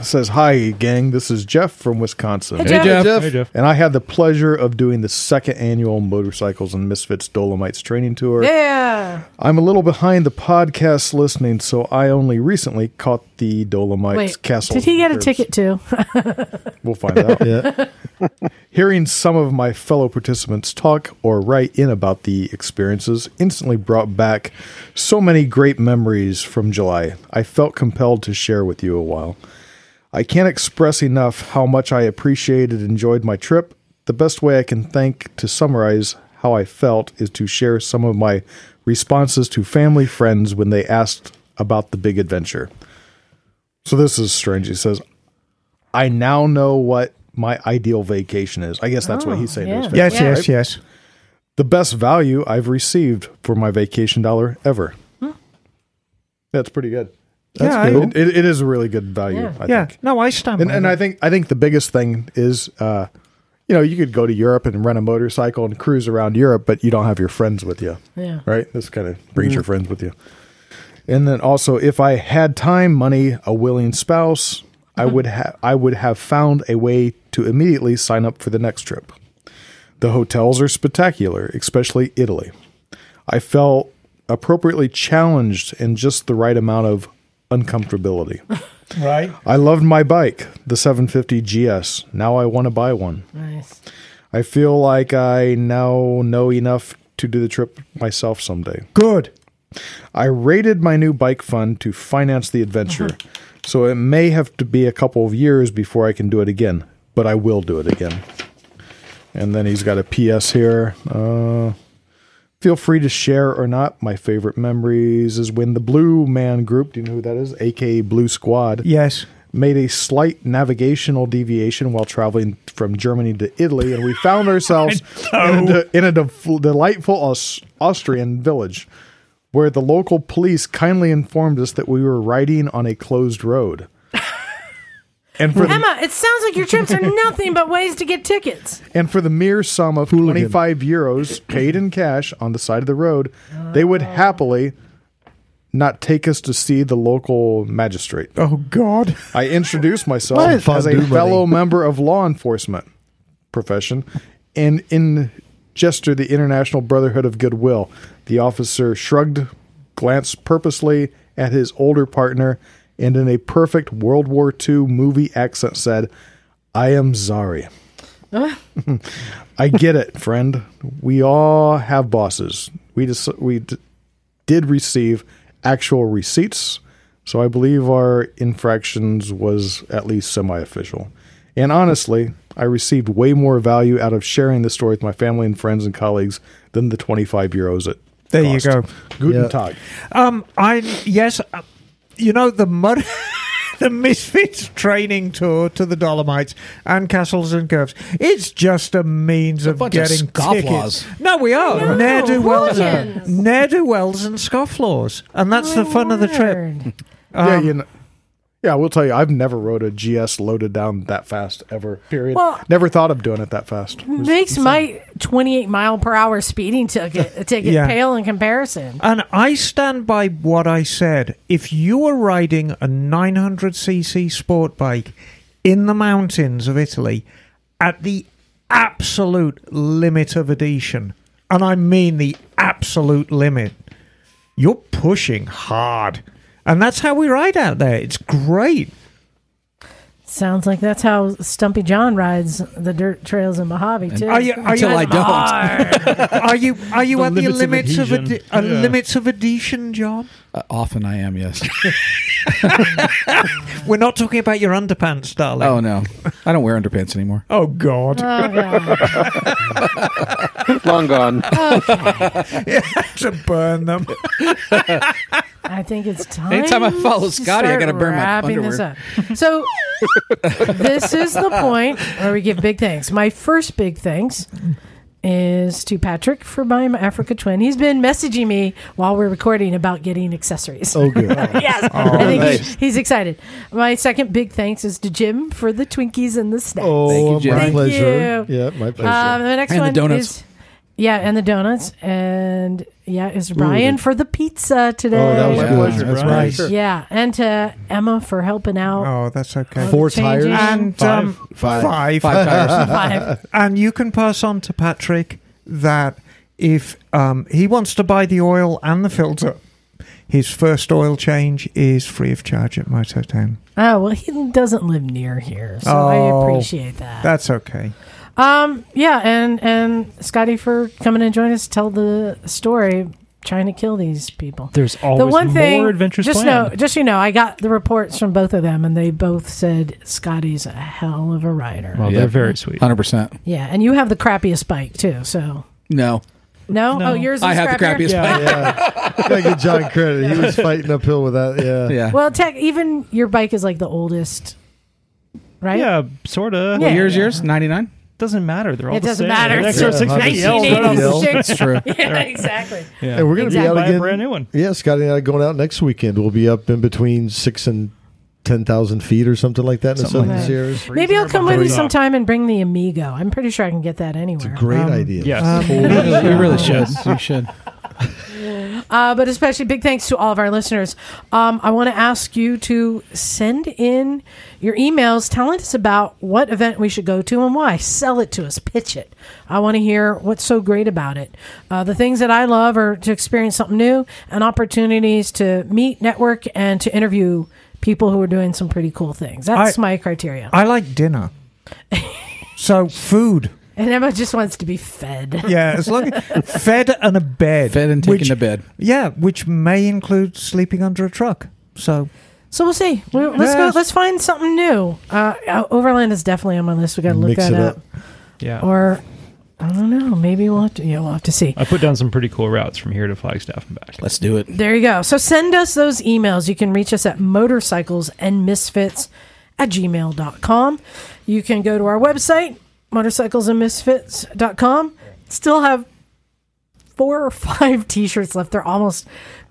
G: It says, Hi, gang. This is Jeff from Wisconsin.
A: Hey, Jeff.
F: Hey, Jeff.
G: And I had the pleasure of doing the second annual Motorcycles and Misfits Dolomites training tour.
A: Yeah.
G: I'm a little behind the podcast listening, so I only recently caught the Dolomites
A: Wait.
G: Castle.
A: Did he get a
G: Cruise.
A: ticket too?
G: We'll find out.
C: Yeah.
G: Hearing some of my fellow participants talk or write in about the experiences instantly brought back so many great memories from July. I felt compelled to share with you a while. I can't express enough how much I appreciated and enjoyed my trip. The best way I can think to summarize how I felt is to share some of my responses to family friends when they asked about the big adventure. So this is strange. He says, I now know what my ideal vacation is. I guess that's what he's saying to his
A: Oh, yeah.
G: family.
B: Yes,
A: Yeah.
B: yes, yes.
G: The best value I've received for my vacation dollar ever.
A: Hmm.
G: That's pretty good.
B: That's yeah,
G: It, it- it is a really good value,
A: Yeah.
G: I
B: I, yeah.
G: think.
B: No, I stand.
G: And
B: by
G: and
B: that.
G: I think I think the biggest thing is uh you know, you could go to Europe and rent a motorcycle and cruise around Europe, but you don't have your friends with you
A: yeah.
G: right? This kind of brings your friends with you. And then also, if I had time, money, a willing spouse, I would have I would have found a way to immediately sign up for the next trip. The hotels are spectacular, especially Italy. I felt appropriately challenged and just the right amount of uncomfortability.
B: right.
G: I loved my bike, the 750 GS. Now I want to buy one.
A: Nice.
G: I feel like I now know enough to do the trip myself someday.
B: Good.
G: I raided my new bike fund to finance the adventure, so it may have to be a couple of years before I can do it again, but I will do it again. And then he's got a PS here. Uh, feel free to share or not. My favorite memories is when the Blue Man Group, do you know who that is? AKA Blue Squad
B: Yes.
G: made a slight navigational deviation while traveling from Germany to Italy, and we found ourselves in a, de- in a de- delightful Aus- Austrian village where the local police kindly informed us that we were riding on a closed road. And for, the,
A: Emma, it sounds like your trips are nothing but ways to get tickets.
G: and for the mere sum of 25 euros paid in cash on the side of the road, they would happily not take us to see the local magistrate.
B: Oh God.
G: I introduced myself
C: What?
G: as a
C: Fondue
G: fellow member of law enforcement profession and in gesture the International Brotherhood of Goodwill. The officer shrugged, glanced purposely at his older partner, and in a perfect World War II movie accent said, I am sorry. I get it, friend. We all have bosses. We just we d- did receive actual receipts, so I believe our infractions was at least semi-official. And honestly, I received way more value out of sharing the story with my family and friends and colleagues than the 25 euros it
B: There you
G: cost.
B: go.
G: Guten
C: Yeah.
G: Tag.
B: Um. I yes. uh, you know the motor. the Misfits training tour to the Dolomites and Castles and Curves. It's just a means of
E: bunch of
B: getting
E: scofflaws.
B: tickets. No, we are. Ne'er do wells.
H: hooligans.
B: Ne'er do wells and scofflaws. And that's the fun of the trip.
A: Word.
B: Um,
G: yeah, you know, yeah, we'll tell you. I've never rode a GS loaded down that fast ever. Period.
A: Well-
G: never thought of doing it that fast.
A: Makes my 28 mile per hour speeding ticket ticket
B: Yeah.
A: pale in comparison.
B: And I stand by what I said. If you were riding a 900cc sport bike in the mountains of Italy at the absolute limit of adhesion, and I mean the absolute limit, you're pushing hard. And that's how we ride out there. It's great.
A: Sounds like that's how Stumpy John rides the dirt trails in Mojave too.
B: Are you, are you,
E: Until I don't.
B: are you, are you
F: The
B: at the
F: limits
B: limits
F: of
B: of, adhe-
F: adhesion.
B: uh, limits of adhesion, John?
E: Uh, often I am, yes.
B: We're not talking about your underpants, darling.
E: oh no, I don't wear underpants anymore.
B: oh God.
A: Oh, God.
D: Long gone.
B: to burn them.
A: I think it's time.
E: Anytime I follow Scotty, I
A: start
E: gotta burn my
A: wrapping
E: underwear.
A: This up. So this is the point where we give big thanks. My first big thanks is to Patrick for buying my Africa Twin. He's been messaging me while we're recording about getting accessories.
C: Oh, good.
A: yes, I think
D: nice.
A: he's, he's excited. My second big thanks is to Jim for the Twinkies and the snacks.
C: Oh,
E: Jim.
C: my
E: Thank
C: pleasure.
A: you.
C: Yeah, my pleasure.
A: Um, the next
E: And the
A: one
E: donuts.
A: is yeah, and the donuts, and yeah, is Brian for the pizza today.
C: oh, that was
F: Yeah.
C: good.
F: Pleasure,
C: That's
F: Brian.
C: nice.
A: yeah, and to Emma for helping out.
B: Oh, that's okay.
C: Four tires.
B: And um,
C: Five.
B: five.
E: Five tires.
A: Five.
B: And you can pass on to Patrick that if um, he wants to buy the oil and the filter, his first oil change is free of charge at Mototown.
A: Oh well, he doesn't live near here, so I
B: Oh.
A: appreciate that.
B: That's okay.
A: Um, yeah, and and Scotty for coming and joining us, to tell the story, trying to kill these people.
F: There's always
A: the one
F: more
A: thing,
F: adventures
A: just
F: planned.
A: know, just so you know, I got the reports from both of them, and they both said Scotty's a hell of a rider.
F: well,
E: Yeah.
F: they're very sweet.
E: Hundred percent.
A: yeah, and you have the crappiest bike too. So
E: No,
A: no,
F: No.
A: oh, yours. Is
E: I have the
A: crappier?
E: crappiest.
F: Yeah.
E: bike.
C: Gotta give John credit. He was fighting uphill with that. Yeah.
E: Yeah.
A: Well, tech, even your bike is like the oldest, right?
F: Yeah, sort of.
A: Yeah.
E: yours, yours, ninety nine.
F: Doesn't matter. They're all
A: It
F: the
A: doesn't
F: same.
A: matter.
F: They're
A: Yeah,
F: extra six
C: hundred
F: feet. Yeah,
C: percent.
F: yeah.
E: That's true.
A: yeah, exactly.
C: And we're gonna
A: Exactly.
C: be
F: Buy
C: out
F: a
C: again.
F: brand new one.
C: Yeah, Scotty and I are going out next weekend. We'll be up in between six and ten thousand feet or something like that in
F: Something
C: the
A: like
C: Southern
A: that.
C: Sierras.
A: Maybe I'll come with you
F: Freeze up.
A: sometime and bring the Amigo. I'm pretty sure I can get that anywhere.
C: Great
B: Um,
C: idea.
F: Yes.
E: Um, We really should. We should.
A: Uh, but especially big thanks to all of our listeners. Um, I want to ask you to send in your emails telling us about what event we should go to and why. Sell it to us, pitch it. I want to hear what's so great about it. Uh, the things that I love are to experience something new and opportunities to meet, network, and to interview people who are doing some pretty cool things. That's
B: I-
A: my criteria.
B: I like dinner. so food.
A: and Emma just wants to be fed.
B: Yeah, as long as fed and a bed.
E: Fed and taken
B: which-
E: to bed.
B: Yeah, which may include sleeping under a truck. So
A: So we'll see. We- Let's go.
B: Yes.
A: Let's find something new. Uh, Overland is definitely on my list. We got to look
C: Mix
A: that
C: it
A: up.
C: up.
F: Yeah.
A: Or I don't know. Maybe we'll have to. Yeah, we'll have to see.
F: I put down some pretty cool routes from here to Flagstaff and back.
E: Let's do it.
A: There you go. So send us those emails. You can reach us at motorcycles and misfits at gmail.com. You can go to our website, motorcyclesandmisfits.com. Still have four or five t-shirts left. They're almost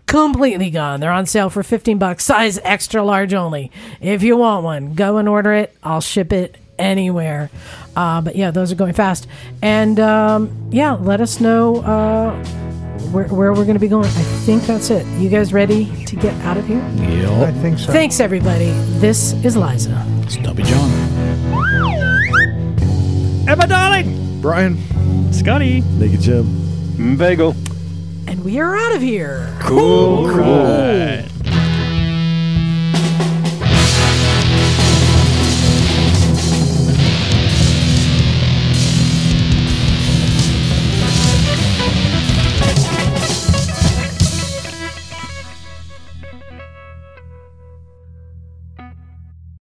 A: completely gone. They're on sale for 15 bucks, size extra large only. If you want one, go and order it. I'll ship it anywhere. Uh, but yeah, those are going fast. And um, yeah, let us know uh, where, where we're going to be going. I think that's it. You guys ready to get out of here?
B: I think so.
A: Thanks, everybody. This is Liza.
E: Stumpy John.
B: Emma, darling!
G: Brian.
F: Scotty.
C: Naked Jim.
D: Bagel.
A: And we are out of here.
F: All right.